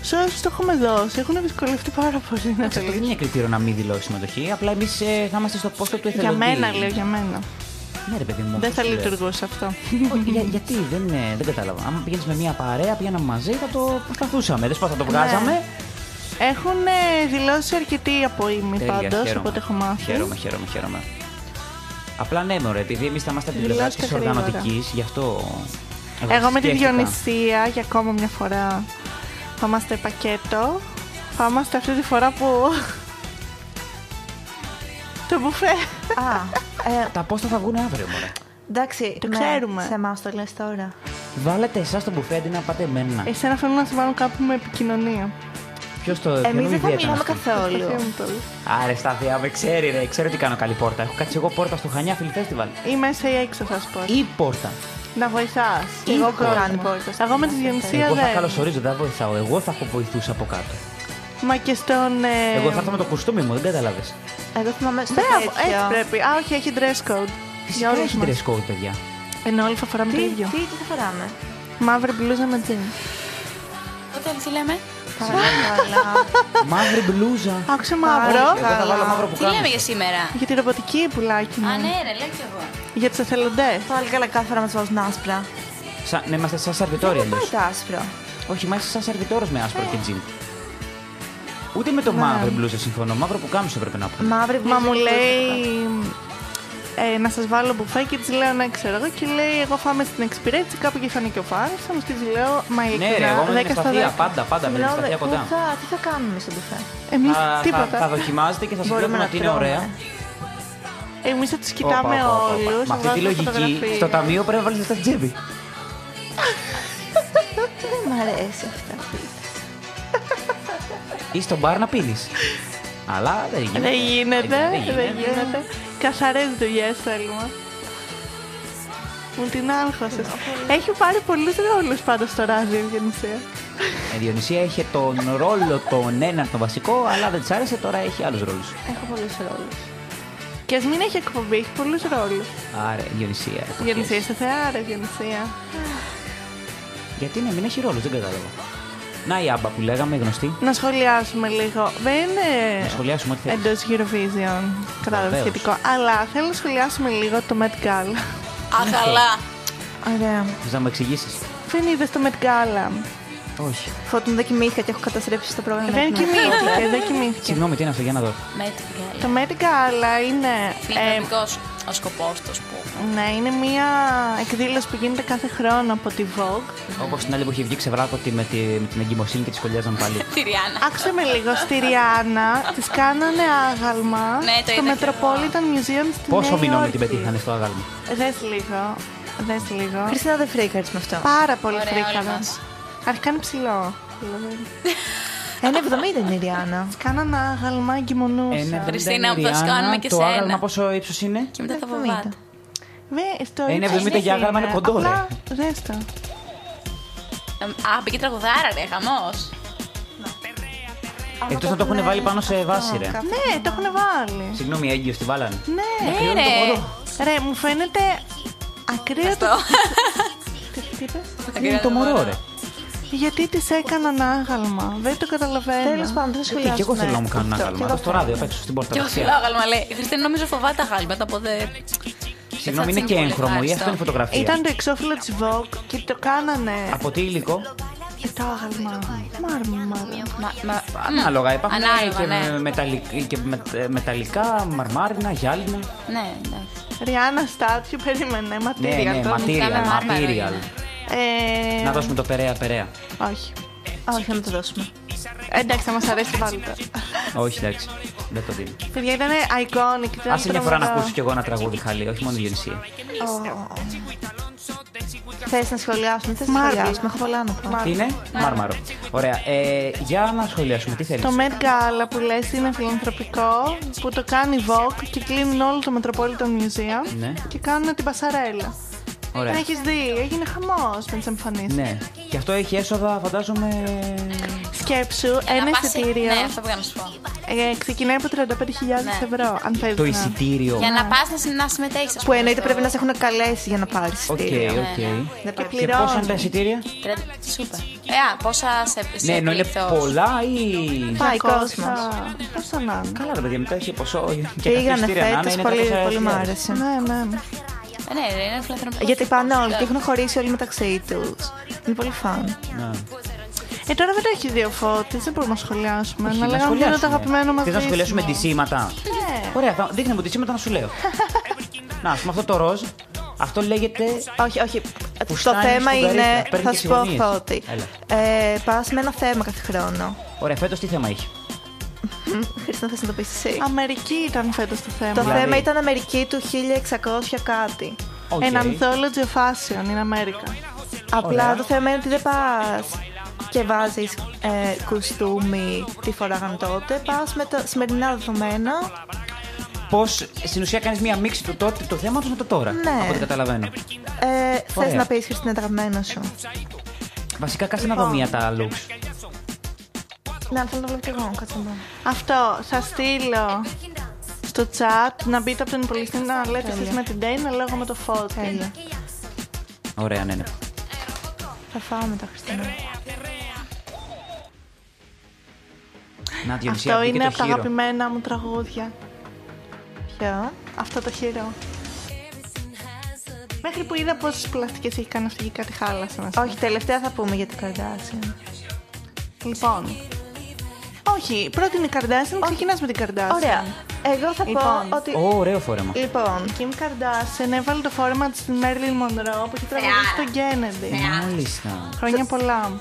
Σε όσους το έχουμε δώσει, έχουν δυσκολευτεί πάρα πολύ να το Αυτό δεν λύσουν. είναι κριτήριο να μην δηλώσει συμμετοχή. Απλά εμείς θα είμαστε ε, στο πόστο του Για εθελοντή. μένα, λέω για μένα. Ναι, ρε παιδί μου. Δεν θα τι λες. λειτουργούσε αυτό. Όχι, για- γιατί δεν, είναι- δεν κατάλαβα. Άμα πήγαινε με μια παρέα, πήγαμε μαζί, θα το προσπαθούσαμε. Δεν σπα, Ναι. θα το βγάζαμε. Έχουν ε, δηλώσει αρκετοί από ήμι Τέλεια, πάντως, χαίρομαι. Ε, οπότε έχω μάθει. Χαίρομαι, χαίρομαι, χαίρομαι. Απλά ναι, μωρέ, επειδή εμείς θα είμαστε από την πλευρά Δηλώστε τη γρήγορα. οργανωτικής, γι' αυτό. Εγώ με τη σκέφτηκα. Διονυσία για ακόμα μια φορά θα είμαστε πακέτο. Θα είμαστε αυτή τη φορά που. το μπουφέ. Α, ε, Τα πόστα θα βγουν αύριο, μωρέ. εντάξει, Το ναι, ξέρουμε. Σε εμάς το λες τώρα. Βάλετε εσάς το μπουφέ αντί να πάτε εμένα. Εσένα θέλουν να σε βάλουν κάπου με επικοινωνία. Ποιος το Εμείς ποιον δεν θα ιδέα ήταν μιλάμε αυτή? καθόλου. Μου το λες. Άρε, Σταθία, με ξέρει, ρε. Ξέρω τι κάνω καλή πόρτα. Έχω κάτσει εγώ πόρτα στο Χανιά Film Festival. Ή μέσα ή έξω θα σου πω. Ή πόρτα. Να βοηθάς. Ή Εγώ πόρτα. κάνω. Εγώ με τη Διονυσία Εγώ θα δεν. καλωσορίζω, δεν βοηθάω. Εγώ θα έχω βοηθούσα από κάτω. Μα και στον. ε, Εγώ θα έρθω με το κουστούμι μου, δεν κατάλαβε. Εγώ θυμάμαι στο Μπράβο, τέτοιο. έτσι πρέπει. Α, όχι, έχει dress code. Για Δεν όλους έχει μας. dress code, παιδιά. Ενώ όλοι θα φοράμε το Τι, ίδιο. τι, τι θα φοράμε. Μαύρη μπλούζα με τζιν. Όταν τι λέμε. Παρακαλώ. Μαύρη μπλούζα. Άκουσε μαύρο. Εγώ θα βάλω μαύρο που Τι λέμε για σήμερα. Για τη ρομποτική πουλάκι μου. Α, ναι, ρε, λέω κι εγώ. Για τους εθελοντές. Πάλι καλά κάθε φορά μας βάζουν άσπρα. Σαν, ναι, είμαστε σαν σερβιτόροι Δεν αλλιώ. πάει το άσπρο. Όχι, μα είσαι σαν σερβιτόρος με άσπρο και τζιν. Ούτε με το μαύρο μπλούζα συμφωνώ. Μαύρο που κάμισε πρέπει να πω. Μαύρη Μα μπλούζα μου και λέει ε, να σας βάλω μπουφέ και τη λέω ναι, ξέρω εγώ. Και λέει, Εγώ φάμε στην εξυπηρέτηση, κάπου και φανεί και ο Φάρσα. Μου τη λέω, Μα Ναι, ρε, εγώ ειλικρινά, με 10 την στα σταθία 10. πάντα, πάντα με την Συγγνώμη, σταθία πού κοντά. θα- τι θα κάνουμε εμείς στο μπουφέ. Εμείς Θα- θα, θα τίποτα. δοκιμάζετε και θα σας Μπορούμε βλέπουμε να ότι είναι τρώμε. ωραία. Εμείς θα τους Όπα, κοιτάμε όπα, όπα, όπα. όλους. Με αυτή τη λογική, στο ταμείο πρέπει να βάλεις λεφτά στην τσέπη. Δεν μ' αρέσει αυτά. Ή στο μπαρ να πίνεις. Αλλά δεν γίνεται. Δεν γίνεται, Δεν γίνεται. δεν γίνεται. Καθαρές δουλειές θέλουμε. Μου την άγχωσε. Έχει πάρει πολλούς ρόλους πάντως στο ράδιο η Διονυσία. Η Διονυσία είχε τον ρόλο τον έναν τον βασικό, αλλά δεν της άρεσε, τώρα έχει άλλους ρόλους. Έχω πολλούς ρόλους. Και ας μην έχει εκπομπή, έχει πολλούς ρόλους. Άρα, Διονυσία. εποχές. Διονυσία, είσαι θεάρα, Διονυσία. Γιατί να μην έχει ρόλους, δεν κατάλαβα. Να η άμπα που λέγαμε, γνωστή. Να σχολιάσουμε λίγο. Δεν είναι Να σχολιάσουμε ό,τι θέλεις. εντός Eurovision. Κατάλαβες Βεβαίως. σχετικό. Αλλά θέλω να σχολιάσουμε λίγο το Met Gala. Αγαλά. Ωραία. Θες να μου εξηγήσεις. Δεν είδες το Met Gala. Όχι. Φώτον δεν κοιμήθηκα και έχω καταστρέψει το πρόγραμμα. Δεν Την αρχή. κοιμήθηκε, δεν κοιμήθηκε. Συγγνώμη, τι είναι αυτό, για να δω. Με την καλή. Το Met Gala είναι. ε, Φιλανδικός ο σκοπός του, ας πούμε. Ναι, είναι μια εκδήλωση που γίνεται κάθε χρόνο από τη Vogue. Όπως την άλλη που είχε βγει ξεβράκωτη με, τη, με την εγκυμοσύνη και τη σχολιάζαν πάλι. Τη Ριάννα. Άκουσε με λίγο, στη Ριάννα τη κάνανε άγαλμα Ναι, το στο είδα κι εγώ. Metropolitan Museum στη Πόσο Νέα μηνών με Υόρκη. την πετύχανε στο άγαλμα. Δες λίγο, δες λίγο. Χριστίνα δεν φρίκαρες με αυτό. Πάρα πολύ Ωραία, όλοι φρίκανα. μας. Αρχικά είναι ψηλό. Ένα 70 είναι η Ριάννα. Κάνανε άγαλμα Ένα εγκυμονούσα. Χριστίνα, δεν είναι θα σου Ριάννα. κάνουμε και Το σένα. άγαλμα πόσο ύψος είναι. Και μετά θα 70. φοβάται. Βε, στο Ένα ύψος 70 για δεν άγαλμα είναι κοντό, ρε. Απλά, δες το. Ε, Α, πήγε τραγουδάρα, ρε, χαμός. Εκτό να το έχουν βάλει πάνω σε βάση, ρε. Ναι, το έχουν βάλει. Συγγνώμη, έγκυο τη βάλανε. Ναι. Ναι, ρε. Ρε, μου φαίνεται ακραίο το... Αυτό. Τι- Τι είπες? Ναι, Είναι το μωρό, ρε. Γιατί της έκαναν άγαλμα. Δεν το καταλαβαίνω. Τέλος πάντων, δεν Ε, σχολιάζουμε. Και εγώ θέλω ναι. να μου κάνουν ένα Αυτό, άγαλμα. και Θα στο εγώ ράδιο, απ' έξω στην πόρτα. Και εγώ δεξιά. φυλάω άγαλμα, λέει. Χριστίνα, νομίζω φοβάται αγάλματα από δε. Συγγνώμη, είναι είναι και πολύ έγχρωμο. Ή ευχάριστο. αυτό είναι φωτογραφία. Ήταν το εξώφυλλο της Vogue και το κάνανε. Από τι υλικό. Ναι. Ε, το άγαλμα. Μάρμα, μάρμα. Μα- μα- Ανάλογα. Υπάρχουν Ανάλογα, και, ναι. μεταλλικ- και με- μεταλλικά, μαρμάρινα, γυάλινα. Ναι, εντάξει. Ριάννα Στάτιου, περίμενε. Ναι, Ματήρια. ναι, το- material, κάνουμε μάρμαρο, material. είναι. Ε, Να δώσουμε το περαία, περαία. Όχι. θέλω. Όχι, να το δώσουμε. Εντάξει, θα μας αρέσει πάλι το. Όχι, εντάξει. Δεν το δίνω. Παιδιά, ήταν iconic. Ήταν Άσε μια φορά να τρομερό. ακούσω κι εγώ ένα τραγούδι χαλί, όχι μόνο η Διονυσία. Θες να σχολιάσουμε, θες να Μάρμαρο. σχολιάσουμε. Έχω πολλά να πω. Τι είναι, Μάρμαρο. Ωραία. Ε, για να σχολιάσουμε, τι θέλεις. Το Met Gala που λες είναι φιλανθρωπικό που το κάνει Vogue και κλείνουν όλο το Metropolitan Museum Ναι. και κάνουν την πασαρέλα. Ωραία. Την έχεις δει, έγινε χαμός με τις εμφανίσεις. Ναι. Και αυτό έχει έσοδα, φαντάζομαι. Σκέψου, Να ένα πας σε- εισιτήριο Ναι, αυτό πήγα να σου πω. ε, ξεκινάει από 35.000 Ναι. ευρώ, αν θες Το να- εισιτήριο. Για να πας να, συ- να συμμετέχεις. Που εννοείται πρέπει να σε έχουν καλέσει για να πάρεις Οκ, εισιτήριο. οκ. Δεν Και πάει. Και πόσα είναι τα πληρώνει. εισιτήρια. Σούπερ. Ε, α, πόσα σε, σε Ναι, ενώ είναι πλήθος. πολλά ή. Πάει 200. κόσμος. Πόσα να είναι. Καλά, ρε παιδιά, μετά έχει ποσό. Και τα Πήγανε εισιτήρια να είναι, φέτο, είναι πολύ, 300.000. πολύ μου άρεσε. Ναι, ναι. Ε, Ναι, ρε, είναι φιλανθρωπικό. Γιατί πάνε όλοι και Ε, έχουν χωρίσει όλοι μεταξύ τους. Είναι πολύ φαν. Ε, τώρα δεν έχει δύο φώτε, δεν μπορούμε να σχολιάσουμε. Όχι, να λέγαμε ποιο είναι το αγαπημένο μας. Θες να σχολιάσουμε τη σήματα. Ναι. Ωραία, θα... δείχνε μου τη σήματα να σου λέω. να, ας πούμε αυτό το ροζ. Αυτό λέγεται. Όχι, όχι. Το Φουστάνι θέμα στον είναι. καρίφα. Παίρνει Θα και σου πω συμφωνίες. ότι. Έλα. Ε, Πας με ένα θέμα κάθε χρόνο. Ωραία, φέτος τι θέμα είχε. Μμμ, Χρήστο, θες να το πει εσύ. Αμερική ήταν φέτος το θέμα. Το Δηλαδή- θέμα ήταν Αμερική του 1600 κάτι. Οκ. Ένα anthology of fashion in America. Απλά Ωραία. το θέμα είναι ότι δεν πας και βάζεις ε, κουστούμι τι φοράγαν τότε. Πας με τα σημερινά δεδομένα. Πώς στην ουσία κάνεις μία μίξη του τότε, το θέμα του με το τώρα. Ναι. Από ό,τι καταλαβαίνω. Ε, Θες Ωραία. να πεις Χριστίνα τα αγαπημένα σου. Βασικά κάτσε να δω Λοιπόν. μία τα looks. Ναι, αλλά θέλω να το βλέπω κι εγώ. Κάτσε να δω. Αυτό θα στείλω στο chat να μπείτε από τον υπολογιστή να λέτε εσείς με την Dane, να λέω εγώ με το φώτι. Ωραία, ναι, ναι. Θα φάω μετά Χριστίνα. Να, Διονυσία, Αυτό βγήκε είναι το από τα χείρο. αγαπημένα μου τραγούδια. Ποιο? Αυτό το χείρο. Μέχρι που είδα πόσες πλαστικές έχει κάνει αυτή και κάτι χάλασε. να σου πω. Όχι, τελευταία θα πούμε για την Καρδάσια. Λοιπόν. Όχι, πρώτη είναι η Καρδάσιν, ξεκινάς με την Καρδάσιν. Ωραία. Εγώ θα Λοιπόν. πω ότι. Ω, ωραίο φόρεμα. Λοιπόν, Kim Kardashian έβαλε το φόρεμα της στην Marilyn Monroe που έχει τραγουδίσει στον Ναι. Kennedy. Μάλιστα. Χρόνια πολλά.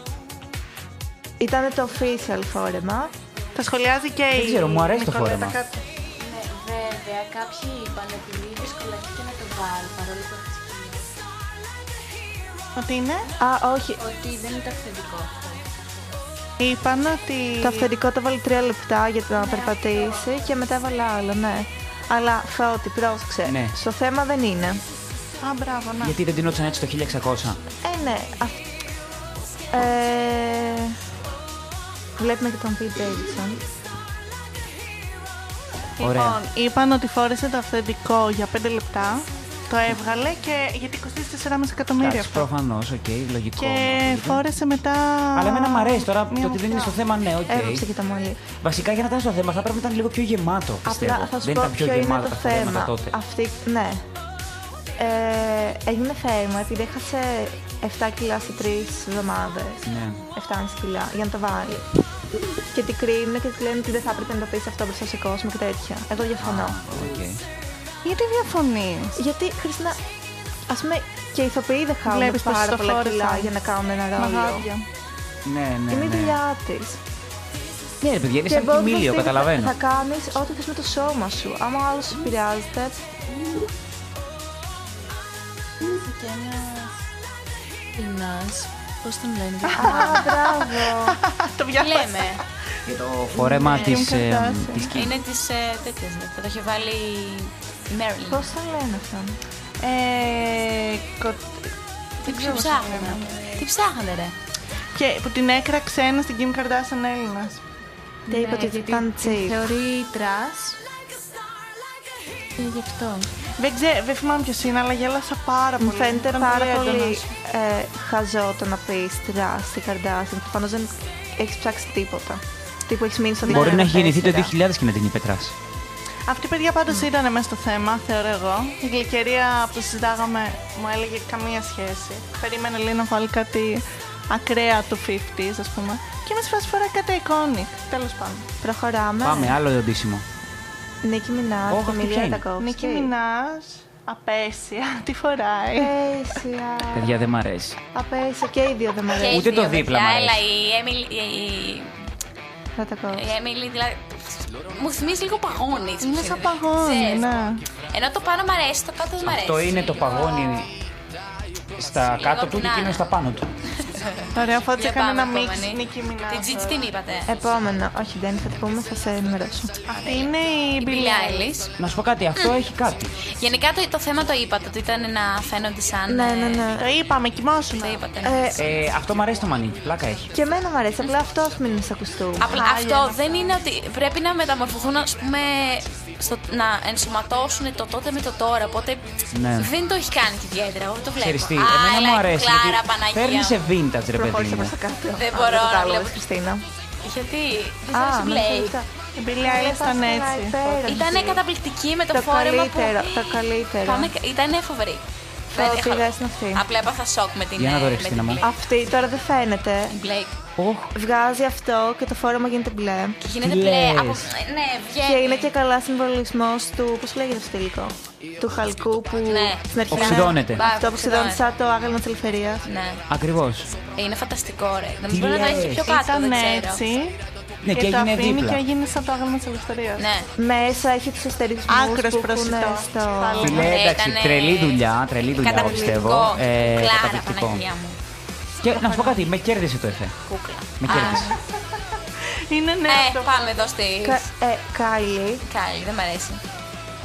ήταν το official φόρεμα. Τα σχολιάζει και η. Δεν ξέρω, μου αρέσει το Νικολέτα φόρεμα. Κάτω. Ε, Βέβαια, κάποιοι είπαν ότι είναι δύσκολα και να το βάλω παρόλο που έχει ξεκινήσει. Ότι είναι. Α, όχι. Ότι δεν είναι αυθεντικό αυτό. Είπαν ότι. Το αυθεντικό το βάλει τρία λεπτά για Ναι, να περπατήσει και μετά έβαλε άλλο, ναι. Αλλά φώτη, πρόσεξε. Ναι. Στο θέμα δεν είναι. Α, μπράβο, να. Γιατί δεν τεινόταν έτσι το 1600. Ε, ναι. Αυ... Ε... Βλέπουμε και τον Πιτ Davidson. Ωραία. Λοιπόν, είπαν ότι φόρεσε το αυθεντικό για 5 λεπτά. Το έβγαλε και γιατί κοστίζει 4,5 εκατομμύρια Εντάξει, αυτό. προφανώς, οκ, λογικό. Και φόρεσε μετά. Αλλά εμένα μου αρέσει τώρα μία το ότι δεν είναι στο θέμα, ναι, οκ. Έβαψε και τα μόλι. Βασικά για να ήταν στο θέμα θα πρέπει να ήταν λίγο πιο γεμάτο. Πιστεύω. Απλά θα σου δεν πω ήταν πιο ποιο είναι γεμάτο το τα θέματα θέμα. τότε. Αυτή, ναι. Ε, έγινε θέμα επειδή έχασε 7 κιλά σε 3 εβδομάδες. Ναι. 7,5 κιλά για να το βάλει. Και την κρίνουν και τη λένε ότι δεν θα έπρεπε να το πεις αυτό μπροστά σε κόσμο και τέτοια. Εγώ διαφωνώ. Οκ. Γιατί διαφωνείς. Γιατί Χριστίνα, ας πούμε και οι ηθοποιοί δεν χάνουν Βλέπεις πως πάρα το πολλά φόρεσαν. κιλά για να κάνουν ένα ρόλο. Μαγάδια. Ναι, ναι. Είναι η ναι. δουλειά της. Ναι, ρε παιδιά, είναι σαν κοιμήλιο, Θα, καταλαβαίνω. κάνεις ό,τι θες με το σώμα σου. Άμα ο άλλος σου επηρεάζεται. Ήρθε και ένα. Ινά. Πώς τον λένε, Α, μπράβο. Το Τι διάβασα. λέμε. Για το ε, φόρεμα τη. Kardashian. Ναι, Είναι της τέτοια. Θα ναι. το είχε βάλει η Πώ Μέρλιν. θα λένε αυτό. Ε, κο- Τι ψάχνανε. Τι ψάχνανε, ρε. Και που την έκραξε ένας στην Kim Kardashian Ναι, Έλληνα. Τι είπα ότι ήταν τσίπ. Θεωρεί τρας. Και γι' αυτό. Δεν, ξέ, δεν θυμάμαι ποιος είναι, αλλά γέλασα πάρα πολύ. Μου φαίνεται Ήταν πάρα πολύ έντονος. ε, χαζό το να πεις τρας στη Καρδάσιν. Προφανώς δεν έχεις ψάξει τίποτα. Τι που έχεις μείνει Ναι, στο Μπορεί να έχει γεννηθεί το 2004. 2000 και να την υπετράσει. Αυτή η παιδιά πάντως ήταν μέσα στο θέμα, θεωρώ εγώ. Η γλυκερία που το συζητάγαμε μου έλεγε καμία σχέση. Περίμενε λίγο να βάλει κάτι ακραία του 50s, ας πούμε. Και με φάση φορά κάτι εικόνη. Τέλος πάντων. Προχωράμε. Ναι. Πάμε, άλλο εντύσιμο. Νίκη Μινάς, Όχι, αυτή ποια Εμίλια είναι. Τακόφσκι. Νίκη Μινάς, απέσια, τι φοράει. Απέσια. Παιδιά, δεν μ' αρέσει. Απέσια και οι δύο δεν μου Και οι αρέσουν. Ούτε το δύο, δίπλα παιδιά, μ' αρέσει. Έλα, η Έμιλι. η- Θα τα Η Έμιλι, δηλαδή. Μου θυμίζει λίγο παγόνι. Είναι σαν παγόνι, Ξέρεις. ναι. Ενώ το πάνω μ' αρέσει, το κάτω δεν μ' αρέσει. Αυτό είναι το παγόνι στα κάτω του και την εκείνο άρα. στα πάνω του. Ωραία, φώτισε Για έκανε πάμε ένα μίξ επόμενη. Νίκη Μινά. Την Τζιτζι την είπατε. Ε, Επόμενο. Όχι, δεν θα το πούμε, θα σε ενημερώσω. Αυτή είναι η Μπιλ Billie Eilish. Eilish. Να σου πω κάτι, αυτό έχει κάτι. Γενικά το, το θέμα το είπατε, ότι ήταν να φαίνονται σαν. Ναι, ε, ναι, ναι. Το είπαμε, κοιμόσουν. Το είπατε. ναι. Ε, Ε, αυτό μ' αρέσει το μανίκι, πλάκα έχει. και εμένα μου αρέσει, απλά αυτό μην είναι σαν κουστούμι. Απλά αυτό δεν είναι ότι πρέπει να μεταμορφωθούν, ας πούμε, στο, να ενσωματώσουν το τότε με το τώρα. Οπότε Ναι. δεν το έχει κάνει και ιδιαίτερα. Εγώ το βλέπω. Ξέρεις τι, Α, λοιπόν. εμένα έλα, μου η αρέσει. Κλάρα, γιατί Παναγία. Φέρνεις σε vintage, ρε παιδί Προχώρησε προς μου. τα κάτω. Δεν Α, μπορώ το να κατάλαβες, βλέπω. Χριστίνα. Γιατί δεν Α, ναι, αρέσει με Blake. αυτά. Η Billie Eilish ήταν Πας έτσι. υπέροχη. Ήταν καταπληκτική με το, Το φόρεμα καλύτερο, που... το καλύτερο. Ήταν φοβερή. Δεν Το είχα- πήγα στην αυτή. Απλά έπαθα σοκ με την. Για να το ε, ρίξεις, με Τίνα την μου. Blake. Αυτή τώρα δεν φαίνεται. Η Blake. Βγάζει αυτό και το φόρεμα γίνεται μπλε. Και γίνεται Τι μπλε. λες? Από... Ναι, Και βγαίνει. είναι και καλά συμβολισμός του. Πώς λέγεται αυτό το υλικό. Του χαλκού που Ναι. στην αρχή. Οξυδώνεται. Αυτό οξυδώνεται σαν το άγαλμα της ελευθερίας. Ναι. Ακριβώς. Είναι φανταστικό, ρε. Να Τι μην μπορεί να το λες? έχει πιο κάτω, Ήταν δεν ξέρω. έτσι. Ναι, και το έγινε αφήνει δίπλα. και έγινε σαν το άγαλμα της ελευθερίας. Ναι. Μέσα έχει τους αστερισμού. Άκρος που προσιτό. έχουν στο. Πάλι. Φιλέ, Ε, εντάξει, ήταν, ε, τρελή δουλειά, τρελή δουλειά εγώ πιστεύω. Καταπληκτικό. Ε, Κλάρα, καταπληκτικό. Παναγία μου. Και να σου πω κάτι, με κέρδισε το εφέ. Κούκλα. Με Α, κέρδισε. Είναι ναι, Ε, αυτό. πάμε εδώ στη. Κα- ε, Kylie. Κάλλη, δεν μ' αρέσει.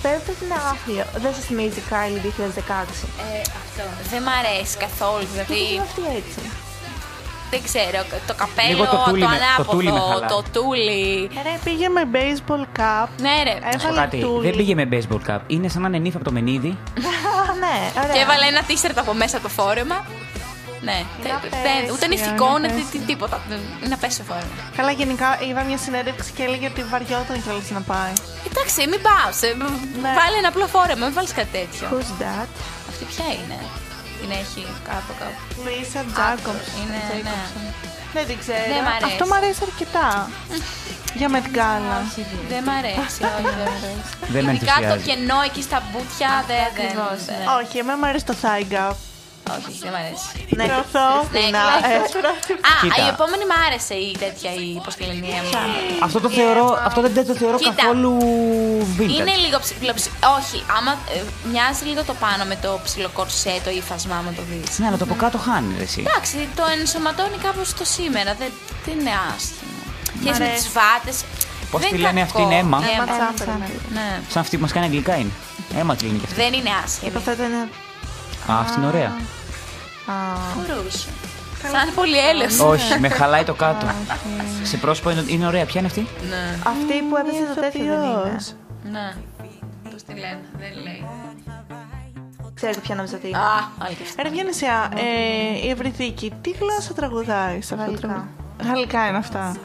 Πέρα ότι είναι άθλιο. Δεν σα θυμίζει Kylie 2016. Ε, αυτό. Δεν μ' αρέσει καθόλου. Γιατί είναι Δηλαδή, αυτή έτσι. δεν ξέρω. Το καπέλο, Λίγο το τούλι με- το τούλι με ανάποδο, χαλάει. το τούλι. Ε, Ρε, πήγε με baseball cap. Ναι, ρε. Να σου πω Έβαλε κάτι, τούλι. δεν πήγε με baseball cap. Είναι σαν να είναι νύφα από το μενίδι. Α, ναι, ωραία. Και έβαλε ένα t-shirt από μέσα από το φόρεμα. Ναι, δεν- δεν- ούτε είναι απέσιο, ηθικό, είναι ούτε τί- τίποτα. Δεν- Είναι απέσιο φόρεμα. Καλά, γενικά είδα μια συνέντευξη και έλεγε ότι βαριόταν κιόλα να πάει. Εντάξει, μην πάω. σε- Βάλε ένα απλό φόρεμα, μην βάλεις κάτι τέτοιο. Who's that? Αυτή ποια είναι. Την έχει κάπου κάπου. Λουίσα Τζάκοψ. Είναι, ναι. Δεν την ξέρω. Δεν μ' αρέσει. Αυτό μου αρέσει αρκετά. Για με την κάλα. Δεν μ' αρέσει, όχι, δεν μ' αρέσει. Δεν με Ειδικά το ενθουσιάζει. κενό εκεί στα μπούτια δεν. ακριβώς, δεν- ναι. Όχι, εμένα μου αρέσει το θάιγκα. Όχι, δεν μ' αρέσει. Ναι, Προωθώ. Ναι, να, κλαίω. ε, Α, Κοίτα. η επόμενη μ' άρεσε η τέτοια η ποστιλενία μου. Αυτό, το θεωρώ, αυτό δεν το θεωρώ Κοίτα. καθόλου Είναι vintage. λίγο ψηλό. Όχι, άμα ε, μοιάζει λίγο το πάνω με το ψηλό κορσέ, το ύφασμα, άμα το δεις. Ναι, αλλά το από κάτω χάνει ρε, εσύ. Εντάξει, το ενσωματώνει κάπως το σήμερα. Δεν, δεν είναι άστιμο. Και με τις βάτες. Πώς τη λένε αυτήν, Έμα? Έμα Τσάφερ, ναι. Ναι. Σαν αυτή που μας κάνει αγγλικά είναι. Έμα κλείνει και αυτή. Δεν είναι άσχημη. Αυτό ήταν. Α, αυτή είναι ωραία. Κουρούσε. Σαν πολυέλευση. Όχι, με χαλάει το κάτω. Σε πρόσωπο είναι, είναι ωραία. Ποια είναι αυτή? Ναι, Αυτή που έπεσε το τέτοιο δεν είναι. ηθοποιός. ναι. Πώ τη λένε, δεν λέει. Ξέρετε ποια νόμιζα ότι είναι. Α, άλλη και αυτή. Ρε Βιαννησιά, ε, η Ευρυθίκη, τι γλώσσα τραγουδάει σε αυτό το Γαλλικά. τραγούδι. Γαλλικά είναι αυτά.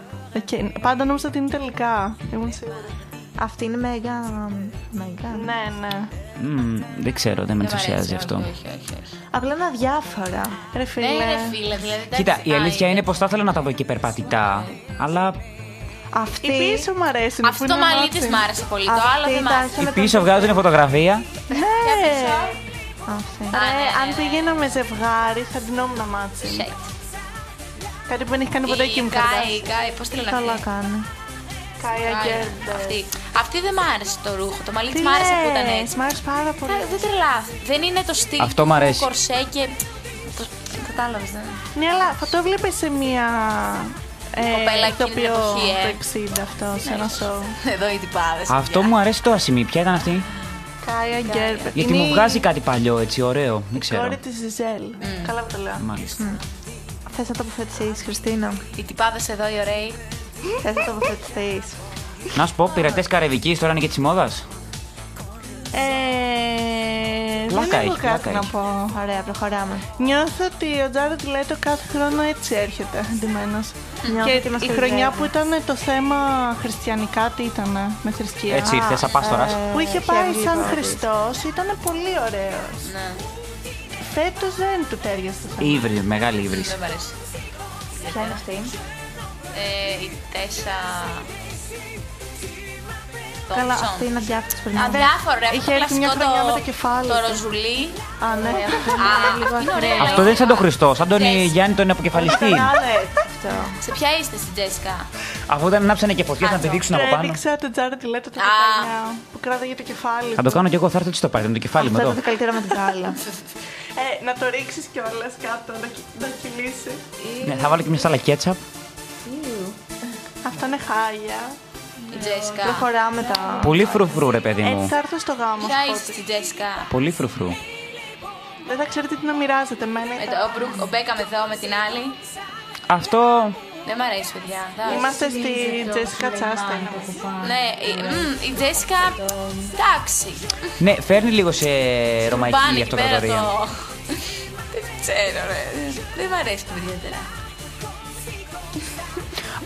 Και πάντα νόμιζα ότι είναι τελικά. Ήμουν σίγουρη. Αυτή είναι Μέγα. Μέγα. Ναι, ναι. Μμμ, δεν ξέρω, δεν με Δεν μ' αρέσει, ενθουσιάζει όχι, αυτό. όχι, όχι, όχι. Απλά είναι αδιάφορα. Ρε Ναι, φίλε. ρε φίλε, δηλαδή. εντάξει, Κοίτα, η α, αλήθεια είναι- είναι πως θα ήθελα να τα δω και περπατητά, αλλά Αυτή. Η πίσω μου αρέσει. που Αυτό είναι το μαλλί μάτσι. τη μ' άρεσε πολύ. Το αυτή άλλο δεν μ' τα άρεσε. είχε οι με το- πίσω βγάζουν φωτογραφία. Ναι. Αυτή. Α, ναι, Ε, ναι, αν πήγαιναμε ζευγάρι, θα δινόμουν μάτσι. shit. Κάτι που δεν έχει κάνει ποτέ η Η Kim Γκάι, Kardashian. η Γκάι, πώς τη λένε Καλά αυτή. κάνει. Κάια Γκέρντερ. Αυτή. Αυτή δεν μ' άρεσε το ρούχο. Το μαλλί Τι τη μ' άρεσε που ήταν λες, έτσι. Μ' άρεσε πάρα πολύ. Ε, Δεν τρελά. Δεν είναι το στυλ Αυτό μ' αρέσει. του κορσέ και. το- Κατάλαβες, ναι. Ναι, αλλά θα το έβλεπε σε μια. Ε, Κοπέλα εκείνη την ηθοποιό εποχή, ε. Το 60 αυτό, σε ένα σοου. Εδώ οι τυπάδες. Αυτό μου αρέσει το ασημί. Ποια ήταν αυτή? Κάια Γκέρμπερ. Γιατί μου βγάζει κάτι παλιό έτσι, ωραίο. Δεν Κόρη ξέρω. της Ζιζέλ. Καλά που το λέω. Μάλιστα. Θες να τοποθετηθείς, Χριστίνα. Οι τυπάδες εδώ οι ωραίοι. Θες να τοποθετηθεί. Να σου πω, πειρατές καρεβικής τώρα είναι και της μόδας. Ε, δεν Πλάκα έχω έχει, κάτι πλάκα να έχει. πω. Ωραία, προχωράμε. Νιώθω ότι ο Τζάρετ Λέτο κάθε χρόνο έτσι έρχεται εντυμένος. Νιώθω ότι μας Και η χρονιά κορυδεύει. που ήταν το θέμα χριστιανικά, τι ήταν με θρησκεία. Έτσι ήρθες, σαν πάστορα. Που Ε, είχε πάει Heavenly σαν Bodies. Χριστό, ήταν πολύ ωραίος. Ναι. Φέτος δεν του τέριασε το θέμα. Ήβρι, μεγάλη ύβρις. Δεν μ' αρέσει. Ποια είναι αυτή. Ε, Η Τέσσα. Καλά, Thompson. Αυτή είναι αδιάφορη. πριν. Αδιάφορο, ρε. αυτό Είχε το έρθει μια κλασικό χρονιά το- με το κεφάλι. Το ροζουλί. Α, ναι. Α, είναι ωραίο. Αυτό δεν είναι σαν τον Χριστό, σαν τον Θες. Γιάννη τον Αποκεφαλιστή. Καλά, έτσι. Σε ποια είστε στην Τζέσικα. Αφού όταν ανάψανε και φωτιές να πηδήξουν από πάνω. Έδειξα τον Τζάρετ Λέτο το Α. 19 που κράταγε το κεφάλι. Θα το κάνω κι εγώ, θα έρθω έτσι στο πάρτι με το κεφάλι μου Αυτό εδώ. ήταν το καλύτερο με την κάλα. Ε, να το ρίξεις κιόλα κάτω, να, κυ- να κυλήσει. Ναι, θα βάλω και μια σάλα κέτσαπ. Αυτά είναι χάλια. Η Τζέσικα. Προχωράμε τα. Πολύ φρουφρού, ρε παιδί Έτσι μου. θα έρθω στο γάμο. Ποια σου πω. είστε στην Τζέσικα. Πολύ φρουφρού. Δεν θα ξέρετε τι να μοιράζετε. Εμένα Με Ε, ήταν- το- Ο, Μπρουκ, ο Μπέκαμ εδώ με την άλλη. Αυτό Δεν μ' αρέσει, παιδιά. εντάξει. Είμαστε στη Τζέσικα Τσάστα. Ναι, η- μμ, η Τζέσικα. Εντάξει. Ναι, φέρνει λίγο σε Πάνε ρωμαϊκή εκεί πέρα το. αυτοκρατορία. Δεν ξέρω, ρε. Δεν μ' αρέσει πολύ ιδιαίτερα.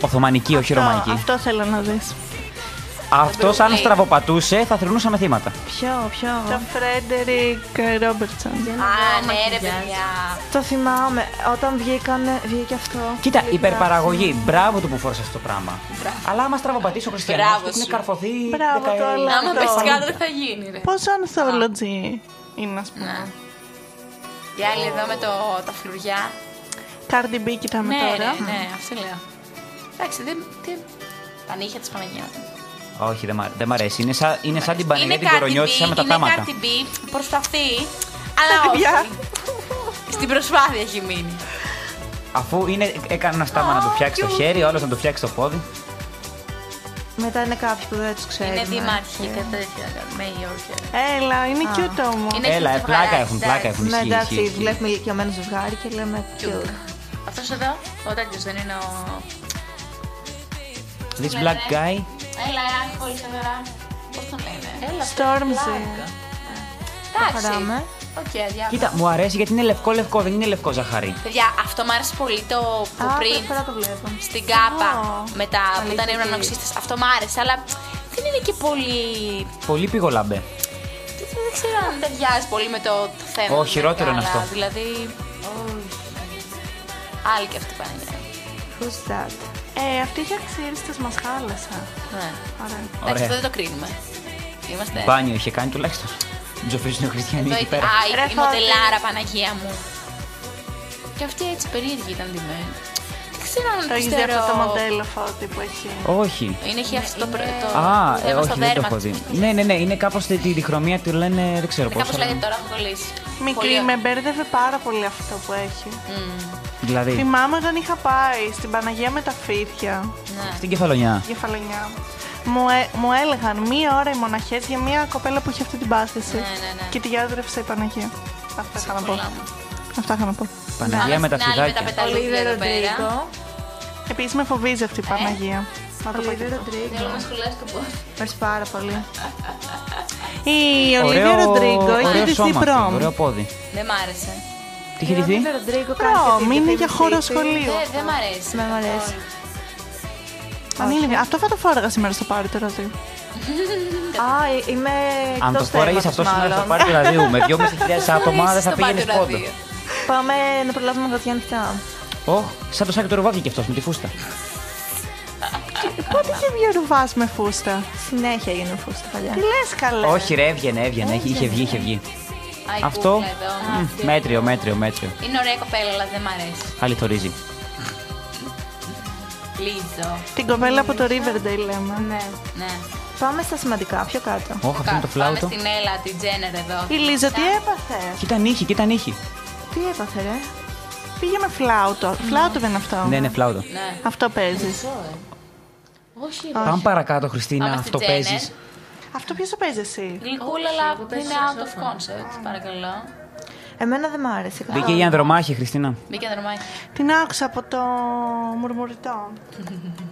Οθωμανική, όχι ρωμαϊκή. Αυτό θέλω να δεις. Αυτός αν στραβοπατούσε θα θρυνούσαμε θύματα. Ποιο, ποιο. Τα Φρέντερικ Ρόμπερτσον. Α, ναι, ρε παιδιά. Το θυμάμαι. Όταν βγήκανε, βγήκε αυτό. Κοίτα, Βγήκε υπερπαραγωγή. Μπράβο του που φόρεσες αυτό το πράγμα. Αλλά άμα στραβοπατήσει ο Χριστιανό, Μπράβο έχουν σου. καρφωθεί. Μπράβο, δεκα- το αλλά Άμα αυτό. πέσει κάτω δεν θα γίνει, ρε. Πόσο anthology είναι, Να. α πούμε. Η άλλη εδώ με το, τα φλουριά. Cardi B κοιτάμε Ναι, τώρα. ναι, ναι, αυτό λέω. Εντάξει, δεν. Τι... Τα νύχια της Παναγία. Όχι, δεν μ' αρέ- δεν μ' αρέσει. Είναι σαν, είναι σαν την Παναγία την Cardi Κορονιώτησα B, με τα είναι τάματα. Cardi B, προσπαθεί, αλλά Παιδιά. όχι. Στην προσπάθεια έχει μείνει. Αφού είναι, έκανε ένα στάμα να του φτιάξει το χέρι, ο άλλος να του φτιάξει το πόδι. Ναι, Μετά είναι κάποιοι που δεν ναι. του ξέρει. Είναι δημάρχη και τέτοια, με Yorker. Έλα, είναι cute όμως. Είναι Έλα, cute ε, πλάκα ζευγάρι, έχουν, εντάξει. πλάκα έχουν. Ναι, Ισχύει, ισχύει, εντάξει, ισχύει. βλέπουμε ηλικιωμένο ζευγάρι και λέμε πιο. Αυτός εδώ, ο τέτοιος δεν είναι ο. This black guy. Έλα, ε, πολύ σοβαρά. Πώς τον λένε. Έλα, Stormzy. Εντάξει. χαράμε. Οκ, αδιάφορα. Κοίτα, μου αρέσει γιατί είναι λευκό-λευκό, δεν είναι λευκό ζαχαρί. Παιδιά, αυτό μου άρεσε πολύ το που Α, πριν πρώτη φορά το βλέπω. στην κάπα Ω. μετά που ήταν Αλήθεια. ήμουν ανοξίστες. Αυτό μου άρεσε, αλλά δεν είναι και πολύ. Πολύ Ναι. πηγολαμπέ. Δεν δεν ξέρω αν ταιριάζει πολύ με το, το θέμα. Ω, που χειρότερο είναι καλά. αυτό. Δηλαδή. Άλλη και αυτή η Παναγία. Who's that? Ε, αυτή είχε αξίριστες μας χάλασα. Ναι. Ωραία. Εντάξει, Ωραία. αυτό δεν το κρίνουμε. Είμαστε. Μπάνιο είχε κάνει τουλάχιστον. Τζοφίσουν οι Χριστιανοί Εδώ εκεί ήταν. πέρα. Ναι, Α, η- Ρε, η Φώτη. μοντελάρα Παναγία μου. Και αυτή έτσι περίεργη ήταν ντυμένη. Δεν ξέρω αν Το το έχεις δει αυτό το μοντέλο φώτη που έχει. Όχι. Είναι έχει αυτό το. πρω- το- Α, το ε, θέμα στο όχι, δεν το δέρμα έχω της. δει. Ναι, ναι, ναι, είναι κάπως τη διχρωμία του λένε, δεν ξέρω πώς. Κάπως λέγεται τώρα, έχω κολλήσει. Μικρή, Πολύ με μπέρδευε πάρα πολύ αυτό που έχει. Δηλαδή, Θυμάμαι όταν είχα πάει στην Παναγία με τα φίδια, ναι. στην κεφαλονιά. κεφαλονιά. Μου, ε- μου έλεγαν μία ώρα οι μοναχές για μία κοπέλα που είχε αυτή την πάθηση. Ναι, ναι, ναι. Και τη γιάδρευσε η Παναγία. Αυτά είχα να πω. Πολλά μου. Αυτά είχα να πω. Παναγία Πάμε με τα στην άλλη, φιδάκια. Με τα πεταλούδια εδώ πέρα. Επίσης με φοβίζει αυτή η Παναγία. Να το πω και Ολίβια αυτό. Ροντρίγκο. Θέλω να σχολιάσει το πόδι. Ευχαριστώ πάρα πολύ. Η Ολίβια Ωραίο, Ροντρίγκο έχει ωραίο ντυθεί σώμα, προμ. ωραίο πόδι. Δεν μ' άρεσε. Τι είχε ντυθεί? Ολίβια Ροντρίγκο κάνει και Προμ, τη είναι δική για της χώρο τύπη. σχολείου. Ε, Δεν μ' αρέσει. Με μ' αρέσει. Πανήλικα. Αυτό θα το φόραγα σήμερα στο πάρτι ραδί. Α, ε, είμαι Αν το εκτός φόραγες θέματος αυτό σήμερα στο μάλλον. πάρτι ραδίου με 2.500 άτομα, δεν Είσαι θα στο πήγαινε Πάτιο πόντο. Ραδίο. Πάμε να προλάβουμε βαθιά νυχτά. Ωχ, σαν το σάκι του ρουβάκι και αυτός με τη φούστα. Πότε είχε βγει ο Ρουβάς με φούστα. Συνέχεια γίνουν φούστα παλιά. Τι λες καλέ. Όχι, ρε, έβγαινε, έβγαινε, είχε- είχε βγει, είχε βγει. Α, η Αυτό. κούκλα εδώ. μ, Μέτριο, μέτριο, μέτριο. Είναι ωραία κοπέλα, αλλά δεν μ' αρέσει. Αληθορίζει. Λίζο. Την κοπέλα από το Riverdale λέμε. Ναι. Ναι. Πάμε στα σημαντικά, πιο κάτω. Όχι, αυτό είναι το Πάμε φλάουτο. στην Έλα, την Τζένερ εδώ. Η Λίζα τι έπαθε. Κοίτα νύχη, κοίτα νύχη. Τι έπαθε, ρε. Πήγε με φλάουτο. Φλάουτο δεν είναι αυτό. Ναι, ναι, φλάουτο. Ναι. Αυτό παίζεις. Όχι, Πάμε παρακάτω, Χριστίνα, Πάμε στη αυτό Τζένερ. παίζει. Αυτό ποιος το παίζει εσύ. Γλυκούλα, αλλά είναι out of concept, παρακαλώ. Εμένα δεν μ' άρεσε καθόλου. Μπήκε η ανδρομάχη, Χριστίνα. Μπήκε δρομάκι. Την άκουσα από το μουρμουριτό.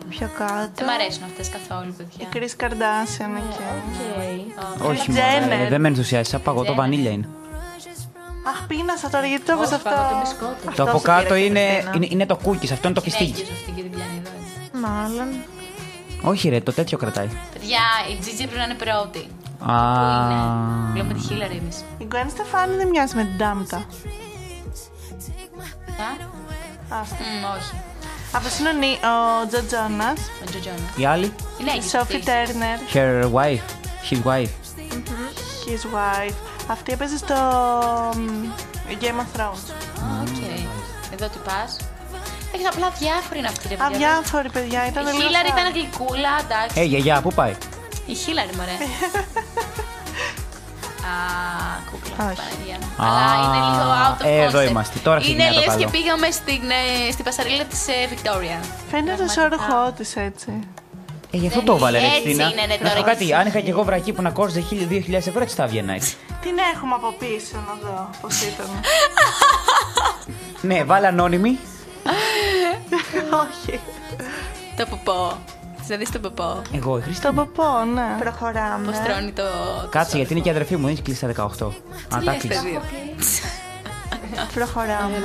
Πιο κάτω. Δεν μ' αρέσουν αυτές καθόλου, παιδιά. Κρι Καρντάσιαν εκεί. Όχι, Τζένερ. μωρέ, δεν με ενθουσιάζεις. Σαν παγωτό βανίλια είναι. Αχ, πίνασα τώρα γιατί το έπαιζε αυτό. Το από σου κάτω πήρε, είναι, Χριστίνα. είναι, είναι το κούκκι, αυτό είναι το Γυναίκε πιστίκι. αυτή και την πιάνει εδώ. έτσι. Μάλλον. Όχι, ρε, το τέτοιο κρατάει. Παιδιά, η Τζίτζι πρέπει να είναι πρώτη. Α. Πού είναι. Βλέπουμε τη Χίλαρη εμείς. Η Γκουέν Στεφάνη δεν μοιάζει με την Ντάμτα. Α, μ, όχι. Αυτό είναι ο, Νι- ο Τζο Τζόνας, Με Τζο Τζόνας. Η άλλη, Είναι η Σόφι Τέρνερ, her wife, his wife. his wife. Αυτή έπαιζε στο μ, Game of Thrones. Οκ. Εδώ τι πας. Έχεις απλά διάφοροι είναι αυτοί. ρε παιδιά. Αδιάφορη παιδιά, Η ήταν λίγο. Χίλαρη σαν- ήταν γλυκούλα, Ε, εντάξει. γιαγιά, πού πάει. Η Χίλαρη, μωρέ. Α, κούκλα, Παναγία μου. Αλλά είναι λίγο out of ε, εδώ concept. είμαστε. Τώρα Είναι ξεκινάει το λες και καλό. πήγαμε στην, ε, στην πασαρίλα της ε, Victoria. Φαίνεται ο όροχό της έτσι. Ε, γι' αυτό το έβαλε, ρε, Έτσι Χριστίνα. είναι, ναι, Να τώρα σου πω και κάτι, εσύ. αν είχα και εγώ βρακί που να κόστιζε 1.000-2.000 ευρώ, έτσι θα έβγαινα έτσι. Την έχουμε από πίσω να δω πώς ήταν. Ναι, βάλε ανώνυμη. Όχι. Το ποπό. Θες να δεις το ποπό. Εγώ, ε, η Χριστίνα. Στον ποπό, ναι. Πώς Προχωράμε. τρώνει το... το Κάτσε, γιατί είναι και η αδερφή μου, δεν έχει κλείσει τα 18. Αν τα λες, κλείσει. παιδί. Προχωράμε.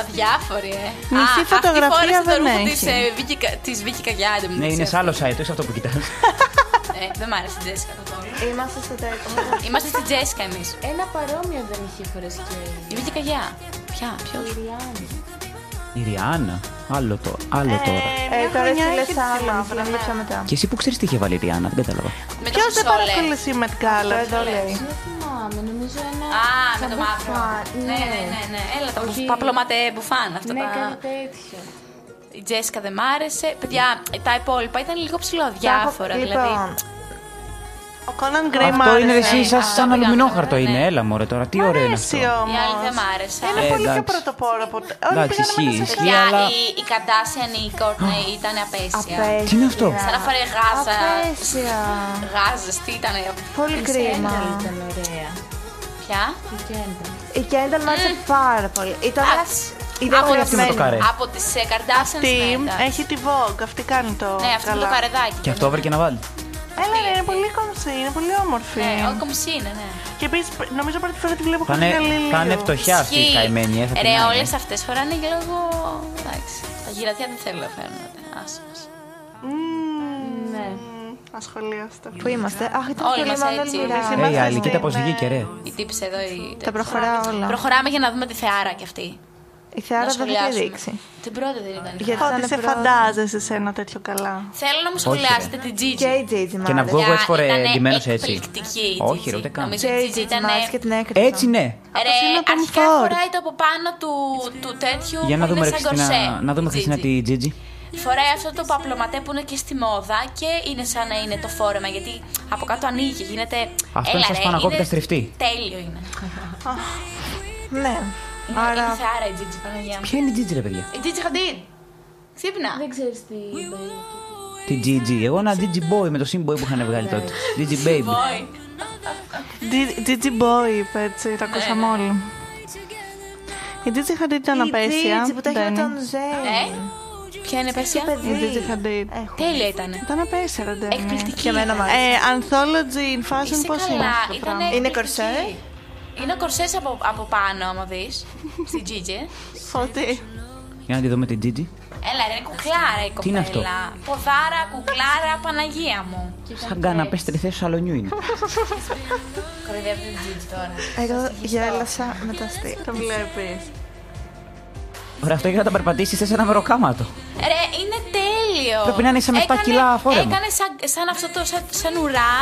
Αδιάφοροι, ε. Μισή φωτογραφία δεν δεν έχει. ε, Της, ε, Βίκυ Κα- της Βίκυ Καγιάντη. Ναι, είναι σε άλλο site, όχι αυτό που κοιτάς. Ε, δεν μ' άρεσε η Τζέσικα καθόλου. Είμαστε στο τέταρτο. Είμαστε στη Τζέσικα εμείς. Ένα παρόμοιο δεν είχε φορέσει και η Είμαι και καγιά. Ποια, ποιος. Ριάννη. Η Ριάννα. Άλλο, το, άλλο τώρα. Ε, τώρα εσύ χρονιά λες είχε τη άλλο, Μαύρα, δεν ναι. έπαιξα μετά. Και εσύ που ξέρεις τι είχε βάλει η Ριάννα, δεν κατάλαβα. Με Ποιος δεν ε. Σόλε. παρακολουθεί με την κάλα. Εδώ λέει. Δεν θυμάμαι, νομίζω ένα. Α, με σαν το μαύρο. μπουφάν. Ναι, ναι, ναι, ναι. Έλα τα Όχι. παπλωματέ μπουφάν αυτά Ναι, κάτι τα. τέτοιο. Η Τζέσικα δεν μ' άρεσε. Παιδιά, τα υπόλοιπα ήταν λίγο ψηλοδιάφορα. Δηλαδή, Λοιπόν, Ο Κόναν Γκρέι μ' Αυτό είναι ρε, άρεσε. εσύ, σαν- σαν το αλουμινόχαρτο κάναμε, είναι. ναι. Έλα, μωρέ τώρα, τι ωραίο είναι Εσύ αυτό. η άλλη δεν όμως. μ' άρεσε. Ε, Ε, Είναι πολύ πιο εντάξει. πρωτοπόρο από τα- Όλοι Εντάξει, πήγαμε ισχύει, να σε ισχύει, Παιδιά, ναι, αλλά. η, η Καντάσιαν, η Κόρτνεϊ ήταν απέσια. απέσια. Τι είναι αυτό? Σαν να φοράει γάζα. Απέσια. Γάζες, τι ήταν Πολύ Κέντρα κρίμα. ήταν ωραία. πια. Η κέντρα. Η Κένταλ μ' άρεσε πάρα πολύ. Ήταν Εντάξει. ήταν Από αυτή με το κουρασμένη. καρέ. Από τι Καρτάσιαν Αυτή ναι, εντάξει. έχει τη Vogue, αυτή κάνει το Ναι, αυτό το καλά. καρεδάκι. Και αυτό βρήκε να βάλει. Έλα ρε, είναι πολύ κομψή, είναι πολύ όμορφη. Ναι, ο κομψή είναι, ναι. Και επίσης νομίζω πρώτη φορά τη βλέπω Θα χωρίς είναι- Γαλιλαίου. Θα είναι φτωχιά αυτή η Ισχύει. καημένη, ε, θα Ρε, πεινάει. όλες αυτές φοράνε για λόγω. Εντάξει. Τα γυρατιά δεν θέλω να φέρνουν. άσε μας. Μμμ, Ναι. Ασχολίαστε. Πού είμαστε. Αχ, ήταν Όλοι πολύ μας μάλλον έτσι. μοιρά. Εμείς Ε, η άλλη, είμαστε, κοίτα πώ ναι. βγήκε, ρε. Η τύψη εδώ. Η... Τα προχωρά όλα. Προχωράμε για να δούμε τη θεάρα κι αυτή. Η Να Θεάρα δεν θα τη σχολιάσουμε. δείξει. Την πρώτη δεν ήταν. Γιατί θα Ότι είναι σε πρώτη. φαντάζεσαι σε ένα τέτοιο καλά. Θέλω να μου ρε. σχολιάσετε την Gigi. Και η Τζίτζι Και να μάλλον. βγω εγώ έτσι φορε Ήτανε ντυμένος έτσι. εκπληκτική η Όχι, Gigi. ρε, ούτε καν. Νομίζω Και ότι η η Gigi Τζίτζι ήταν. μ' άρεσε και την έκρυψα. Έτσι ναι. Ρε, Αυτός είναι ο Tom αρχικά Ford. φοράει το από πάνω του, του τέτοιου Για να που δούμε ρε είναι σαν κορσέ. Χριστίνα, να δούμε η Χριστίνα Gigi. τη Τζίτζι. Φοράει αυτό το παπλωματέ που είναι και στη μόδα και είναι σαν να είναι το φόρεμα γιατί από κάτω ανοίγει, γίνεται. Αυτό είναι Έλα, σαν ρε, σπανακόπιτα είναι στριφτή. Τέλειο είναι. Ναι. Είναι, Άρα- είναι θεάρα η Τζίτζι Παναγία. μου. Ποια είναι η Τζίτζι, ρε παιδιά. Η Τζίτζι Χαντίν. Ξύπνα. Δεν ξέρεις τι είπε. Τη Τζίτζι. Εγώ ένα Τζίτζι Boy με το Simboy που είχαν βγάλει τότε. Τζίτζι Baby. Boy. Gigi- Gigi Boy είπε έτσι, το ακούσαμε όλοι. Η Gigi Hadid ήταν Η απέσια. Τζίτζι που τα είχε Ντένι. με τον Ζέι. Ε, ποια είναι πέσια. Η Gigi Hadid. Τέλεια ήταν. Ήταν απέσια, ρε Ντένι. Εκπληκτική. Και εμένα μ' άρεσε. Ε, anthology in fashion, Είσαι πώς είναι καλά. αυτό το Ήταν πράγμα. εκπληκτική. Είναι κορσέ. Είναι ο κορσές από, από πάνω, άμα δεις. Στην Τζίτζι. Φωτή. Για να τη δούμε την Τζίτζι. Έλα, ρε, είναι κουκλάρα η κοπέλα. Τι είναι αυτό? Ποδάρα, κουκλάρα, Παναγία μου. Σαν καναπέ τριθέ σαλονιού είναι. Κοροϊδεύει την Τζίτζι τώρα. Εγώ γέλασα με τα αστεία. Το βλέπεις. Ωραία, αυτό για να τα περπατήσεις σε ένα μεροκάματο. Ρε, είναι τέλειο. Πρέπει να είναι σαν με 7 Έκανε- κιλά φόρεμα. Έκανε σαν, σαν αυτό το σαν, σαν ουρά,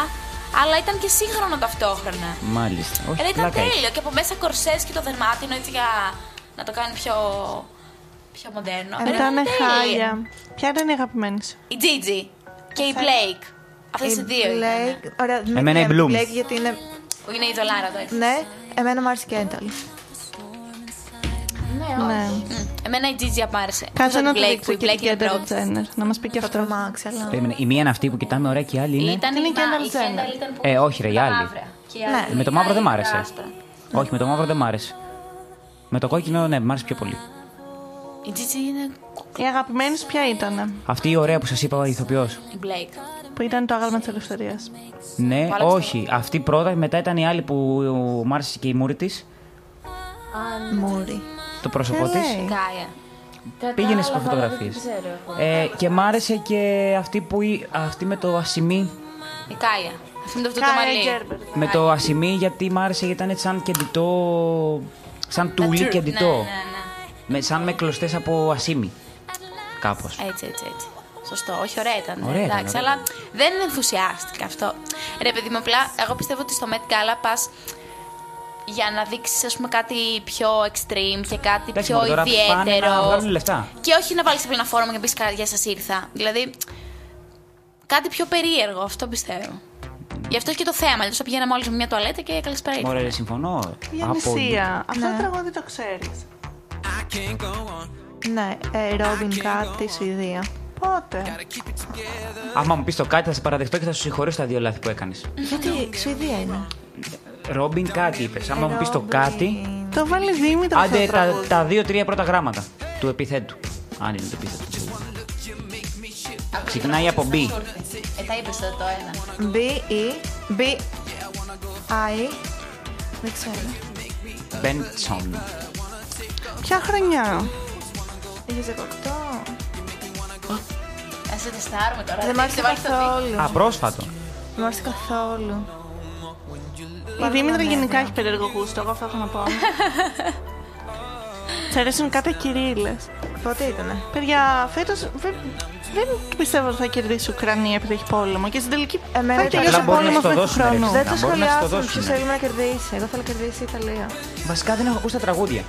αλλά ήταν και σύγχρονο ταυτόχρονα. Μάλιστα. Ρε, Όχι, ήταν πλάκα έχει. τέλειο. Και από μέσα κορσές και το δερμάτινο έτσι για να το κάνει πιο, πιο μοντέρνο. Ρε, Ε, Ήταν τέλειο. χάλια. Ποια ήταν η αγαπημένη σου. Η Gigi και η Blake. Αυτές οι δύο ήταν. Blake- Ωραία, ναι, μην Εμένα η λέμε Bloom. Blake γιατί είναι... Που είναι η δολάρα τώρα. Ναι, εμένα μου άρεσε και ένταλη. Ναι. Μμ. Εμένα η Gigi απάρεσε. Κάτσε να το Blake, δείξω που η και την Blake είναι Κέντρα πρώτη. Τζένερ. Να μας πει και αυτό. Τρομάξα, αλλά... Περίμενε, η μία είναι αυτή που κοιτάμε, ωραία και η άλλη είναι. Ήταν Είναι η η Kendall Μα- η Jenner. Kendall ήταν που- Ε, όχι, ρε, η τα άλλη. μαύρα. Και η Ναι. άλλη Με το μαύρο δεν μ' ήταν άρεσε. τα άσπρα. Όχι, με το μαύρο δεν μ' άρεσε. Με το κόκκινο, ναι, μ' άρεσε πιο πολύ. Η Gigi είναι Η αγαπημένη σου ποια ήταν. Αυτή η ωραία που σας είπα, ο ηθοποιός. η Blake. Που ήταν το άγαλμα της ελευθερίας. Ναι, Πάλεψε. όχι. Αυτή πρώτα, μετά ήταν η άλλη που μ' άρεσε και η μούρη της, Μούρι. το πρόσωπό της. λέει? Κάια. ε. Πήγαινε Κατάλαβα, σε φωτογραφίε. δεν ξέρω εγώ. Ε, και μ' άρεσε και αυτή, που, η- αυτή με το ασημί. Η Κάια. Αυτή με το αυτό το Κάια μαλλί. Γκέρμπερ. Με το ασημί γιατί μ' άρεσε γιατί ήταν έτσι σαν κεντητό. Σαν τουλί Nature. κεντητό. Ναι, ναι, ναι. Με, σαν με κλωστές από ασήμι. Κάπως. Έτσι, έτσι, έτσι. Σωστό. Όχι, ωραία ήταν. Ωραία ήταν, εντάξει, ωραία. αλλά δεν ενθουσιάστηκα αυτό. Ρε, παιδί μου, απλά εγώ πιστεύω ότι στο Met Gala πας για να δείξεις, ας πούμε, κάτι πιο extreme και κάτι Εντάξει, πιο μωρέ, τώρα πάνε ιδιαίτερο. να βγάλουν λεφτά. Και όχι να βάλεις απλά ένα φόρμα και πεις για σας ήρθα. Δηλαδή. Κάτι πιο περίεργο, αυτό πιστεύω. Γι' αυτό και το θέμα. Δηλαδή, πηγαίναμε όλοι σε μια τουαλέτα και καλησπέρα. ήρθατε. Ωραία, συμφωνώ. Απόλυτα. Διανυσία. Αυτό το τραγούδι το ξέρεις. Ναι, Ρόμπιν κάτι, Σουηδία. Πότε. Άμα μου πεις το κάτι, θα σε παραδεχτώ και θα σου συγχωρήσω τα δύο λάθη που έκανες. Γιατί Σουηδία είναι. Ρόμπιν κάτι είπες. Άμα μου πεις το Robin. κάτι, Το βάλει Δήμητρο αυτό άντε το τα, τραγούδι. τα δύο-τρία πρώτα γράμματα του επιθέτου. Αν είναι το επιθέτο. Ξεκινάει από B. Ε, τα είπες το ένα. B, E, B, I. Δεν ξέρω. Benson. Ποια χρονιά. Είχε Ε, 18. Να σε τεστάρουμε τώρα. Δεν μ' άρεσε βάλει το καθόλου. Α, πρόσφατο. Δεν μ' άρεσε καθόλου. Η Δήμητρα γενικά έχει περίεργο γούστο, εγώ αυτό έχω να πω. Τη αρέσουν κάτι κυρίλες. Πότε ήτανε. Παιδιά, φέτος δεν, δεν πιστεύω ότι θα κερδίσει η Ουκρανία επειδή έχει πόλεμο. Και στην τελική Εμένα θα ήταν- τελειώσει Καλά, ο μπορεί πόλεμος να στο με του δώσουν, ρε, χρόνου. φίλε. Δεν να το μπορεί να στο σχολιάσουν δώσουνε. ποιο θέλει να κερδίσει. Εγώ θέλω να κερδίσει η Ιταλία. Βασικά δεν έχω ακούσει τα τραγούδια.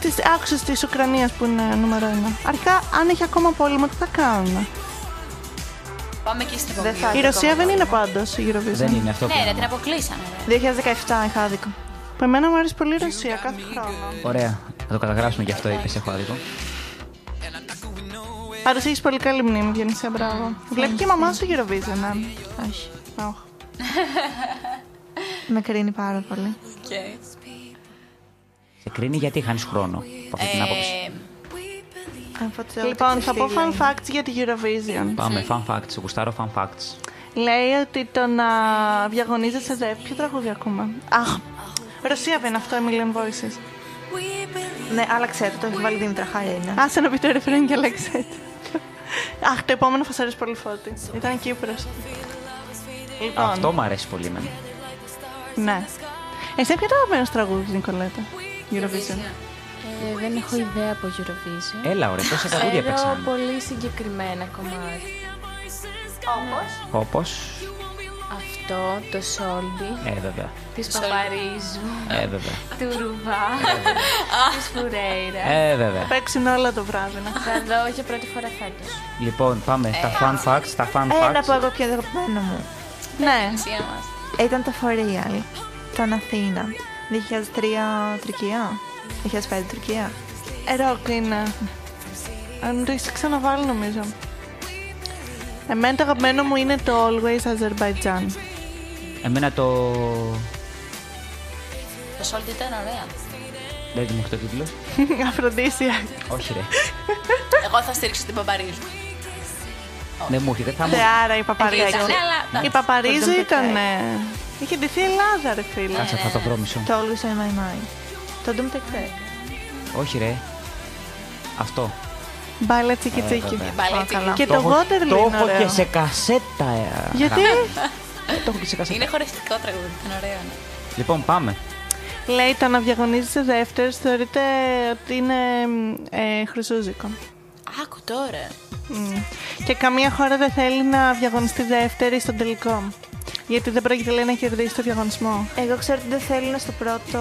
Τι άκουσες της Ουκρανίας που είναι νούμερο ένα. Αρχικά, αν έχει ακόμα πόλεμο, τι θα κάνουν. Πάμε και στην Δεν επόμενη. θα Η Ρωσία δεν είναι πάντως η Eurovision. Δεν είναι αυτό που. Ναι, ρε, την αποκλείσανε. ρε. 2017 είχα άδικο. Που εμένα μου αρέσει πολύ η Ρωσία κάθε χρόνο. Ωραία. Θα το καταγράψουμε και αυτό, είπες, έχω άδικο. Άρα έχει πολύ καλή μνήμη, Διονυσία, μπράβο. Βλέπει και η μαμά σου Eurovision, ε. Όχι. Αχ. Με κρίνει πάρα πολύ. Okay. Σε κρίνει γιατί χάνεις χρόνο. Από αυτή την άποψη. Ε, Αφού της λέω Λοιπόν, ότι θα πω ξεφύγει, fun λέει. facts για τη Eurovision. Πάμε, fun facts. Γουστάρω fun facts. Λέει ότι το να διαγωνίζεσαι δε. Ποιο τραγούδι ακούμε. Αχ. Ρωσία δεν είναι αυτό, Emilian Voices. Ναι, άλλαξε το, το έχει βάλει η Δήμητρα. Χάλια είναι. Άσε να πει το ρεφρέν και αλλάξε το. Αχ, το επόμενο θα σ' αρέσει πολύ φώτη. Ήταν Κύπρος. Λοιπόν, Αυτό μου αρέσει πολύ εμένα. ναι. Εσύ ποιο το τραγούδι, Νικολέτα. Eurovision. Ε, δεν έχω ιδέα από Eurovision. Έλα, ωραία, τόσα τραγούδια Ξέρω παίξαμε. πολύ συγκεκριμένα κομμάτια. Όπω. Αυτό, το Σόλμπι, Ε, βέβαια. της Παπαρίζου, Ε, βέβαια. του Ρουβά, της Φουρέιρα. Ε, βέβαια. Παίξουν όλα το βράδυ. να- Θα δω για πρώτη φορά φέτος. Λοιπόν, πάμε. Τα fun facts, τα fun Ε, να πω facts. εγώ ποιο αγαπημένο μου. Ναι. Ασία μας. Ήταν το For Real. Ήταν Αθήνα. 2003 Τουρκία. 2005 Τουρκία. Ε, Ροκ είναι. Αν το έχεις ξαναβάλει νομίζω. Εμένα το αγαπημένο μου είναι το Always Azerbaijan. Εμένα το. Το Σόλτ ήταν ωραία. Δεν μου έχει το τίτλο. Αφροδίσια. Όχι, ρε. Εγώ θα στηρίξω την Παπαρίζου. Δεν μου έρχεται. Θα μου Τε άρα η Παπαρίζου. Ναι, αλλά. Η Παπαρίζου Τον ήταν. Είχε ντυθεί η Ελλάδα, ρε φίλε. Κάτσε, θα το βρω μισό. Το Always on my mind. Το Doom Tech Tech. Όχι, ρε. Αυτό. Μπάλα τσίκι τσίκι. βέβαια. Μπάλα Α, τσίκι καλά. τσίκι. Και το έχω- Waterloo Το είναι έχω και ωραίο. σε κασέτα. ε, Γιατί γραμμένο. Ε, Το έχω και σε κασέτα. Είναι χορευτικό τραγούδι, ήταν ωραίο. ναι. Λοιπόν, πάμε. λέει το να διαγωνίζεσαι δεύτερος θεωρείται ότι είναι μ, ε, χρυσούζικο. Άκου τώρα. Μ. Και καμία χώρα δεν θέλει να διαγωνιστεί δεύτερη στον τελικό. Γιατί δεν πρόκειται λέει, να κερδίσει το διαγωνισμό. Εγώ ξέρω ότι δεν θέλουν στο πρώτο.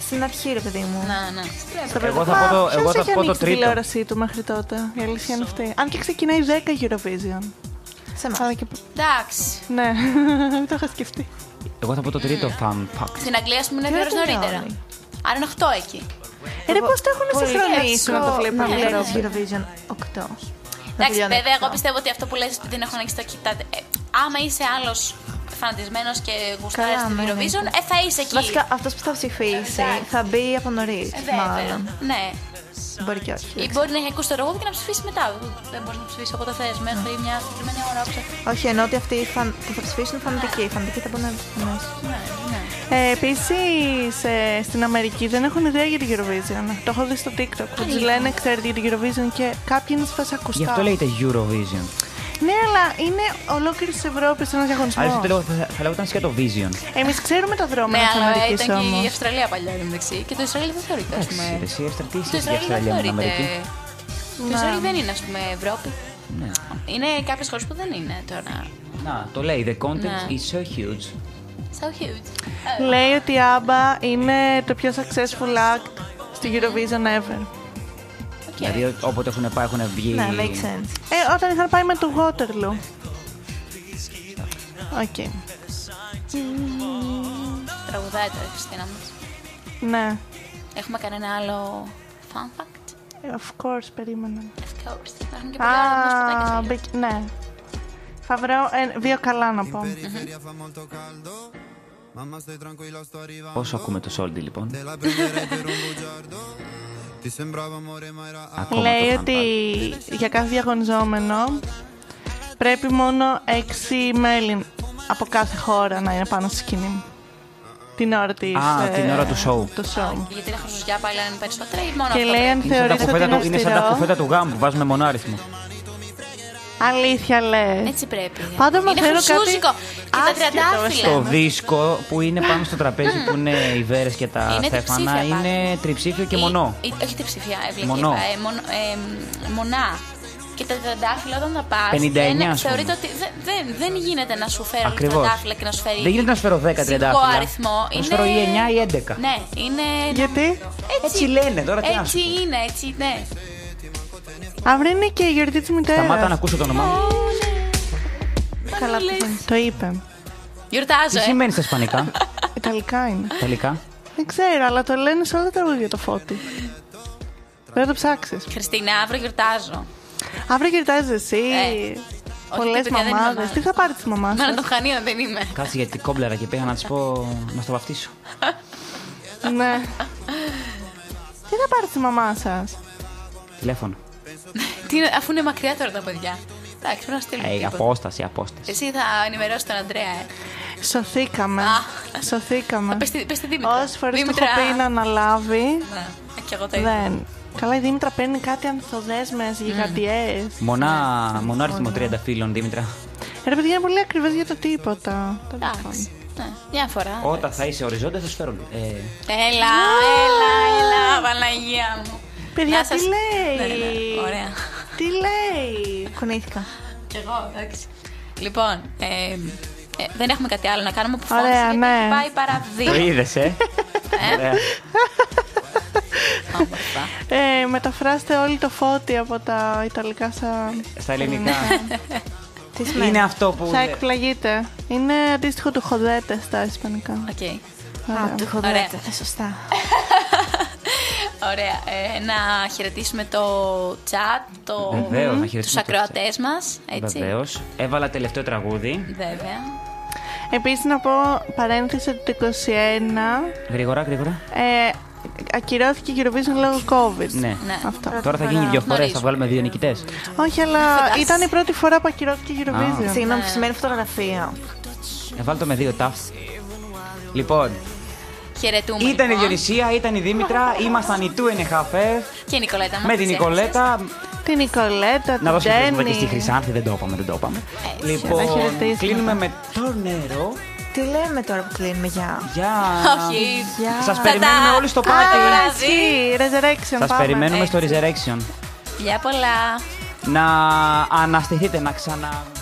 Στην αρχή, ρε παιδί μου. Να, ναι. να. Στο Εγώ πρώτο. θα πω το, εγώ Ποιος θα έχει πω το ανοίξει τη τρίτο. τηλεόρασή του μέχρι τότε. Η αλήθεια είναι αυτή. Αν και ξεκινάει 10 Eurovision. Σε εμάς. Αλλά και... Εντάξει. Ναι, μην το είχα σκεφτεί. Εγώ θα πω το τρίτο fun fact. Στην Αγγλία, ας πούμε, είναι δύο ώρε Τι ώρα νωρίτερα. τελειώνει? Άρα είναι 8 εκεί. Ε, ρε, πώς το έχουν συγχρονίσει εύκολο να το βλέπουν να αυτό. βλέπεις Ναι, Eurovision 8. Να Εντάξει, τελειώνει βέβαια, αυτό. εγώ πιστεύω ότι αυτό που λες ότι δεν έχουν ανοίξει τα κοιτάτε. ε, άμα είσαι άλλος φανατισμένο και γουστάρεις Καλά, την ναι, ναι. Eurovision, ε, θα είσαι εκεί. Βασικά, αυτός που θα ψηφίσει θα μπει από νωρίς. Ε, βέβαια. Μάλλον. Ναι. Μπορεί και Ή όχι. μπορεί να έχει ακούσει το τραγούδι και να ψηφίσει μετά. Δεν μπορείς να ψηφίσεις όποτε θες μέχρι Ναι. μια συγκεκριμένη ώρα. όποτε- Όχι, ενώ ότι αυτοί οι φαν- που θα ψηφίσουν είναι φανατικοί. Οι φανατικοί θα μπουν μέσα. Ναι, ναι. Ε, Επίσης, στην Αμερική δεν έχουν ιδέα για την Eurovision. Το έχω δει στο TikTok. Που του λένε, ξέρετε για την Eurovision και κάποιοι είναι σε φάση Γι' ακουστά. αυτό λέγεται Eurovision. Ναι, αλλά είναι ολόκληρη της Ευρώπης ένα Άλλωστε διαγωνισμό. το λέω, θα, θα λέγονταν Σκέτο-Vision. Εμείς ξέρουμε το δρόμο Ναι, της αλλά Αμερικής ήταν και η όμως. Αυστραλία παλιά μεταξύ. Και το Ισραήλ δεν θεωρείται, ας Εντάξει, πούμε. ρε, εσύ Αυστρα- τι Το Ναι, είσαι για Ισραήλ δεν Αυστραλία με την Αμερική. θεωρείται. Το Ισραήλ δεν είναι, ας πούμε, Ευρώπη. Ναι. Είναι κάποιες χώρες που δεν είναι τώρα. Να, το λέει. The Ναι. content is so huge. So huge. Λέει ότι η Άμπα είναι το πιο successful act στη Eurovision ever. Δηλαδή, ό- όποτε έχουν πάει, έχουν βγει. Ναι, make sense. Ε, όταν είχαν πάει με το Waterloo. Οκ. Τραγουδάει τώρα η Χριστίνα μας. Ναι. Έχουμε κανένα άλλο fun fact. Ε, Of course, περίμενα. Of course. Υπάρχουν και Α, πολλά άλλα γνωστά και μπε- ναι. Θα βρω ε, δύο καλά να πω. Feria fa molto caldo, mamma stai tranquilla sto arrivando. Πόσο ακούμε το Soldi, λοιπόν. Te la prenderei per un bugiardo. Ti sembrava amore ma era Ακόμα Λέει το fun ότι fact. για κάθε διαγωνιζόμενο πρέπει μόνο έξι μέλη από κάθε χώρα να είναι πάνω στη σκηνή. Την ώρα της, ε, Α, την ώρα του show. Του show. Γιατί είναι χρυσουζιά πάλι αν είναι περισσότερα ή μόνο Και αυτό. λέει αν Είναι σαν τα θεωρείς ότι είναι κουφέτα του- Είναι σαν τα αυστηρό. κουφέτα του γάμου που βάζουμε μονάριθμο. Αλήθεια λες. Έτσι πρέπει. Πάντα Είναι μαθαίνω κάτι χρυσούζικο. Και τα άσχετο, τριαντάφυλλα. Το δίσκο που είναι πάνω στο τραπέζι που είναι οι βέρες και τα Είναι στέφανα τριψήφια είναι τριψήφιο και Ή- μονό. ή- Ε, όχι τριψηφιά, ευλογία. Μονό. Ε, μον- ε, μ, μονά. Και τα τριαντάφυλλα όταν τα πας. 59 ας πούμε. Θεωρείται ότι δεν, δεν, δεν γίνεται να σου φέρω Ακριβώς. τριαντάφυλλα και να σου φέρει. Δεν γίνεται να σου φέρω 10 Σηκώ τριαντάφυλλα. αριθμό. Να σου φέρω ή 9 ή 11. Ναι, είναι. Γιατί? Έτσι, Έτσι λένε, τώρα τι να Έτσι είναι, έτσι, ναι. Αύριο είναι και η γιορτή της μητέρας. Σταμάτα να ακούσω το όνομά μου. Καλά, το είπες. Γιορτάζω, Τι ε. σημαίνει στα ισπανικά, Ιταλικά είναι. τελικά. Δεν ξέρω, αλλά το λένε σε όλα τα τραγούδια το φώτι. Πρέπει να το ψάξεις. Χριστίνα, αύριο γιορτάζω. Αύριο γιορτάζεις εσύ. Ε, όχι, Πολλές παιδιά, δεν είμαι μαμάδε. μαμά. Τι θα πάρει τη μαμά Μάνα το σου. χανείο δεν είμαι. Κάτσε γιατί κόμπλερα και πήγα να τη πω να στο βαφτίσω. ναι. Τι θα πάρει τη μαμάς σας. Τηλέφωνο. Τι είναι, αφού είναι μακριά τώρα τα παιδιά. Εντάξει, πρέπει να στείλουμε. Ε, τίποτα. απόσταση, απόσταση. Εσύ θα ενημερώσεις τον Αντρέα, ε. Σωθήκαμε. Σωθήκαμε. Πες τη, πες τη Δήμητρα. Όσες φορές το έχω Δήμητρα. πει να αναλάβει. Ναι, και εγώ το Mm. ίδιο. Δεν. Καλά, η Δήμητρα παίρνει κάτι ανθοδέσμες γιγαντιές. Μονά, μονό αριθμό 30 φίλων, Δήμητρα. Ρε παιδιά, είναι πολύ ακριβές για το τίποτα. Τέλος πάντων. Εντάξει. Ναι, μια φορά. Όταν θα είσαι οριζόντια, θα σου φέρω. Ε, Έλα, έλα, έλα, Παναγία μου. Παιδιά, Να τι σας- Ναι, ναι, λέει. ναι, Ωραία. Τι λέει. Κουνήθηκα. Κι εγώ, εντάξει. Λοιπόν, ε, ε, δεν έχουμε κάτι άλλο να κάνουμε που Ωραία, φώνησε γιατί ναι. έχει πάει παρά το δύο. είδες, ε. Ωραία. Όμορφα. Ε, μεταφράστε όλοι το φώτι από τα Ιταλικά στα... Στα ελληνικά. Ναι. Τι Είναι σημαίνει. αυτό που. Θα εκπλαγείτε. Είναι αντίστοιχο του χοδέτε στα Ισπανικά. Οκ. Α, του έχω Ωραία. δέτε. Σωστά. Ωραία. Ε, να χαιρετήσουμε το chat, το... Βεβαίως, να χαιρετήσουμε τους το ακροατές μας. Έτσι. Βεβαίως. Έβαλα τελευταίο τραγούδι. Βέβαια. Επίσης να πω παρένθεση ότι το 21 Γρήγορα, γρήγορα. ε, ακυρώθηκε η Eurovision λόγω COVID. Ναι. Ναι. Αυτό. Τώρα θα γίνει δύο φορές, θα Γνωρίζουμε. βγάλουμε δύο νικητές. Όχι, αλλά ήταν η πρώτη φορά που ακυρώθηκε η Eurovision. Ε, Ναι. Συγγνώμη, που σημαίνει φωτογραφία. Βάλω Ε, το με δύο τάφ. Λοιπόν, Χαιρετούμε ήταν η λοιπόν. Διονυσία, ήταν η Δήμητρα, ήμασταν οι Two and a Half F, Και η Νικολέτα μας. με της την έφτιαξε. Νικολέτα. Την Νικολέτα, Να την δώσουμε χαιρετίσματα και στη Τζέννη. Χρυσάνθη, δεν το είπαμε, δεν το είπαμε. Έτσι. Λοιπόν, Να χαιρετίσουμε. κλείνουμε με το νερό. Τι λέμε τώρα που κλείνουμε για. Γεια! Όχι. Σας περιμένουμε όλοι στο Άρα. πάρτι. Εσύ, Resurrection, Σας πάμε. περιμένουμε στο Έτσι. Resurrection. Γεια πολλά. Να αναστηθείτε, να ξανα...